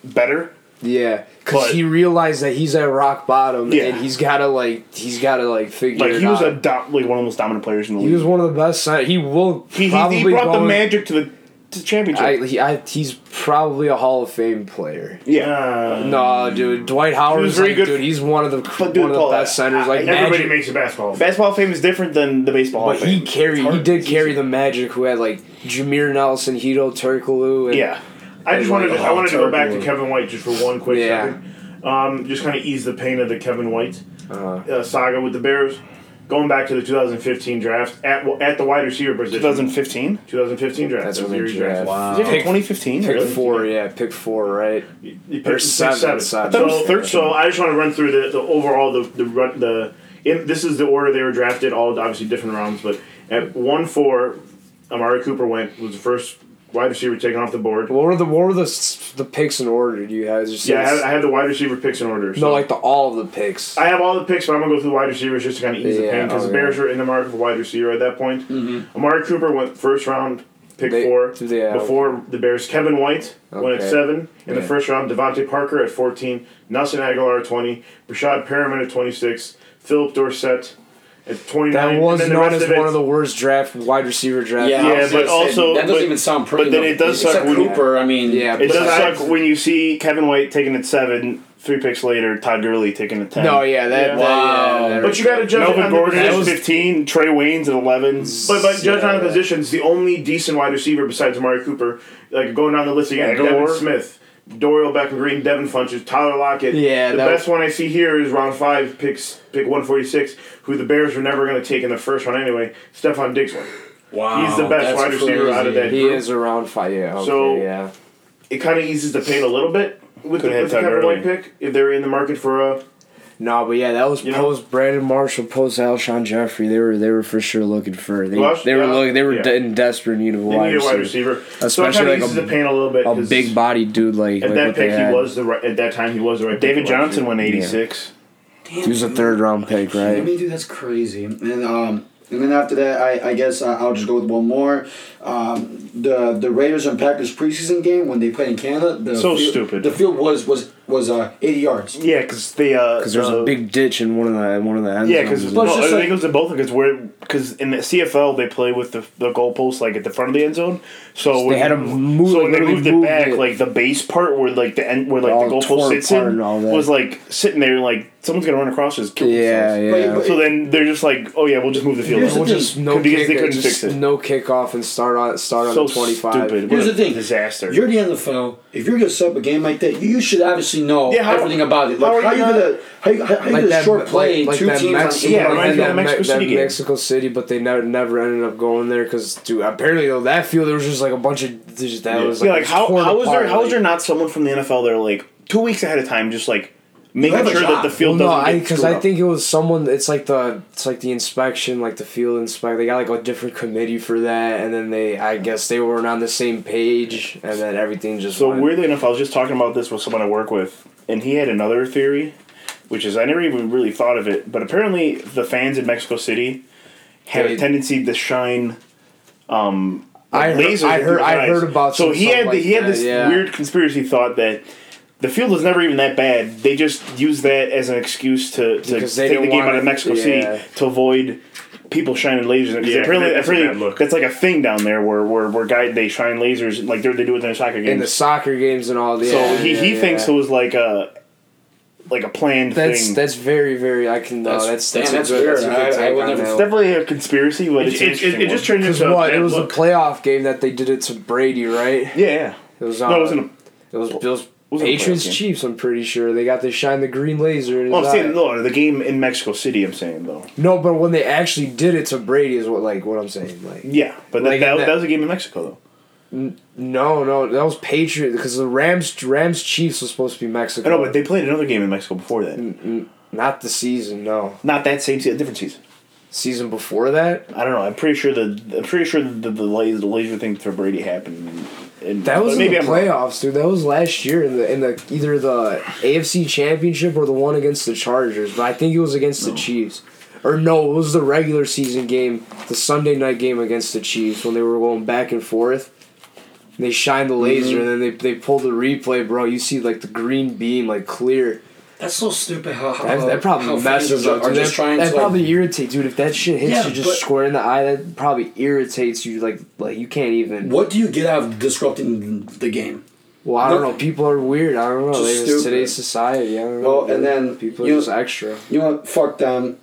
Speaker 2: better.
Speaker 3: yeah, because
Speaker 2: but-
Speaker 3: he realized that he's at rock bottom,
Speaker 2: Yeah.
Speaker 3: and he's gotta like he's gotta like figure.
Speaker 2: Like
Speaker 3: it
Speaker 2: he was a
Speaker 3: out.
Speaker 2: do- like one of the most dominant players in the
Speaker 3: he was
Speaker 2: league.
Speaker 3: one of the best. center- He will
Speaker 2: He, he,
Speaker 3: probably
Speaker 2: he brought the
Speaker 3: go in-
Speaker 2: magic to the to the championship.
Speaker 3: I, he, I, he's probably a Hall of Fame player. Uh,
Speaker 2: yeah,
Speaker 3: No, dude, Dwight Howard
Speaker 2: Mm. was
Speaker 3: is
Speaker 2: very
Speaker 3: like,
Speaker 2: good-
Speaker 3: dude. He's one of the
Speaker 2: But, dude,
Speaker 3: one of the
Speaker 2: Paul,
Speaker 3: best centers. Like
Speaker 4: Everybody
Speaker 3: Magic,
Speaker 4: makes a basketball.
Speaker 2: basketball fame is different than the baseball.
Speaker 3: But
Speaker 2: Hall of
Speaker 3: he
Speaker 2: Fame.
Speaker 3: carried, he
Speaker 4: hard.
Speaker 3: did
Speaker 4: It's
Speaker 3: carry
Speaker 4: easy.
Speaker 3: the Magic, who had like Jameer Nelson, Hito Turkoglu, and
Speaker 2: yeah.
Speaker 4: I just wanted to, I wanted to go back to
Speaker 1: Turkey.
Speaker 4: Kevin White just for one quick
Speaker 3: Oh. Yeah.
Speaker 4: second. Um, just kind of ease the pain of the Kevin White
Speaker 3: Uh-huh.
Speaker 4: uh, saga with the Bears. Going back to the 2015 draft at well, at the wide receiver position.
Speaker 2: 2015.
Speaker 4: 2015 draft.
Speaker 3: That's
Speaker 4: the
Speaker 3: when they
Speaker 4: year he
Speaker 3: draft.
Speaker 4: drafted.
Speaker 1: Wow.
Speaker 2: Is it
Speaker 3: Pick-
Speaker 2: 2015?
Speaker 3: Pick
Speaker 2: Really?
Speaker 3: four, yeah, pick four, right?
Speaker 4: You picked
Speaker 3: Or
Speaker 4: six,
Speaker 3: seven,
Speaker 4: seven.
Speaker 3: seven. I
Speaker 2: thought it was
Speaker 4: So-
Speaker 2: thirteen.
Speaker 4: So I just want to run through the, the overall the the run- the in, this is the order they were drafted. All obviously different rounds, but at one four, Amari Cooper went was the first wide receiver taken off the board.
Speaker 3: What were the what were the s- the picks in order? Do you have just
Speaker 4: Yeah, I have, I have the wide receiver picks in order. So.
Speaker 3: no, like the all of the picks.
Speaker 4: I have all the picks, but I'm gonna go through the wide receivers just to kind of ease the
Speaker 3: Yeah,
Speaker 4: pain because
Speaker 3: oh,
Speaker 4: the Bears were in the market for wide receiver at that point. Amari Cooper went first round, pick
Speaker 3: They-
Speaker 4: four.
Speaker 3: yeah.
Speaker 4: Before the Bears, Kevin White went
Speaker 3: Okay.
Speaker 4: at seven in the
Speaker 3: Yeah.
Speaker 4: first round. Devontae Parker at fourteen. Nelson Aguilar at twenty. Brashad Perriman at twenty six. Philip Dorsett at twenty nine.
Speaker 3: that was
Speaker 4: and then the
Speaker 3: known
Speaker 4: rest
Speaker 3: as
Speaker 4: of it-
Speaker 3: one of the worst draft wide receiver draft.
Speaker 1: Yeah, I was gonna
Speaker 2: but
Speaker 1: say,
Speaker 2: also-
Speaker 1: that doesn't
Speaker 2: but-
Speaker 1: even sound pretty.
Speaker 2: but then
Speaker 1: though.
Speaker 2: it does
Speaker 1: Except
Speaker 2: suck when you-
Speaker 1: Cooper. I mean,
Speaker 3: Yeah,
Speaker 2: It does
Speaker 4: Besides-
Speaker 2: suck when you see Kevin White taken at seven, three picks later, Todd Gurley taken at ten.
Speaker 3: No, yeah, that.
Speaker 4: Yeah.
Speaker 3: that- yeah,
Speaker 1: Wow.
Speaker 3: that-
Speaker 4: But you got to judge it
Speaker 2: Melvin
Speaker 4: on the
Speaker 2: Gordon
Speaker 4: position.
Speaker 2: at fifteen, Trey Wayne's at eleven.
Speaker 4: But but judge on
Speaker 3: Yeah.
Speaker 4: the positions, the only decent wide receiver besides Amari Cooper, like going down the list again,
Speaker 2: Aguilar.
Speaker 4: Devin Smith, Dorial Beckham Green, Devin Funches, Tyler Lockett.
Speaker 3: Yeah,
Speaker 4: the
Speaker 3: that
Speaker 4: best one I see here is round five, picks pick one forty six, who the Bears were never going to take in the first round anyway. Stephon Diggs went.
Speaker 1: wow,
Speaker 4: He's the best
Speaker 1: that's
Speaker 4: wide receiver out of
Speaker 1: crazy.
Speaker 4: that.
Speaker 3: he
Speaker 4: group.
Speaker 3: is around five. Yeah, okay,
Speaker 4: So-
Speaker 3: yeah,
Speaker 4: It kind of eases the pain a little bit with, the,
Speaker 2: Could've had
Speaker 4: with the
Speaker 2: Todd
Speaker 4: Kevin
Speaker 2: Gurley.
Speaker 4: White pick if they're in the market for a.
Speaker 3: no, but yeah, that was
Speaker 4: You know-
Speaker 3: post Brandon Marshall, post Alshon Jeffrey. They were they were for sure looking for they,
Speaker 4: Well, that's-
Speaker 3: they were
Speaker 4: yeah.
Speaker 3: looking they were
Speaker 4: Yeah.
Speaker 3: de- in desperate need of a
Speaker 4: They
Speaker 3: wide
Speaker 4: need a wide
Speaker 3: receiver,
Speaker 4: receiver, so it
Speaker 3: Especially
Speaker 4: kind of
Speaker 3: like a-
Speaker 4: eases the pain a little bit.
Speaker 3: a
Speaker 4: 'cause
Speaker 3: big body dude like,
Speaker 4: At
Speaker 3: like
Speaker 4: that
Speaker 3: what they
Speaker 4: pick,
Speaker 3: had.
Speaker 4: he was the right. At that time, he was the right.
Speaker 2: David
Speaker 4: pick for wide
Speaker 2: Johnson
Speaker 4: receiver.
Speaker 2: went eighty six.
Speaker 1: Damn,
Speaker 3: He was a
Speaker 1: dude.
Speaker 3: third round pick,
Speaker 1: I
Speaker 3: right?
Speaker 1: mean, dude, that's crazy. And um, and then after that, I, I guess I, I'll just go with one more. Um, the the Raiders and Packers preseason game when they played in Canada. The
Speaker 2: So
Speaker 1: field,
Speaker 2: stupid.
Speaker 1: The field was was was uh, eighty yards.
Speaker 2: Yeah, because they uh,
Speaker 3: Because there was a
Speaker 2: the-
Speaker 3: big ditch in one of the in one of the end
Speaker 2: Yeah,
Speaker 3: zones.
Speaker 2: because
Speaker 1: Well, it's
Speaker 2: I
Speaker 1: just
Speaker 2: think
Speaker 1: like-
Speaker 2: it was in both because we're because in the CFL they play with the the goalpost like at the front of the end zone. So when-
Speaker 3: had to move-
Speaker 2: So when they
Speaker 3: literally
Speaker 2: moved it
Speaker 3: move
Speaker 2: back,
Speaker 3: it.
Speaker 2: like the base part where like the end where like
Speaker 3: All
Speaker 2: the goalpost
Speaker 3: torn
Speaker 2: sits
Speaker 3: apart
Speaker 2: in
Speaker 3: and all that.
Speaker 2: was like sitting there like someone's gonna run across this. Kill
Speaker 3: yeah,
Speaker 2: themselves.
Speaker 3: yeah.
Speaker 1: But-
Speaker 2: So then they're just like, oh yeah, we'll just move the field.
Speaker 1: Here's
Speaker 2: goal.
Speaker 1: the
Speaker 3: Well, just
Speaker 1: thing.
Speaker 3: no
Speaker 2: Because
Speaker 3: kick,
Speaker 2: they couldn't
Speaker 3: just
Speaker 2: fix it.
Speaker 3: no kickoff and start on start on
Speaker 2: so
Speaker 3: the twenty five.
Speaker 2: stupid.
Speaker 1: Here's
Speaker 2: What a
Speaker 1: the thing.
Speaker 2: disaster.
Speaker 1: You're the NFL. If you're gonna set up a game like that, you, you should obviously know
Speaker 2: Yeah, how-
Speaker 1: everything about it. Like
Speaker 4: how are
Speaker 1: how,
Speaker 4: you
Speaker 1: you gonna how you, how, how you
Speaker 3: Like
Speaker 1: gonna
Speaker 3: that,
Speaker 1: short play
Speaker 3: like, like
Speaker 1: two
Speaker 3: that
Speaker 1: teams?
Speaker 3: Mexico,
Speaker 1: on,
Speaker 2: it
Speaker 1: yeah,
Speaker 2: reminds
Speaker 3: and
Speaker 2: me
Speaker 3: that,
Speaker 2: of the Mexico
Speaker 3: Me- that
Speaker 2: City game.
Speaker 3: Mexico City, but they never never ended up going there because dude, apparently though that field there was just like a bunch of just, that was like,
Speaker 2: yeah, like how
Speaker 3: torn
Speaker 2: how is there
Speaker 3: apart,
Speaker 2: how is
Speaker 3: like-
Speaker 2: there not someone from the NFL there like two weeks ahead of time just like making
Speaker 1: have a
Speaker 2: sure that
Speaker 1: job.
Speaker 2: the field
Speaker 3: Well, no,
Speaker 2: doesn't
Speaker 3: I
Speaker 2: get
Speaker 3: because
Speaker 2: screwed
Speaker 3: I
Speaker 2: up?
Speaker 3: think it was someone. It's like the it's like the inspection, like the field inspect. They got like a different committee for that, and then they I guess they weren't on the same page, and then everything just
Speaker 2: So
Speaker 3: went.
Speaker 2: weirdly enough, I was just talking about this with someone I work with, and he had another theory, which is I never even really thought of it, but apparently the fans in Mexico City had
Speaker 3: They-
Speaker 2: a tendency to shine.
Speaker 3: I heard
Speaker 2: lasers
Speaker 3: I
Speaker 2: into
Speaker 3: heard,
Speaker 2: their
Speaker 3: I
Speaker 2: eyes.
Speaker 3: heard about
Speaker 2: So
Speaker 3: some
Speaker 2: he
Speaker 3: stuff
Speaker 2: had
Speaker 3: like
Speaker 2: he had
Speaker 3: that,
Speaker 2: this
Speaker 3: yeah.
Speaker 2: weird conspiracy thought that. The field was never even that bad. They just used that as an excuse to, to
Speaker 3: Because they
Speaker 2: take the
Speaker 3: didn't
Speaker 2: game out
Speaker 3: wanna-
Speaker 2: of Mexico
Speaker 3: yeah.
Speaker 2: City to avoid people shining lasers. Because
Speaker 4: Yeah,
Speaker 2: apparently,
Speaker 4: that's a
Speaker 2: apparently
Speaker 4: bad look.
Speaker 2: that's like a thing down there where where, where guy they shine lasers like they're- they do it in their soccer games.
Speaker 3: in the soccer games and all. Yeah,
Speaker 2: So he,
Speaker 3: yeah,
Speaker 2: he
Speaker 3: yeah.
Speaker 2: thinks it was like a like a planned
Speaker 3: That's
Speaker 2: thing.
Speaker 3: that's very very. I can. No,
Speaker 1: That's-
Speaker 3: that's that's,
Speaker 1: damn, that's
Speaker 3: a good, that's a
Speaker 1: weird.
Speaker 3: good
Speaker 1: I- I
Speaker 3: take
Speaker 1: would
Speaker 3: on
Speaker 1: never-
Speaker 3: that
Speaker 2: it's
Speaker 3: one.
Speaker 2: definitely a conspiracy, but
Speaker 4: It,
Speaker 2: it's
Speaker 4: it, it, it just turned
Speaker 3: Because
Speaker 4: into a
Speaker 3: what?
Speaker 4: bad
Speaker 3: It was the
Speaker 4: look.
Speaker 3: playoff game that they did it to Brady, right?
Speaker 2: yeah. yeah.
Speaker 3: It was.
Speaker 2: No,
Speaker 3: uh,
Speaker 2: it wasn't. A,
Speaker 3: It was Bills.
Speaker 2: wasn't a
Speaker 3: Patriots
Speaker 2: playoff game.
Speaker 3: Chiefs. I'm pretty sure they got to shine the green laser. In his
Speaker 2: well, I'm
Speaker 3: eye.
Speaker 2: saying no, the game in Mexico City. I'm saying though.
Speaker 3: No, but when they actually did it to Brady is what like what I'm saying. Like
Speaker 2: Yeah, but
Speaker 3: Like
Speaker 2: that, that,
Speaker 3: that-
Speaker 2: that was a game in Mexico though.
Speaker 3: no, no, that was Patriot because the Rams Rams Chiefs was supposed to be Mexico.
Speaker 2: I know, but they played another game in Mexico before that.
Speaker 3: Hmm. not the season. No,
Speaker 2: Not that same season, a different season.
Speaker 3: season before that.
Speaker 2: I don't know. I'm pretty sure the I'm pretty sure the the, la- the laser thing for Brady happened. And, and-
Speaker 3: That
Speaker 2: but
Speaker 3: was in the
Speaker 2: I'm wrong.
Speaker 3: playoffs, dude. That was last year in the in the either the AFC Championship or the one against the Chargers. But I think it was against the Chiefs. Or no, it was the regular season game, the Sunday night game against the Chiefs when they were going back and forth. They shined the laser
Speaker 1: Mm-hmm.
Speaker 3: and then they they pulled the replay, bro. You see like the green beam, like clear.
Speaker 1: That's so stupid. How, how
Speaker 3: That, that
Speaker 1: how
Speaker 3: probably
Speaker 1: fans
Speaker 3: messes
Speaker 1: are,
Speaker 3: up.
Speaker 1: are
Speaker 3: dude.
Speaker 1: just
Speaker 3: that
Speaker 1: trying
Speaker 3: that
Speaker 1: to
Speaker 3: probably
Speaker 1: like,
Speaker 3: irritates, dude. If that shit hits
Speaker 1: Yeah,
Speaker 3: you just
Speaker 1: but-
Speaker 3: square in the eye, that probably irritates you. Like like you can't even.
Speaker 1: What do you get out of disrupting the game?
Speaker 3: Well, I don't
Speaker 1: No.
Speaker 3: know. People are weird. I don't know.
Speaker 1: Just
Speaker 3: They- it's
Speaker 1: stupid.
Speaker 3: today's society. I don't know.
Speaker 1: Well, and then
Speaker 3: people are
Speaker 1: you-
Speaker 3: just extra.
Speaker 1: You know what? Fuck them.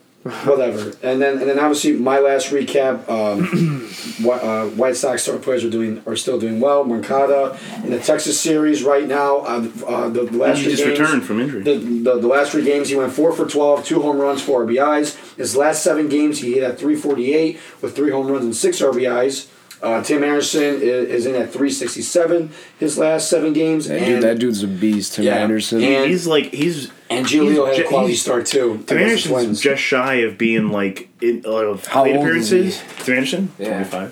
Speaker 1: whatever. And then and then obviously my last recap. Um, Wh- uh, White Sox star players are doing are still doing well. Mercado in the Texas series right now. Uh, uh, the last
Speaker 4: He
Speaker 1: three
Speaker 4: just
Speaker 1: games-
Speaker 4: returned from injury.
Speaker 1: The, the, the last three games, he went four for 12, two home runs, four RBIs. His last seven games, he hit at 348 with three home runs and six RBIs. Uh, Tim Anderson is, is in at 367 his last seven games.
Speaker 3: That,
Speaker 1: and,
Speaker 3: dude, that dude's a beast, Tim
Speaker 1: Yeah,
Speaker 3: Anderson.
Speaker 1: and-
Speaker 2: he's like he's
Speaker 1: and Giolito had a
Speaker 2: he's-
Speaker 1: quality
Speaker 2: he's-
Speaker 1: start, too.
Speaker 2: Tim
Speaker 1: against the
Speaker 2: Anderson's
Speaker 1: Twins.
Speaker 2: just shy of being like in uh, of
Speaker 3: How
Speaker 2: plate
Speaker 3: old is he?
Speaker 2: appearances. Tim Anderson,
Speaker 3: yeah,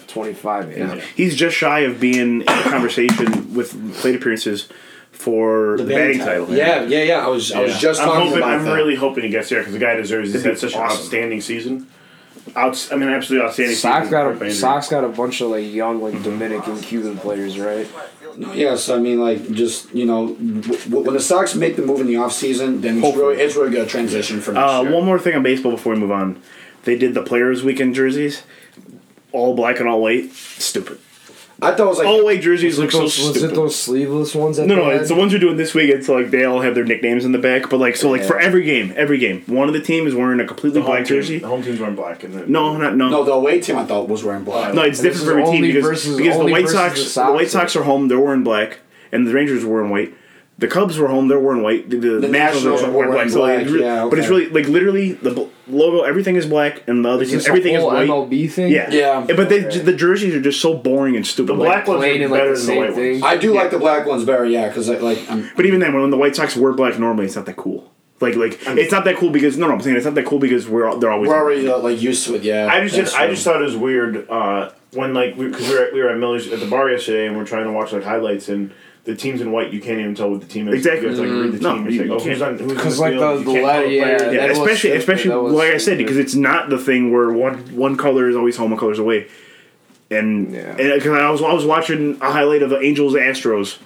Speaker 2: twenty five.
Speaker 3: 25, yeah.
Speaker 2: He's just shy of being in conversation with plate appearances for the batting, title.
Speaker 1: Yeah, yeah, yeah. I was, I was just
Speaker 4: I'm
Speaker 1: talking
Speaker 4: hoping,
Speaker 1: about
Speaker 4: I'm
Speaker 1: that.
Speaker 4: really hoping he gets there because the guy deserves. He's
Speaker 2: That'd
Speaker 4: had
Speaker 2: be
Speaker 4: such
Speaker 2: awesome.
Speaker 4: an outstanding season. Outs, I mean, absolutely outstanding.
Speaker 3: Sox
Speaker 4: season
Speaker 3: got
Speaker 4: for
Speaker 3: a
Speaker 4: Andrew.
Speaker 3: Sox got a bunch of like young like Dominican Cuban players, right?
Speaker 1: Yes, I mean, like, just, you know, w- w- when the Sox make the move in the offseason, then it's really, it's really good transition for next
Speaker 2: Uh,
Speaker 1: year.
Speaker 2: One more thing on baseball before we move on. They did the Players Weekend jerseys, all black and all white. Stupid.
Speaker 1: I thought it was like,
Speaker 2: All white jerseys look
Speaker 3: Was,
Speaker 2: so
Speaker 3: those, was
Speaker 2: stupid.
Speaker 3: it those sleeveless ones? That
Speaker 2: No,
Speaker 3: they
Speaker 2: no,
Speaker 3: had?
Speaker 2: it's the ones you're doing this week. It's like they all have their nicknames in the back, but like so, like for
Speaker 3: Yeah.
Speaker 2: every game, every game, one of the team is wearing a completely
Speaker 4: The home
Speaker 2: black
Speaker 4: team-
Speaker 2: jersey.
Speaker 4: The home team's wearing black, and then
Speaker 2: No, not no.
Speaker 1: no,
Speaker 2: No,
Speaker 1: the away team I thought was wearing black.
Speaker 2: it's
Speaker 3: And this
Speaker 2: different for every
Speaker 3: is
Speaker 2: team
Speaker 3: only
Speaker 2: because,
Speaker 3: versus-
Speaker 2: because the
Speaker 3: only
Speaker 2: White
Speaker 3: versus
Speaker 2: Sox,
Speaker 3: the
Speaker 2: the,
Speaker 3: Sox.
Speaker 2: White Sox are home. They're wearing black, and the Rangers were in white. The Cubs were home. They're wearing white. The, the, Nationals are wearing black. so, like,
Speaker 1: black,
Speaker 2: re-
Speaker 1: yeah,
Speaker 2: But it's
Speaker 1: okay.
Speaker 2: really like literally the bl- logo. Everything is black, and the other
Speaker 3: Is
Speaker 2: team,
Speaker 3: this the
Speaker 2: everything is
Speaker 3: whole
Speaker 2: white.
Speaker 3: MLB thing.
Speaker 2: Yeah,
Speaker 1: Yeah.
Speaker 2: But they,
Speaker 3: Okay.
Speaker 2: the jerseys are just so boring and stupid.
Speaker 4: the
Speaker 2: Like,
Speaker 4: black ones
Speaker 3: playing
Speaker 4: are
Speaker 3: in, like,
Speaker 4: better
Speaker 3: the
Speaker 4: than the
Speaker 3: same
Speaker 4: white
Speaker 3: thing.
Speaker 4: ones.
Speaker 1: I do like the black ones better, yeah, because like I'm,
Speaker 2: But even then, when the White Sox were black normally, it's not that cool. Like, like it's not that cool because no, no, I'm saying it's not that cool because we're all, they're always.
Speaker 1: we're already uh, like used to it, yeah.
Speaker 4: I just,
Speaker 1: that's
Speaker 4: I
Speaker 1: true.
Speaker 4: just thought it was weird uh, when like because we, were at- we were at Miller's at the bar yesterday and we're trying to watch like highlights and the team's in white. You can't even tell what the team is.
Speaker 2: Exactly.
Speaker 4: You have to, like, read the
Speaker 2: Mm. No,
Speaker 4: team. and
Speaker 2: you-
Speaker 4: say, oh,
Speaker 2: you
Speaker 4: who's
Speaker 2: can't.
Speaker 4: on- who's in
Speaker 3: 'Cause, like,
Speaker 4: field?
Speaker 3: the-
Speaker 4: You
Speaker 3: the
Speaker 4: can't
Speaker 3: letter-
Speaker 4: tell the
Speaker 3: yeah,
Speaker 4: player.
Speaker 2: yeah,
Speaker 3: that was
Speaker 2: especially
Speaker 3: stupid,
Speaker 2: especially
Speaker 3: that was
Speaker 2: like I said
Speaker 3: stupid.
Speaker 2: because it's not the thing where one one color is always home, one color is away. And
Speaker 3: Yeah.
Speaker 2: because I was I was watching a highlight of the Angels Astros,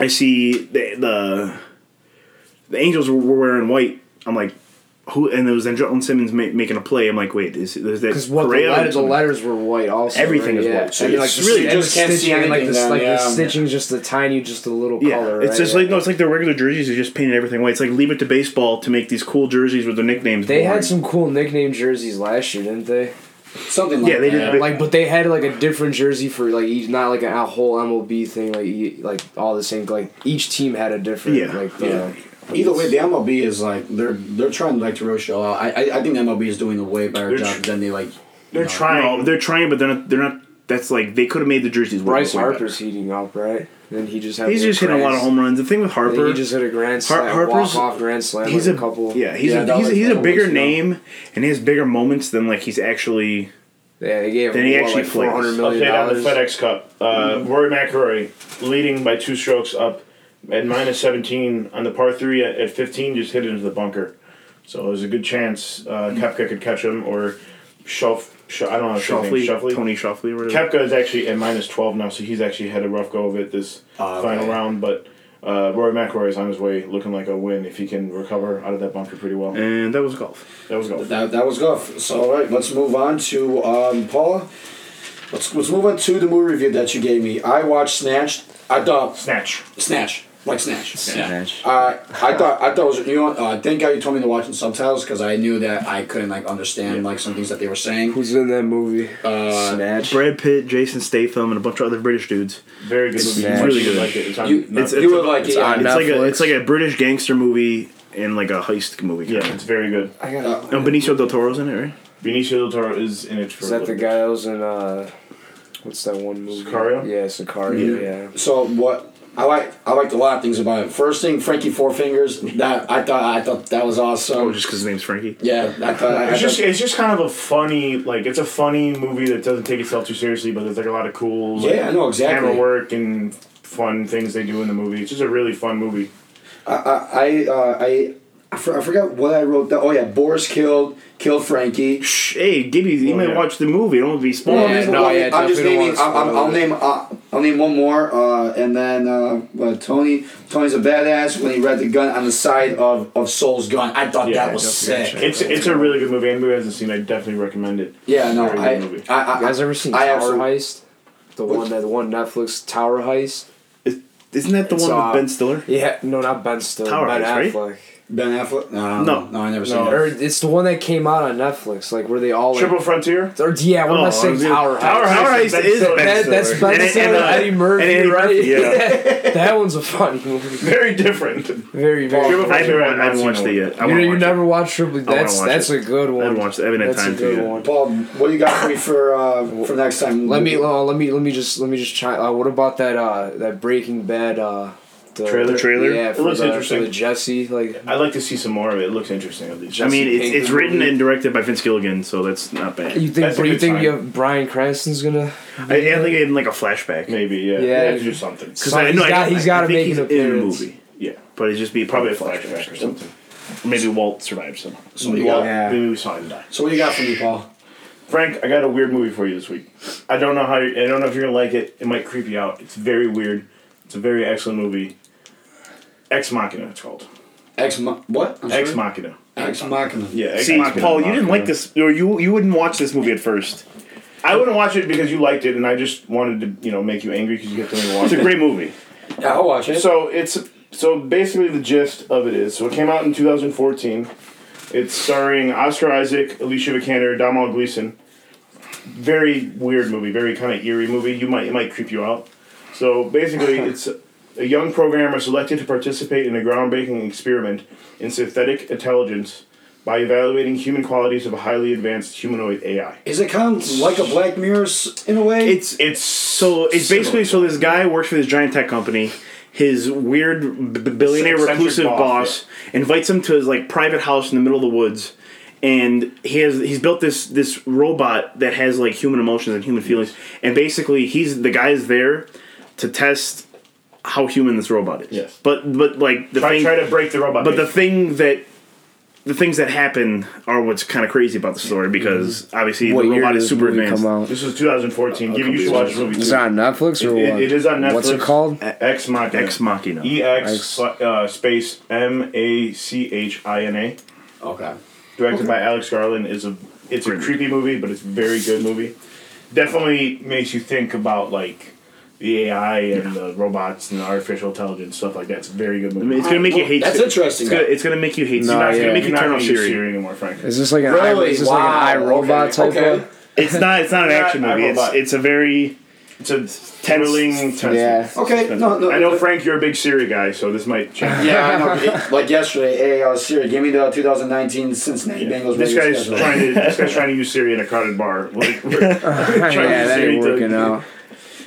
Speaker 2: I see the the, the Angels were, were wearing white. I'm like, who? And it was Andrelton Simmons ma- making a play. I'm like, wait, is, is that
Speaker 3: Because what the,
Speaker 2: Correa?
Speaker 3: letter, the letters were white also.
Speaker 2: Everything
Speaker 3: right?
Speaker 2: is
Speaker 3: yeah.
Speaker 2: white. So
Speaker 3: and
Speaker 2: you
Speaker 3: like the,
Speaker 2: really
Speaker 3: and the
Speaker 1: just can't see
Speaker 3: stitching, and, like
Speaker 1: anything
Speaker 3: the,
Speaker 1: then,
Speaker 3: like
Speaker 1: yeah.
Speaker 3: the stitching's just a tiny, just a little
Speaker 2: Yeah,
Speaker 3: color.
Speaker 2: it's
Speaker 3: right?
Speaker 2: just
Speaker 3: Yeah.
Speaker 2: like no, it's like their regular jerseys are just painted everything white. It's like leave it to baseball to make these cool jerseys with their nicknames.
Speaker 3: They
Speaker 2: boring.
Speaker 3: had some cool nickname jerseys last year, didn't they?
Speaker 1: something like
Speaker 2: Yeah, they did-
Speaker 1: that.
Speaker 2: they-
Speaker 3: Like, but they had like a different jersey for like each, not like a whole MLB thing. Like, e- like all the same. Like each team had a different.
Speaker 2: Yeah,
Speaker 3: Like uh, the,
Speaker 1: yeah. Either way, the MLB is like they're they're trying like to really show out. I I, I think MLB is doing a way better
Speaker 4: They're
Speaker 1: job
Speaker 4: tr-
Speaker 1: than they like.
Speaker 4: They're
Speaker 2: No,
Speaker 4: trying.
Speaker 2: they're trying, but they're not. They're not. That's like they could have made the jerseys. work
Speaker 3: Bryce
Speaker 2: way better.
Speaker 3: Harper's heating up, right? Then he just had.
Speaker 2: He's
Speaker 3: like,
Speaker 2: just hitting a lot of
Speaker 3: grand-
Speaker 2: home runs. The thing with
Speaker 3: I think
Speaker 2: Harper,
Speaker 3: He just hit a grand
Speaker 2: Har-
Speaker 3: slam,
Speaker 2: Harper's-
Speaker 3: walk off grand slam.
Speaker 2: he's
Speaker 3: like
Speaker 2: a
Speaker 3: a couple.
Speaker 2: Yeah, he's
Speaker 1: Yeah,
Speaker 2: a,
Speaker 1: that
Speaker 2: he's,
Speaker 1: was-
Speaker 2: he's a
Speaker 1: that
Speaker 2: bigger
Speaker 1: was, yeah.
Speaker 2: name, and he has bigger moments than like he's actually.
Speaker 3: Yeah, they gave
Speaker 2: Then
Speaker 3: him
Speaker 2: he
Speaker 3: what,
Speaker 2: actually
Speaker 3: like four hundred
Speaker 2: plays.
Speaker 3: million
Speaker 4: Update on the
Speaker 3: dollars.
Speaker 4: FedEx Cup. Uh, Rory McIlroy leading by two strokes up at minus 17 on the par three at, at 15, just hit it into the bunker. So there's a good chance uh, Kepka could catch him or Shelf. Sh- I don't know. if his name
Speaker 2: Shoffley,
Speaker 4: is Shuffley.
Speaker 2: Tony Shoffley, or whatever.
Speaker 4: Kepka is actually at minus 12 now, so he's actually had a rough go of it this
Speaker 1: Ah, okay.
Speaker 4: final round. But uh, Rory McIlroy is on his way, looking like a win if he can recover out of that bunker pretty well.
Speaker 2: and that was golf.
Speaker 4: That was golf.
Speaker 1: That that was golf. So all right, let's move on to um, Paula. Let's let's move on to the movie review that you gave me. I watched Snatched. I thought
Speaker 4: Snatch.
Speaker 1: Snatch, like Snatch.
Speaker 3: Snatch.
Speaker 1: Yeah. Uh, I thought I thought it was you know uh, thank God you told me to watch in subtitles because I knew that I couldn't like understand like some things that they were saying.
Speaker 3: Who's in that movie?
Speaker 1: Uh,
Speaker 3: Snatch.
Speaker 2: Brad Pitt, Jason Statham, and a bunch of other British dudes.
Speaker 4: Very good movie.
Speaker 3: Snatch.
Speaker 4: You really
Speaker 2: Really
Speaker 4: Like it. It's on
Speaker 1: You-
Speaker 4: Netflix.
Speaker 1: You would like it,
Speaker 2: it's,
Speaker 1: yeah.
Speaker 2: odd.
Speaker 1: On
Speaker 2: It's like a
Speaker 3: Netflix.
Speaker 2: it's like a British gangster movie and like a heist movie.
Speaker 4: yeah,
Speaker 2: kind
Speaker 4: it's very good.
Speaker 3: I
Speaker 1: Uh,
Speaker 3: got.
Speaker 2: of. And Benicio del Toro's in it, right?
Speaker 4: Benicio del Toro is in it for
Speaker 3: Is
Speaker 4: a
Speaker 3: that the
Speaker 4: little
Speaker 3: guy that was in uh, what's that one movie?
Speaker 4: Sicario?
Speaker 3: Yeah, Sicario. Yeah.
Speaker 1: So what I like I liked a lot of things about it. First thing, Frankie Four Fingers. That I thought I thought that was awesome.
Speaker 2: Oh, just because his name's Frankie.
Speaker 1: yeah, I thought I,
Speaker 4: It's just
Speaker 1: thought,
Speaker 4: it's just kind of a funny like it's a funny movie that doesn't take itself too seriously, but there's like a lot of cool like,
Speaker 1: yeah, I know exactly.
Speaker 4: camera work and fun things they do in the movie. It's just a really fun movie.
Speaker 1: I I uh, I. I for- I forgot what I wrote down. Oh yeah, Boris killed killed Frankie.
Speaker 2: Shh, hey, Gibby, you
Speaker 4: Oh,
Speaker 2: might
Speaker 4: yeah.
Speaker 2: watch the movie. Don't be spoiled.
Speaker 3: Yeah,
Speaker 1: uh, I'm just-
Speaker 3: no, yeah,
Speaker 1: I'm just
Speaker 3: definitely don't
Speaker 1: naming. I'll,
Speaker 3: wanna
Speaker 1: I'll, I'll
Speaker 3: spoil it.
Speaker 1: name. Uh, I'll name one more, uh, and then uh, uh, Tony. Tony's a badass when he read the gun on the side of, of Soul's gun. I thought
Speaker 4: Yeah,
Speaker 1: that was
Speaker 2: definitely.
Speaker 1: sick.
Speaker 4: It's it's a really good movie. Anybody who hasn't seen, it, I definitely recommend it.
Speaker 1: yeah, no,
Speaker 4: Very good
Speaker 1: I,
Speaker 4: movie.
Speaker 1: I, I,
Speaker 3: You guys ever seen
Speaker 1: I
Speaker 3: Tower
Speaker 1: absolutely-
Speaker 3: Heist? The
Speaker 1: What?
Speaker 3: one that the one Netflix Tower Heist.
Speaker 2: Isn't that the
Speaker 3: It's,
Speaker 2: one
Speaker 3: uh,
Speaker 2: with Ben Stiller?
Speaker 3: Yeah, no, not Ben Stiller.
Speaker 2: Tower
Speaker 3: ben
Speaker 2: Heist, right?
Speaker 3: Affleck.
Speaker 1: Ben Affleck? No, I don't
Speaker 2: No.
Speaker 1: know. no, I never seen
Speaker 2: No.
Speaker 1: that.
Speaker 3: Or it's the one that came out on Netflix, like where they all like,
Speaker 4: Triple Frontier.
Speaker 3: Or yeah, what am I saying? Tower
Speaker 2: Oh, Tower
Speaker 3: Heights.
Speaker 2: Heights. is
Speaker 3: That, that's
Speaker 2: And-
Speaker 3: that's
Speaker 2: and, uh,
Speaker 3: Eddie
Speaker 2: and
Speaker 3: Murphy,
Speaker 2: Eddie Murphy,
Speaker 3: right?
Speaker 2: yeah.
Speaker 3: that one's a funny movie.
Speaker 4: Very different.
Speaker 3: Very very.
Speaker 4: Triple
Speaker 3: funny.
Speaker 2: I haven't,
Speaker 4: Frontier,
Speaker 2: wa-
Speaker 4: I've
Speaker 2: I haven't
Speaker 4: seen
Speaker 2: watched
Speaker 4: that
Speaker 2: it
Speaker 4: one.
Speaker 2: yet. I
Speaker 3: You,
Speaker 2: wanna
Speaker 3: know, you
Speaker 2: watch
Speaker 3: never watched Triple.
Speaker 2: wanna
Speaker 3: That's
Speaker 2: watch
Speaker 3: that's
Speaker 2: it.
Speaker 3: a good one.
Speaker 2: haven't watched it. I haven't had
Speaker 3: that's
Speaker 2: time
Speaker 3: a
Speaker 2: to
Speaker 3: good
Speaker 2: yet.
Speaker 3: one.
Speaker 1: Paul, what do you got for me for uh, for next time?
Speaker 3: Let me uh, let me let me just let me just chime. Uh, what about that uh, that Breaking Bad uh, the
Speaker 2: Trailer?
Speaker 3: the-
Speaker 2: Trailer?
Speaker 3: Yeah, for
Speaker 4: looks
Speaker 3: the,
Speaker 4: interesting.
Speaker 3: For the Jesse like
Speaker 4: I'd like to see some more of it. It looks interesting at least.
Speaker 2: I mean,
Speaker 3: Jesse
Speaker 2: it's, it's
Speaker 3: Pinkman
Speaker 2: written
Speaker 3: movie.
Speaker 2: and directed by Vince Gilligan, so that's not bad.
Speaker 3: you think
Speaker 4: That's a
Speaker 3: you
Speaker 4: good
Speaker 3: think
Speaker 4: sign.
Speaker 3: you have Brian Cranston's gonna
Speaker 2: I, I think in like a flashback.
Speaker 4: Maybe yeah.
Speaker 3: Yeah.
Speaker 4: They have to do something.
Speaker 2: Because
Speaker 3: So
Speaker 2: I
Speaker 3: he's
Speaker 2: know
Speaker 3: got-
Speaker 2: I,
Speaker 3: he's gotta
Speaker 2: I think
Speaker 3: make an
Speaker 2: he's in the
Speaker 3: appearance.
Speaker 2: movie,
Speaker 4: Yeah.
Speaker 2: but it'd just be
Speaker 4: Probably
Speaker 2: probably
Speaker 4: a flashback or something.
Speaker 5: Maybe Walt survived somehow.
Speaker 1: so what do you got?
Speaker 3: Yeah.
Speaker 4: Maybe we saw him die.
Speaker 1: So what do you got for me, Paul?
Speaker 4: Frank, I got a weird movie for you this week. I don't know how you, I don't know if you're gonna like it. It might creep you out. It's very weird. It's a very excellent movie. Ex Machina, it's called.
Speaker 1: Ex Ma- what? I'm
Speaker 4: Ex
Speaker 1: sorry?
Speaker 4: Machina.
Speaker 1: Ex Machina.
Speaker 4: Yeah. Ex
Speaker 2: See,
Speaker 4: Machina,
Speaker 2: Paul, you didn't like
Speaker 4: Machina.
Speaker 2: this, or you you wouldn't watch this movie at first.
Speaker 4: I wouldn't watch it because you liked it, and I just wanted to, you know, make you angry because you kept telling me to watch
Speaker 2: It's a
Speaker 4: it.
Speaker 2: great movie.
Speaker 1: Yeah, I'll watch it.
Speaker 4: So it's so basically the gist of it is so it came out in 2014. It's starring Oscar Isaac, Alicia Vikander, Domhnall Gleeson. Very weird movie, very kind of eerie movie. You might it might creep you out. So basically, it's a young programmer selected to participate in a groundbreaking experiment in synthetic intelligence by evaluating human qualities of a highly advanced humanoid AI.
Speaker 1: Is it kind of like a Black Mirror s- in a way?
Speaker 2: It's
Speaker 4: It's
Speaker 2: so it's basically so this guy works for this giant tech company. His weird b- b- billionaire
Speaker 4: Eccentric
Speaker 2: reclusive
Speaker 4: boss,
Speaker 2: boss, invites him to his like private house in the middle of the woods, and he has he's built this this robot that has like human emotions and human feelings, and basically he's the guy's there to test how human this robot is.
Speaker 4: Yes.
Speaker 2: but but like the
Speaker 4: try,
Speaker 2: thing,
Speaker 4: try to break the robot.
Speaker 2: but the
Speaker 4: basically.
Speaker 2: thing that the things that happen are what's kind of crazy about the story because
Speaker 4: Mm-hmm.
Speaker 2: obviously
Speaker 3: What
Speaker 2: the
Speaker 3: year
Speaker 2: robot
Speaker 3: did
Speaker 2: is
Speaker 3: this
Speaker 2: super
Speaker 3: movie
Speaker 2: advanced.
Speaker 3: Come out?
Speaker 4: This was 2014.
Speaker 3: Uh,
Speaker 4: Give you should watch this movie.
Speaker 3: Is
Speaker 4: too.
Speaker 3: it on Netflix or
Speaker 4: It- it-
Speaker 3: what?
Speaker 4: it is on
Speaker 3: What's
Speaker 4: Netflix.
Speaker 3: it called?
Speaker 4: Ex Machina.
Speaker 2: Ex Machina.
Speaker 4: E X
Speaker 3: Ex-
Speaker 4: uh, space M A C H I N A.
Speaker 1: okay.
Speaker 4: Directed by Alex Garland is a it's a creepy movie, but it's a very good movie. Definitely makes you think about like the AI and the robots and the artificial intelligence stuff like that. It's a very good movie.
Speaker 2: I mean, it's gonna make you hate.
Speaker 1: That's
Speaker 2: it.
Speaker 1: interesting,
Speaker 2: It's gonna,
Speaker 1: though.
Speaker 2: it's gonna make you hate.
Speaker 3: No,
Speaker 2: No, it's
Speaker 3: yeah.
Speaker 2: gonna make you
Speaker 4: You're not
Speaker 2: turn off
Speaker 4: gonna use
Speaker 2: Siri.
Speaker 4: Siri anymore, Frank.
Speaker 3: Is this like an
Speaker 1: Really?
Speaker 3: I, is this like an
Speaker 1: Wow.
Speaker 3: iRobot
Speaker 1: Okay.
Speaker 3: type
Speaker 1: Okay.
Speaker 3: one?
Speaker 2: It's not. It's not an
Speaker 4: Yeah,
Speaker 2: action
Speaker 4: I
Speaker 2: movie. It's,
Speaker 4: robot.
Speaker 2: it's a very.
Speaker 4: It's a thrilling. tense-
Speaker 3: Yeah.
Speaker 1: Okay. No, no.
Speaker 4: I know Frank, you're a big Siri guy, so this might change.
Speaker 1: Yeah, I know. It- like yesterday, hey, uh, Siri, give me the 2019 Cincinnati Bengals.
Speaker 4: This
Speaker 1: regular
Speaker 4: guy's
Speaker 1: schedule.
Speaker 4: trying to this guy's trying to use Siri in a crowded bar.
Speaker 3: yeah, that ain't
Speaker 4: Siri to-
Speaker 3: working out.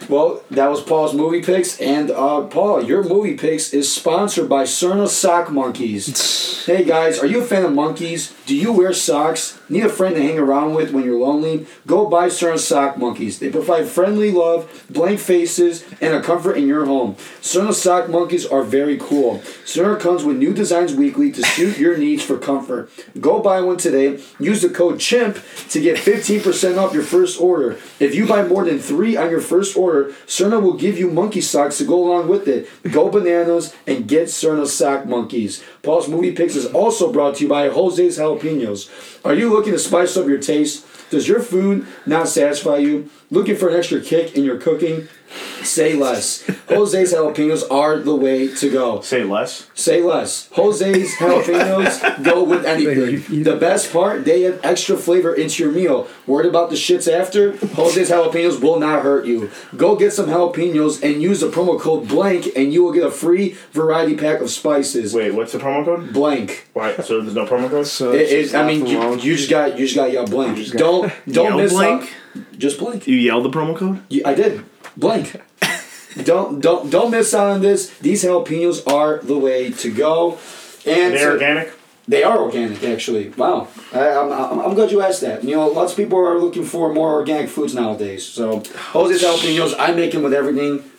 Speaker 1: Well, that was Paul's movie picks, and uh, Paul, your movie picks is sponsored by Cerna Sock Monkeys. hey guys, are you a fan of monkeys? Do you wear socks? Need a friend to hang around with when you're lonely? Go buy Cerna Sock Monkeys. They provide friendly love, blank faces, and a comfort in your home. Cerna Sock Monkeys are very cool. Cerna comes with new designs weekly to suit your needs for comfort. Go buy one today. Use the code CHIMP to get 15% off your first order. If you buy more than three on your first order, Cerna will give you monkey socks to go along with it. Go bananas and get Cerna sock monkeys. Paul's Movie Picks is also brought to you by Jose's Jalapenos. Are you looking to spice up your taste? Does your food not satisfy you? Looking for an extra kick in your cooking? Say less. Jose's Jalapenos are the way to go.
Speaker 4: Say less.
Speaker 1: Say less. Jose's jalapenos go with anything. The best part, they add extra flavor into your meal. Worried about the shits after? Jose's jalapenos will not hurt you. Go get some jalapenos and use the promo code blank, and you will get a free variety pack of spices.
Speaker 4: Wait, what's the promo code?
Speaker 1: Blank.
Speaker 4: Why? So there's no promo code.
Speaker 3: So
Speaker 1: It-
Speaker 3: it's
Speaker 1: it-
Speaker 3: just
Speaker 1: I mean,
Speaker 3: left
Speaker 1: you,
Speaker 3: alone.
Speaker 1: you just got you just got yell blank.
Speaker 3: just
Speaker 1: don't don't
Speaker 2: Yell
Speaker 1: miss
Speaker 2: blank?
Speaker 1: out. Just blank.
Speaker 2: You yelled the promo code.
Speaker 1: You- I did. Blank. don't don't don't miss out on this. These jalapenos are the way to go. And
Speaker 4: They're organic.
Speaker 1: They are organic, actually. Wow, I, I'm, I'm, I'm glad you asked that. You know, lots of people are looking for more organic foods nowadays. So Jose's jalapenos, I make them with everything.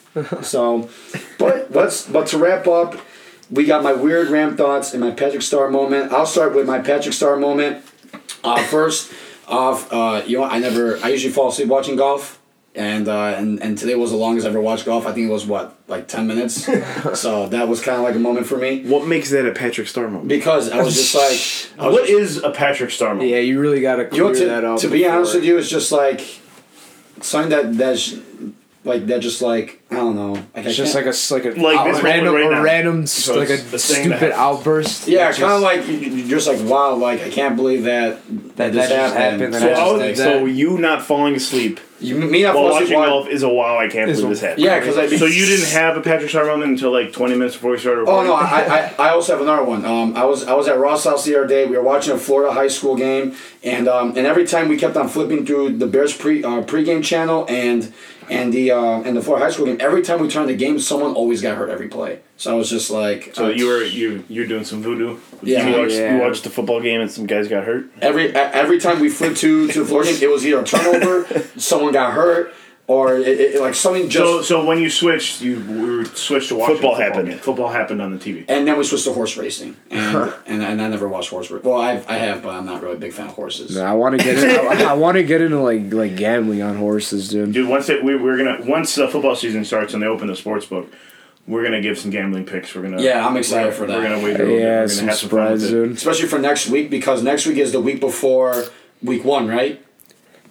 Speaker 1: So, but let's but to wrap up, we got my weird Ram thoughts and my Patrick Star moment. I'll start with my Patrick Star moment. Uh, first off, uh, you know, I never, I usually fall asleep watching golf. And, uh, and and today was the longest I ever watched golf. I think it was what like ten minutes, so that was kind of like a moment for me
Speaker 2: What makes that a Patrick Star moment?
Speaker 1: because I was just like, I was
Speaker 4: What
Speaker 1: just-
Speaker 4: is a Patrick Star moment?
Speaker 3: yeah, you really gotta
Speaker 1: you
Speaker 3: clear
Speaker 1: know, to,
Speaker 3: that up.
Speaker 1: to be
Speaker 3: before.
Speaker 1: honest with you, it's just like something that that's Like that, just like I don't know. Like, I
Speaker 3: It's just
Speaker 1: can't-
Speaker 3: like a s- like a
Speaker 2: Like this
Speaker 3: a random
Speaker 2: moment right
Speaker 3: a
Speaker 2: now.
Speaker 3: random s-
Speaker 4: So
Speaker 3: like a
Speaker 4: it's the thing that
Speaker 3: stupid
Speaker 4: happens.
Speaker 3: outburst.
Speaker 1: yeah,
Speaker 3: It's
Speaker 1: kind of like
Speaker 3: just-
Speaker 1: you- you're just like wow, like I can't believe that that,
Speaker 3: That-
Speaker 1: this
Speaker 3: that just
Speaker 1: happened.
Speaker 3: happened and
Speaker 2: So,
Speaker 3: I just
Speaker 2: I
Speaker 4: Oh,
Speaker 2: was-
Speaker 3: did that.
Speaker 2: so you not falling asleep
Speaker 1: you me not
Speaker 2: while
Speaker 1: well,
Speaker 2: watching golf is a wow! I can't
Speaker 3: Is
Speaker 2: believe
Speaker 3: a-
Speaker 2: this happened.
Speaker 1: Yeah, because I
Speaker 4: So you didn't have a Patrick Star moment until like 20 minutes before we started
Speaker 1: Oh
Speaker 4: recording?
Speaker 1: no, I, I, I also have another one. Um, I was I was at Ross House the other day. We were watching a Florida high school game, and um, and every time we kept on flipping through the Bears pre uh, pregame channel and and the uh, and the Florida high school game. Every time we turned the game, someone always got hurt every play. So I was just like,
Speaker 4: So
Speaker 1: uh,
Speaker 4: you were you you're doing some voodoo.
Speaker 1: Yeah.
Speaker 2: You watched,
Speaker 3: Yeah.
Speaker 2: you watched the football game and some guys got hurt.
Speaker 1: every e- every time we flipped to to the Florida game, it was either a turnover, someone got hurt, or it, it, it- like something just.
Speaker 4: So so when you switched, you we were switched to watching
Speaker 2: Football happened.
Speaker 4: game. Football happened on the TV.
Speaker 1: and then we switched to horse racing, and, and, and I never watched horse. ra- Well, I I have, but I'm not really a big fan of horses.
Speaker 3: I want to get in, I, I want to get into like like gambling on horses, dude.
Speaker 4: Dude, once it, we we're gonna once the football season starts and they open the sports book, we're gonna give some gambling picks. We're gonna
Speaker 1: Yeah, I'm excited
Speaker 4: we're-
Speaker 1: for that.
Speaker 4: We're gonna wager. a little bit. We're
Speaker 3: Yeah,
Speaker 4: gonna
Speaker 3: some
Speaker 4: have some fun with
Speaker 3: surprise,
Speaker 4: it.
Speaker 3: dude.
Speaker 1: especially for next week because next week is the week before week one, right?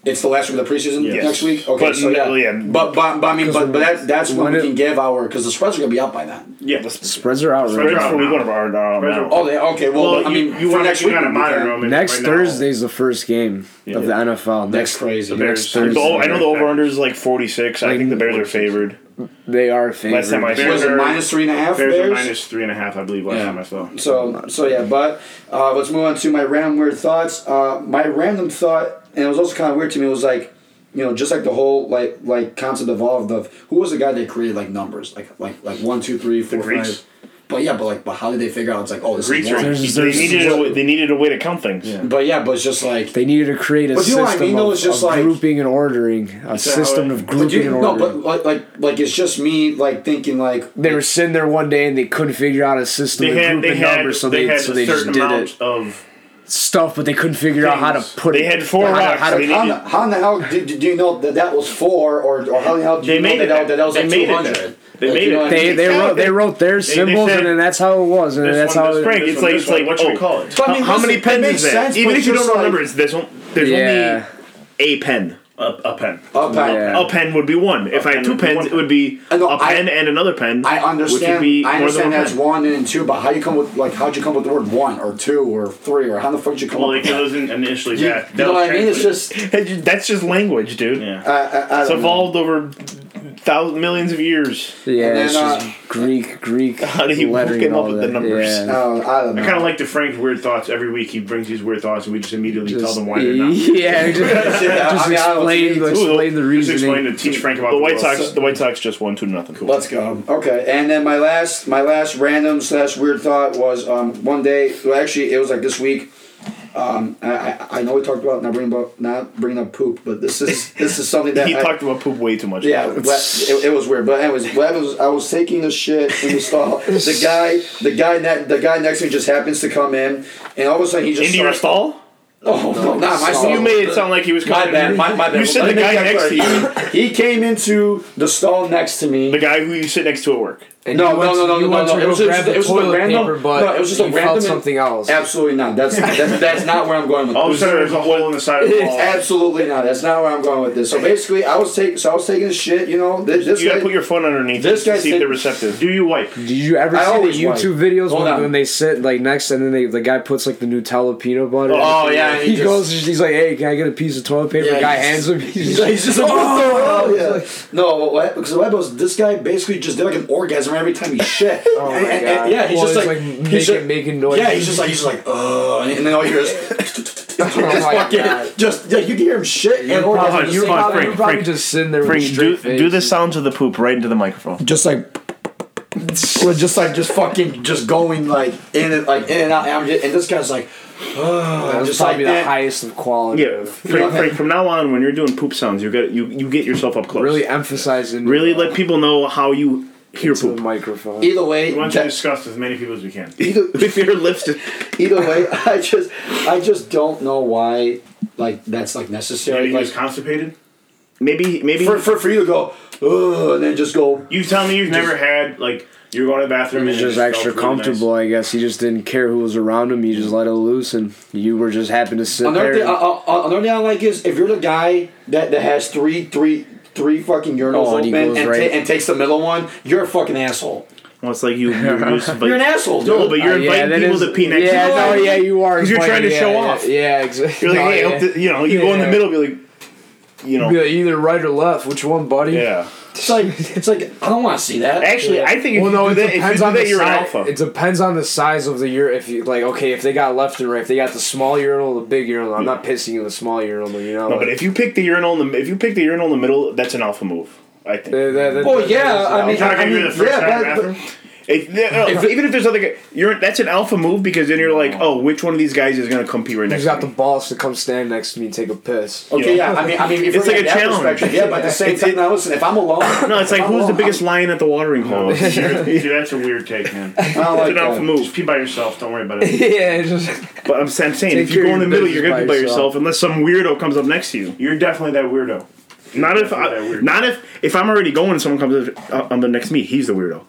Speaker 1: It's the last week of the preseason
Speaker 2: Yes.
Speaker 1: next week. Okay,
Speaker 2: But
Speaker 1: so yeah,
Speaker 2: no, yeah.
Speaker 1: But, but but I mean, but, but that, that's when,
Speaker 3: when
Speaker 1: we
Speaker 3: it-
Speaker 1: can give our because the spreads are gonna be out by then.
Speaker 2: Yeah, let's
Speaker 3: Spreads are out right
Speaker 2: Spreads
Speaker 4: are
Speaker 3: now.
Speaker 2: for
Speaker 4: out
Speaker 2: week
Speaker 4: now.
Speaker 2: one of our our-
Speaker 4: Spreads are
Speaker 2: now.
Speaker 1: Oh, they okay. Well,
Speaker 4: Well,
Speaker 1: but, I mean,
Speaker 4: you, you
Speaker 1: for
Speaker 4: want
Speaker 1: next
Speaker 4: to
Speaker 1: week,
Speaker 4: kind of
Speaker 1: we
Speaker 4: monitor
Speaker 1: can.
Speaker 4: them.
Speaker 3: Next
Speaker 4: right now.
Speaker 3: Thursday is the first game of the
Speaker 1: that's
Speaker 3: NFL. Next,
Speaker 1: crazy.
Speaker 4: Bears-
Speaker 3: Thursday.
Speaker 2: The o- I know the over under is like forty six. I
Speaker 3: Like-
Speaker 2: think the Bears are favored.
Speaker 3: they are favored.
Speaker 2: Last time I
Speaker 4: Bears
Speaker 1: was it
Speaker 4: are-
Speaker 1: minus three and a half?
Speaker 4: Bears are
Speaker 1: Bears?
Speaker 4: minus three and a half, I believe, last
Speaker 1: Yeah.
Speaker 4: time I saw.
Speaker 1: So so yeah, but uh, let's move on to my random weird thoughts. Uh, my random thought, and it was also kind of weird to me. was like, you know, just like the whole like like concept evolved of who was the guy that created like numbers, like like like one, two, three, four, five.
Speaker 4: Greeks.
Speaker 1: But yeah, but like, but how did they figure out? It's like, oh, this
Speaker 4: Greeks
Speaker 1: is
Speaker 4: are-
Speaker 1: one.
Speaker 3: There's-
Speaker 2: They
Speaker 3: there's-
Speaker 2: needed a, they needed a way to count things.
Speaker 1: But yeah, but it's just like.
Speaker 3: They needed to create a
Speaker 1: But you know
Speaker 3: system
Speaker 1: what I mean, though?
Speaker 3: of,
Speaker 1: It's just
Speaker 3: of
Speaker 1: like-
Speaker 3: grouping and ordering. A
Speaker 4: that how
Speaker 3: system
Speaker 4: it-
Speaker 3: of
Speaker 1: but
Speaker 3: grouping
Speaker 1: you,
Speaker 3: and
Speaker 1: no,
Speaker 3: ordering.
Speaker 1: but like, like like it's just me like thinking like
Speaker 3: they were sitting there one day and they couldn't figure out a system
Speaker 4: They
Speaker 3: of
Speaker 4: had
Speaker 3: grouping
Speaker 4: they had
Speaker 3: numbers, so
Speaker 4: they,
Speaker 3: they,
Speaker 4: had
Speaker 3: so
Speaker 4: a
Speaker 3: they just
Speaker 4: certain
Speaker 3: did
Speaker 4: amount
Speaker 3: it
Speaker 4: of
Speaker 3: stuff, but they couldn't figure out how
Speaker 4: Things.
Speaker 3: to put
Speaker 2: They
Speaker 3: it.
Speaker 2: had four
Speaker 3: how to-
Speaker 2: rocks.
Speaker 3: how to-
Speaker 2: They
Speaker 1: how, in
Speaker 2: needed-
Speaker 1: the, how in the hell did, do you know that that was four or or how in the hell do
Speaker 4: They
Speaker 1: you know
Speaker 4: made
Speaker 1: that,
Speaker 4: it
Speaker 1: that, that was
Speaker 4: then.
Speaker 1: like
Speaker 4: They
Speaker 1: two
Speaker 4: made it
Speaker 1: hundred?
Speaker 4: then. They made it.
Speaker 3: they, they
Speaker 4: Yeah,
Speaker 3: wrote
Speaker 4: they-
Speaker 3: they wrote their
Speaker 4: they
Speaker 3: symbols
Speaker 4: said-
Speaker 3: and then that's how it was and then
Speaker 4: this
Speaker 3: that's
Speaker 4: one,
Speaker 3: how
Speaker 4: this
Speaker 3: it,
Speaker 2: Frank,
Speaker 4: This
Speaker 2: it's
Speaker 4: one,
Speaker 2: like
Speaker 4: this
Speaker 2: it's
Speaker 4: one,
Speaker 2: like
Speaker 4: what
Speaker 2: oh,
Speaker 4: should we call it?
Speaker 1: But I mean,
Speaker 2: how
Speaker 1: listen,
Speaker 2: many
Speaker 1: it
Speaker 2: pens
Speaker 1: makes
Speaker 2: is that?
Speaker 1: sense,
Speaker 2: Even
Speaker 1: but
Speaker 2: if you
Speaker 1: it's
Speaker 2: don't know
Speaker 1: just
Speaker 2: numbers, there's only there's
Speaker 3: Yeah.
Speaker 2: only a pen.
Speaker 4: a, a pen.
Speaker 1: Up,
Speaker 3: Yeah.
Speaker 2: A pen would be one. If I
Speaker 4: pen
Speaker 2: had two
Speaker 4: would be
Speaker 2: pens,
Speaker 4: one
Speaker 2: it would be
Speaker 1: I know,
Speaker 2: a
Speaker 1: I-
Speaker 2: pen and another pen.
Speaker 1: I understand.
Speaker 2: Which would be
Speaker 1: I
Speaker 2: more than
Speaker 1: understand
Speaker 2: one
Speaker 1: that's
Speaker 2: pen.
Speaker 1: one and two, but how you come with like how'd you come with the word one or two or three or how the fuck did you come
Speaker 4: Well,
Speaker 1: up
Speaker 4: like
Speaker 1: with
Speaker 4: it
Speaker 2: uh,
Speaker 1: that?
Speaker 4: wasn't initially
Speaker 1: You,
Speaker 4: that.
Speaker 1: you
Speaker 4: that
Speaker 1: know
Speaker 4: was
Speaker 1: what I mean? It's
Speaker 4: translated.
Speaker 1: just
Speaker 2: That's just language, dude.
Speaker 4: yeah.
Speaker 1: I, I, I don't
Speaker 2: It's
Speaker 1: know.
Speaker 2: evolved over thousands, millions of years.
Speaker 3: yeah
Speaker 1: And
Speaker 3: it's
Speaker 1: then, uh,
Speaker 3: just Greek Greek
Speaker 2: How do you
Speaker 3: lettering
Speaker 2: came
Speaker 3: and
Speaker 2: up
Speaker 3: all
Speaker 2: with
Speaker 3: that.
Speaker 2: the numbers?
Speaker 3: yeah.
Speaker 1: No, uh, I don't know.
Speaker 4: I kind of like the Frank's weird thoughts. Every week he brings these weird thoughts, and we just immediately tell them why they're not.
Speaker 3: Yeah, just,
Speaker 1: Yeah,
Speaker 3: just
Speaker 1: I mean, I don't
Speaker 3: explain,
Speaker 1: see-
Speaker 3: the- explain the
Speaker 4: Just explain
Speaker 3: reasoning.
Speaker 4: to teach Frank about
Speaker 2: The White
Speaker 4: world.
Speaker 2: Sox, the White Sox just won two to nothing.
Speaker 1: Let's go. Okay, and then my last, my last random slash weird thought was um, one day. Well, actually, it was like this week. Um, I, I I know we talked about not bringing up not bringing up poop, but this is this is something that
Speaker 2: He
Speaker 1: I,
Speaker 2: talked about poop way too much.
Speaker 1: Yeah, well, it, it was weird. But anyways, what happened was I was taking a shit in the stall. The guy, the guy, ne- the guy next to me just happens to come in, and all of a sudden he just
Speaker 2: Into your
Speaker 1: starts-
Speaker 2: stall?
Speaker 1: No, no, not my
Speaker 3: You
Speaker 1: stall.
Speaker 2: You made it sound like he was
Speaker 1: my
Speaker 2: coming.
Speaker 1: bad, my, my bad.
Speaker 2: You said
Speaker 1: Let
Speaker 2: the
Speaker 1: me
Speaker 2: guy
Speaker 1: make
Speaker 2: next
Speaker 1: that
Speaker 2: to you,
Speaker 1: clear. he came into the stall next to me.
Speaker 2: the guy who you sit next to at work.
Speaker 3: And
Speaker 1: No,
Speaker 3: you went
Speaker 1: no, no,
Speaker 3: to-
Speaker 1: no,
Speaker 3: you
Speaker 1: no,
Speaker 3: went
Speaker 1: no,
Speaker 3: to
Speaker 1: it
Speaker 3: go
Speaker 1: was just-
Speaker 3: grab the
Speaker 1: it was just a
Speaker 3: toilet
Speaker 1: random-
Speaker 3: paper, but
Speaker 1: no, it was just a
Speaker 3: you
Speaker 1: random-
Speaker 3: felt something else.
Speaker 1: Absolutely not. That's that's, that's not where I'm going with
Speaker 2: Oh
Speaker 4: All of a
Speaker 1: this.
Speaker 4: sudden, there's a hole in the side of the wall.
Speaker 1: Absolutely not. That's not where I'm going with this. So basically, I was taking, so I was taking a shit. You know, this, this
Speaker 2: You gotta
Speaker 1: guy-
Speaker 2: put your phone underneath
Speaker 1: This
Speaker 2: it to
Speaker 1: guy
Speaker 2: see if
Speaker 1: said-
Speaker 2: they're receptive.
Speaker 4: Do you wipe?
Speaker 3: Did you ever
Speaker 1: I
Speaker 3: see
Speaker 1: always
Speaker 3: the YouTube
Speaker 1: wipe.
Speaker 3: videos
Speaker 1: Hold
Speaker 3: when,
Speaker 1: on.
Speaker 3: when they sit like next and then they, the guy puts like the Nutella peanut butter?
Speaker 1: Oh, yeah, and
Speaker 3: he,
Speaker 1: he just-
Speaker 3: goes. He's like, "Hey, can I get a piece of toilet paper?"
Speaker 1: Yeah,
Speaker 3: the guy
Speaker 1: he's-
Speaker 3: hands him. He's,
Speaker 1: He's
Speaker 3: just
Speaker 1: like,
Speaker 3: like,
Speaker 1: he's just like, oh, yeah. No, what- what happened? Because what happened was this guy basically just did like an orgasm every time he shit.
Speaker 3: Oh my
Speaker 1: And- and- and-
Speaker 3: God.
Speaker 1: yeah, he's
Speaker 3: Well,
Speaker 1: just
Speaker 3: it's
Speaker 1: like,
Speaker 3: like
Speaker 1: he's
Speaker 3: making-
Speaker 1: just-
Speaker 3: making noise.
Speaker 1: Yeah, he's just like he's just like oh, and then all you hear is
Speaker 3: oh my
Speaker 1: fucking
Speaker 3: God.
Speaker 1: just yeah, you can hear him shit and orgasm. at the
Speaker 2: you-
Speaker 3: You're
Speaker 1: same
Speaker 2: on,
Speaker 1: time.
Speaker 3: probably,
Speaker 2: Frank,
Speaker 3: you're probably
Speaker 2: Frank.
Speaker 3: just sitting there with a
Speaker 2: do,
Speaker 3: straight face.
Speaker 2: do the sounds of the poop right into the microphone.
Speaker 1: just like. We're just like just fucking just going like in and like in and out and, I'm just, and this guy's like oh,
Speaker 3: That's
Speaker 1: just like
Speaker 3: probably the
Speaker 1: that.
Speaker 3: highest of quality.
Speaker 2: Yeah, Frank, Frank, From now on, when you're doing poop sounds, you got you you get yourself up close.
Speaker 3: Really emphasizing.
Speaker 2: really let people know how you hear
Speaker 3: to the
Speaker 2: poop.
Speaker 3: microphone.
Speaker 1: either way
Speaker 4: We want you to
Speaker 1: that-
Speaker 4: discuss with as many people as we can.
Speaker 1: either,
Speaker 2: If your lips, just,
Speaker 1: either way I just I just don't know why like that's like necessary
Speaker 4: Maybe he
Speaker 1: like
Speaker 4: was constipated.
Speaker 2: maybe maybe
Speaker 1: for, for, for you to go, oh, and then just go.
Speaker 4: You tell me you've never had like you're going to the
Speaker 3: He
Speaker 4: bathroom.
Speaker 3: was
Speaker 4: and it
Speaker 3: just extra
Speaker 4: felt really nice.
Speaker 3: comfortable, I guess. He just didn't care who was around him. He just let it loose, and you were just happy to sit
Speaker 1: uh, Another
Speaker 3: there.
Speaker 1: thing, uh, uh, another thing I like is if you're the guy that, that has three, three, three fucking urinals
Speaker 6: Oh, and
Speaker 1: open
Speaker 6: he
Speaker 1: and,
Speaker 6: goes
Speaker 1: ta-
Speaker 6: right-
Speaker 1: and takes the middle one, you're a fucking asshole.
Speaker 2: Well, it's like you. You're, just,
Speaker 1: You're
Speaker 2: like-
Speaker 1: an asshole, dude.
Speaker 2: No, but you're
Speaker 3: Uh, yeah,
Speaker 2: inviting
Speaker 3: that
Speaker 2: people
Speaker 3: is-
Speaker 2: to pee next
Speaker 3: Yeah,
Speaker 2: to you.
Speaker 3: no, yeah, you are.
Speaker 2: Because you're trying to
Speaker 3: yeah,
Speaker 2: show
Speaker 3: yeah,
Speaker 2: off.
Speaker 3: Yeah, exactly.
Speaker 2: You're like,
Speaker 3: No,
Speaker 2: hey,
Speaker 3: yeah.
Speaker 2: up the, you know, you go in the
Speaker 3: Yeah.
Speaker 2: middle, be like, you know,
Speaker 3: Be like, either right or left, which one, buddy?
Speaker 2: yeah.
Speaker 1: It's like it's like I don't want to see that.
Speaker 2: Actually, I think if
Speaker 3: Well, no,
Speaker 2: you
Speaker 3: it
Speaker 2: do that, if you
Speaker 3: depends
Speaker 2: do
Speaker 3: on
Speaker 2: that,
Speaker 3: the
Speaker 2: you're an
Speaker 3: size.
Speaker 2: alpha.
Speaker 3: It depends on the size of the urinal. If you like, okay, if they got left and right, if they got the small urinal, the big urinal. I'm not pissing in the small urinal, you know.
Speaker 2: No, but if you pick the urinal in the if you pick the urinal in the middle, that's an alpha move. I think.
Speaker 3: That- that- that-
Speaker 1: Well,
Speaker 3: that-
Speaker 1: yeah,
Speaker 3: that is-
Speaker 1: I mean,
Speaker 4: Trying to
Speaker 1: I
Speaker 4: get you
Speaker 1: mean,
Speaker 4: to the first
Speaker 1: yeah,
Speaker 4: time
Speaker 1: that-
Speaker 4: bathroom?
Speaker 2: If, no, if- even if there's other guy, you're that's an alpha move because then you're like, oh, which one of these guys is gonna come pee right next?
Speaker 3: Who's
Speaker 2: to
Speaker 3: got
Speaker 2: me?
Speaker 3: the balls to come stand next to me and take a piss?
Speaker 1: Okay, yeah. I mean, I mean, if
Speaker 2: It's
Speaker 1: we're
Speaker 2: like
Speaker 1: in
Speaker 2: a
Speaker 1: that
Speaker 2: challenge.
Speaker 1: perspective, Yeah, but at the same time, now listen, if I'm alone,
Speaker 2: No, it's like
Speaker 1: I'm
Speaker 2: who's the
Speaker 1: alone,
Speaker 2: biggest lion at the watering hole? it's
Speaker 4: Dude, that's a weird take, man.
Speaker 1: I'm, I don't like
Speaker 2: an alpha
Speaker 1: that.
Speaker 2: move.
Speaker 4: Just pee by yourself. Don't worry about it.
Speaker 3: yeah, just
Speaker 2: But I'm, I'm saying, if
Speaker 3: Take
Speaker 2: you go
Speaker 3: your
Speaker 2: in the middle, you're gonna
Speaker 3: business by
Speaker 2: be by yourself
Speaker 3: yourself.
Speaker 2: unless some weirdo comes up next to you.
Speaker 4: You're definitely that weirdo.
Speaker 2: Not if
Speaker 4: That's
Speaker 2: I,
Speaker 4: weird.
Speaker 2: not if if I'm already going, someone comes up uh, on the next to me. He's the weirdo.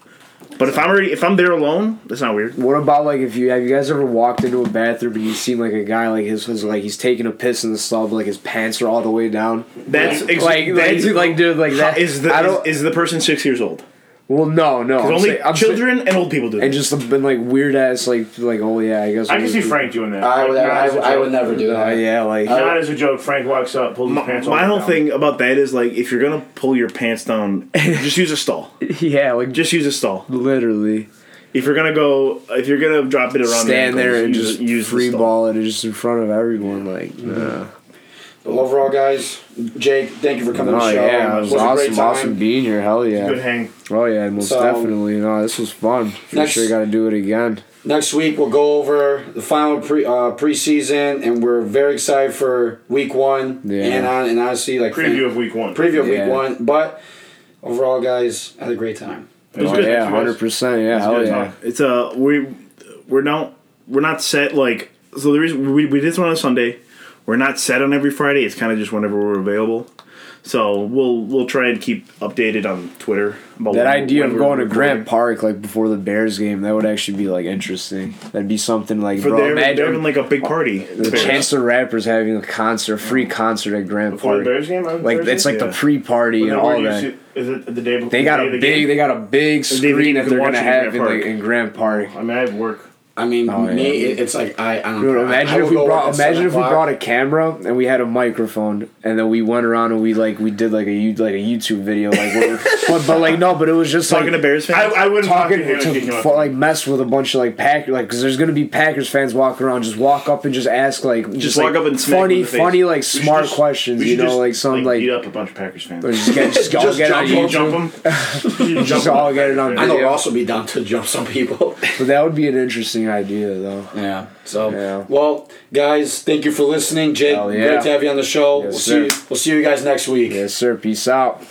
Speaker 2: But if I'm already if I'm there alone, that's not weird.
Speaker 3: What about like if you have you guys ever walked into a bathroom and you seen like a guy like his, his like he's taking a piss in the stall but like his pants are all the way down?
Speaker 2: That's ex-
Speaker 3: Like
Speaker 2: that's,
Speaker 3: like, like dude like that
Speaker 2: is the
Speaker 3: I
Speaker 2: is,
Speaker 3: don't
Speaker 2: is the person six years old?
Speaker 3: well no no I'm
Speaker 2: Only
Speaker 3: saying- I'm saying-
Speaker 2: children and old people do.
Speaker 3: and
Speaker 2: that.
Speaker 3: just been like weird ass like like oh yeah I guess
Speaker 4: I can see Frank doing
Speaker 3: Uh,
Speaker 4: that.
Speaker 1: I would,
Speaker 4: Not
Speaker 1: I,
Speaker 4: as a
Speaker 1: I would
Speaker 4: joke.
Speaker 1: never do
Speaker 3: oh
Speaker 1: that.
Speaker 3: yeah like
Speaker 4: Not as a joke. Frank walks up, pulls his
Speaker 2: my,
Speaker 4: pants. all
Speaker 2: my
Speaker 4: the way
Speaker 2: whole
Speaker 4: down.
Speaker 2: thing about that is like if you're gonna pull your pants down, just use a stall.
Speaker 3: yeah like just
Speaker 2: Just use a stall.
Speaker 3: literally
Speaker 2: If you're gonna go, if you're gonna drop it around, your
Speaker 3: stand there
Speaker 2: ankles,
Speaker 3: and
Speaker 2: use-
Speaker 3: just
Speaker 2: use the
Speaker 3: free
Speaker 2: stall.
Speaker 3: ball it just in front of everyone like nah.
Speaker 1: Well, overall, guys, Jake, thank you for coming to
Speaker 3: oh
Speaker 1: the show.
Speaker 3: yeah it was awesome awesome being here hell yeah
Speaker 4: Good hang.
Speaker 3: Oh yeah, most
Speaker 1: So-
Speaker 3: definitely. No, this was fun. For
Speaker 1: Next-
Speaker 3: sure, got to do it again.
Speaker 1: Next week we'll go over the final pre uh, preseason, and we're very excited for week one.
Speaker 3: Yeah.
Speaker 1: And on and honestly, like
Speaker 4: Preview of week one.
Speaker 1: preview of
Speaker 3: Yeah.
Speaker 1: week one. But overall, guys, had a great time.
Speaker 4: It was
Speaker 3: Oh,
Speaker 4: good.
Speaker 3: yeah,
Speaker 4: Thank you, guys.
Speaker 3: hundred percent. Yeah, hell
Speaker 4: good
Speaker 3: yeah.
Speaker 4: talk.
Speaker 2: It's uh we we're not we're not set like so the reason we we did this one on a Sunday. We're not set on every Friday. It's kind of just whenever we're available. So we'll we'll try and keep updated on Twitter. About
Speaker 3: That
Speaker 2: when-
Speaker 3: idea
Speaker 2: when
Speaker 3: of
Speaker 2: we're
Speaker 3: going to
Speaker 2: recording.
Speaker 3: Grant Park like before the Bears game, that would actually be like interesting. That'd be something like
Speaker 2: For
Speaker 3: bro,
Speaker 2: they're, they're having
Speaker 3: imagine
Speaker 2: like a big party.
Speaker 3: the chance the rappers having a concert, free concert at Grant
Speaker 4: Before the
Speaker 3: Park.
Speaker 4: Bears game, on
Speaker 3: like
Speaker 4: Thursday?
Speaker 3: it's like
Speaker 2: Yeah.
Speaker 3: the pre-party
Speaker 4: Is
Speaker 3: and
Speaker 4: that
Speaker 3: all
Speaker 4: where you
Speaker 3: that.
Speaker 4: see- Is it the day before?
Speaker 3: they got
Speaker 4: the
Speaker 3: a
Speaker 4: day of
Speaker 3: big,
Speaker 4: the game?
Speaker 3: they got a big
Speaker 2: game you
Speaker 3: screen that
Speaker 2: can
Speaker 3: they're
Speaker 2: watch
Speaker 3: gonna
Speaker 2: in Grant
Speaker 3: have in, like,
Speaker 2: Park.
Speaker 3: in Grant Park.
Speaker 4: I mean, I have work.
Speaker 1: I mean,
Speaker 3: Oh,
Speaker 1: me,
Speaker 3: yeah.
Speaker 1: it- it's like I, I don't.
Speaker 3: Dude,
Speaker 1: know. I,
Speaker 3: imagine
Speaker 1: I
Speaker 3: if
Speaker 1: will
Speaker 3: we
Speaker 1: go work
Speaker 3: brought
Speaker 1: at
Speaker 3: imagine
Speaker 1: 7
Speaker 3: if we
Speaker 1: o'clock.
Speaker 3: brought a camera and we had a microphone and then we went around and we like we did like a you like a YouTube video like what we- but, but like no but it was just
Speaker 2: Talking
Speaker 3: like
Speaker 2: to Bears
Speaker 4: I,
Speaker 2: fans.
Speaker 4: I wouldn't talk
Speaker 3: talking
Speaker 4: to him.
Speaker 3: to fu- like mess with a bunch of like Packers like because there's gonna be Packers fans walking around just walk up and just ask like just,
Speaker 2: walk
Speaker 3: like,
Speaker 2: up and smack him
Speaker 3: funny
Speaker 2: in the face.
Speaker 3: funny like smart questions you know like some like,
Speaker 4: beat up a bunch of Packers fans.
Speaker 3: or just get just, all
Speaker 1: Just
Speaker 3: get on
Speaker 1: jump
Speaker 3: YouTube
Speaker 1: on-
Speaker 4: Jump them.
Speaker 3: just all get it on
Speaker 1: I know
Speaker 3: video.
Speaker 1: Ross will be down to jump some people.
Speaker 3: but that would be an interesting idea though
Speaker 1: Yeah. So
Speaker 3: Yeah.
Speaker 1: well, guys, thank you for listening. Jake,
Speaker 3: Hell yeah.
Speaker 1: great to have you on the show.
Speaker 3: Yes,
Speaker 1: we'll see
Speaker 3: sir.
Speaker 1: you, we'll see you guys next week.
Speaker 3: yes sir peace out.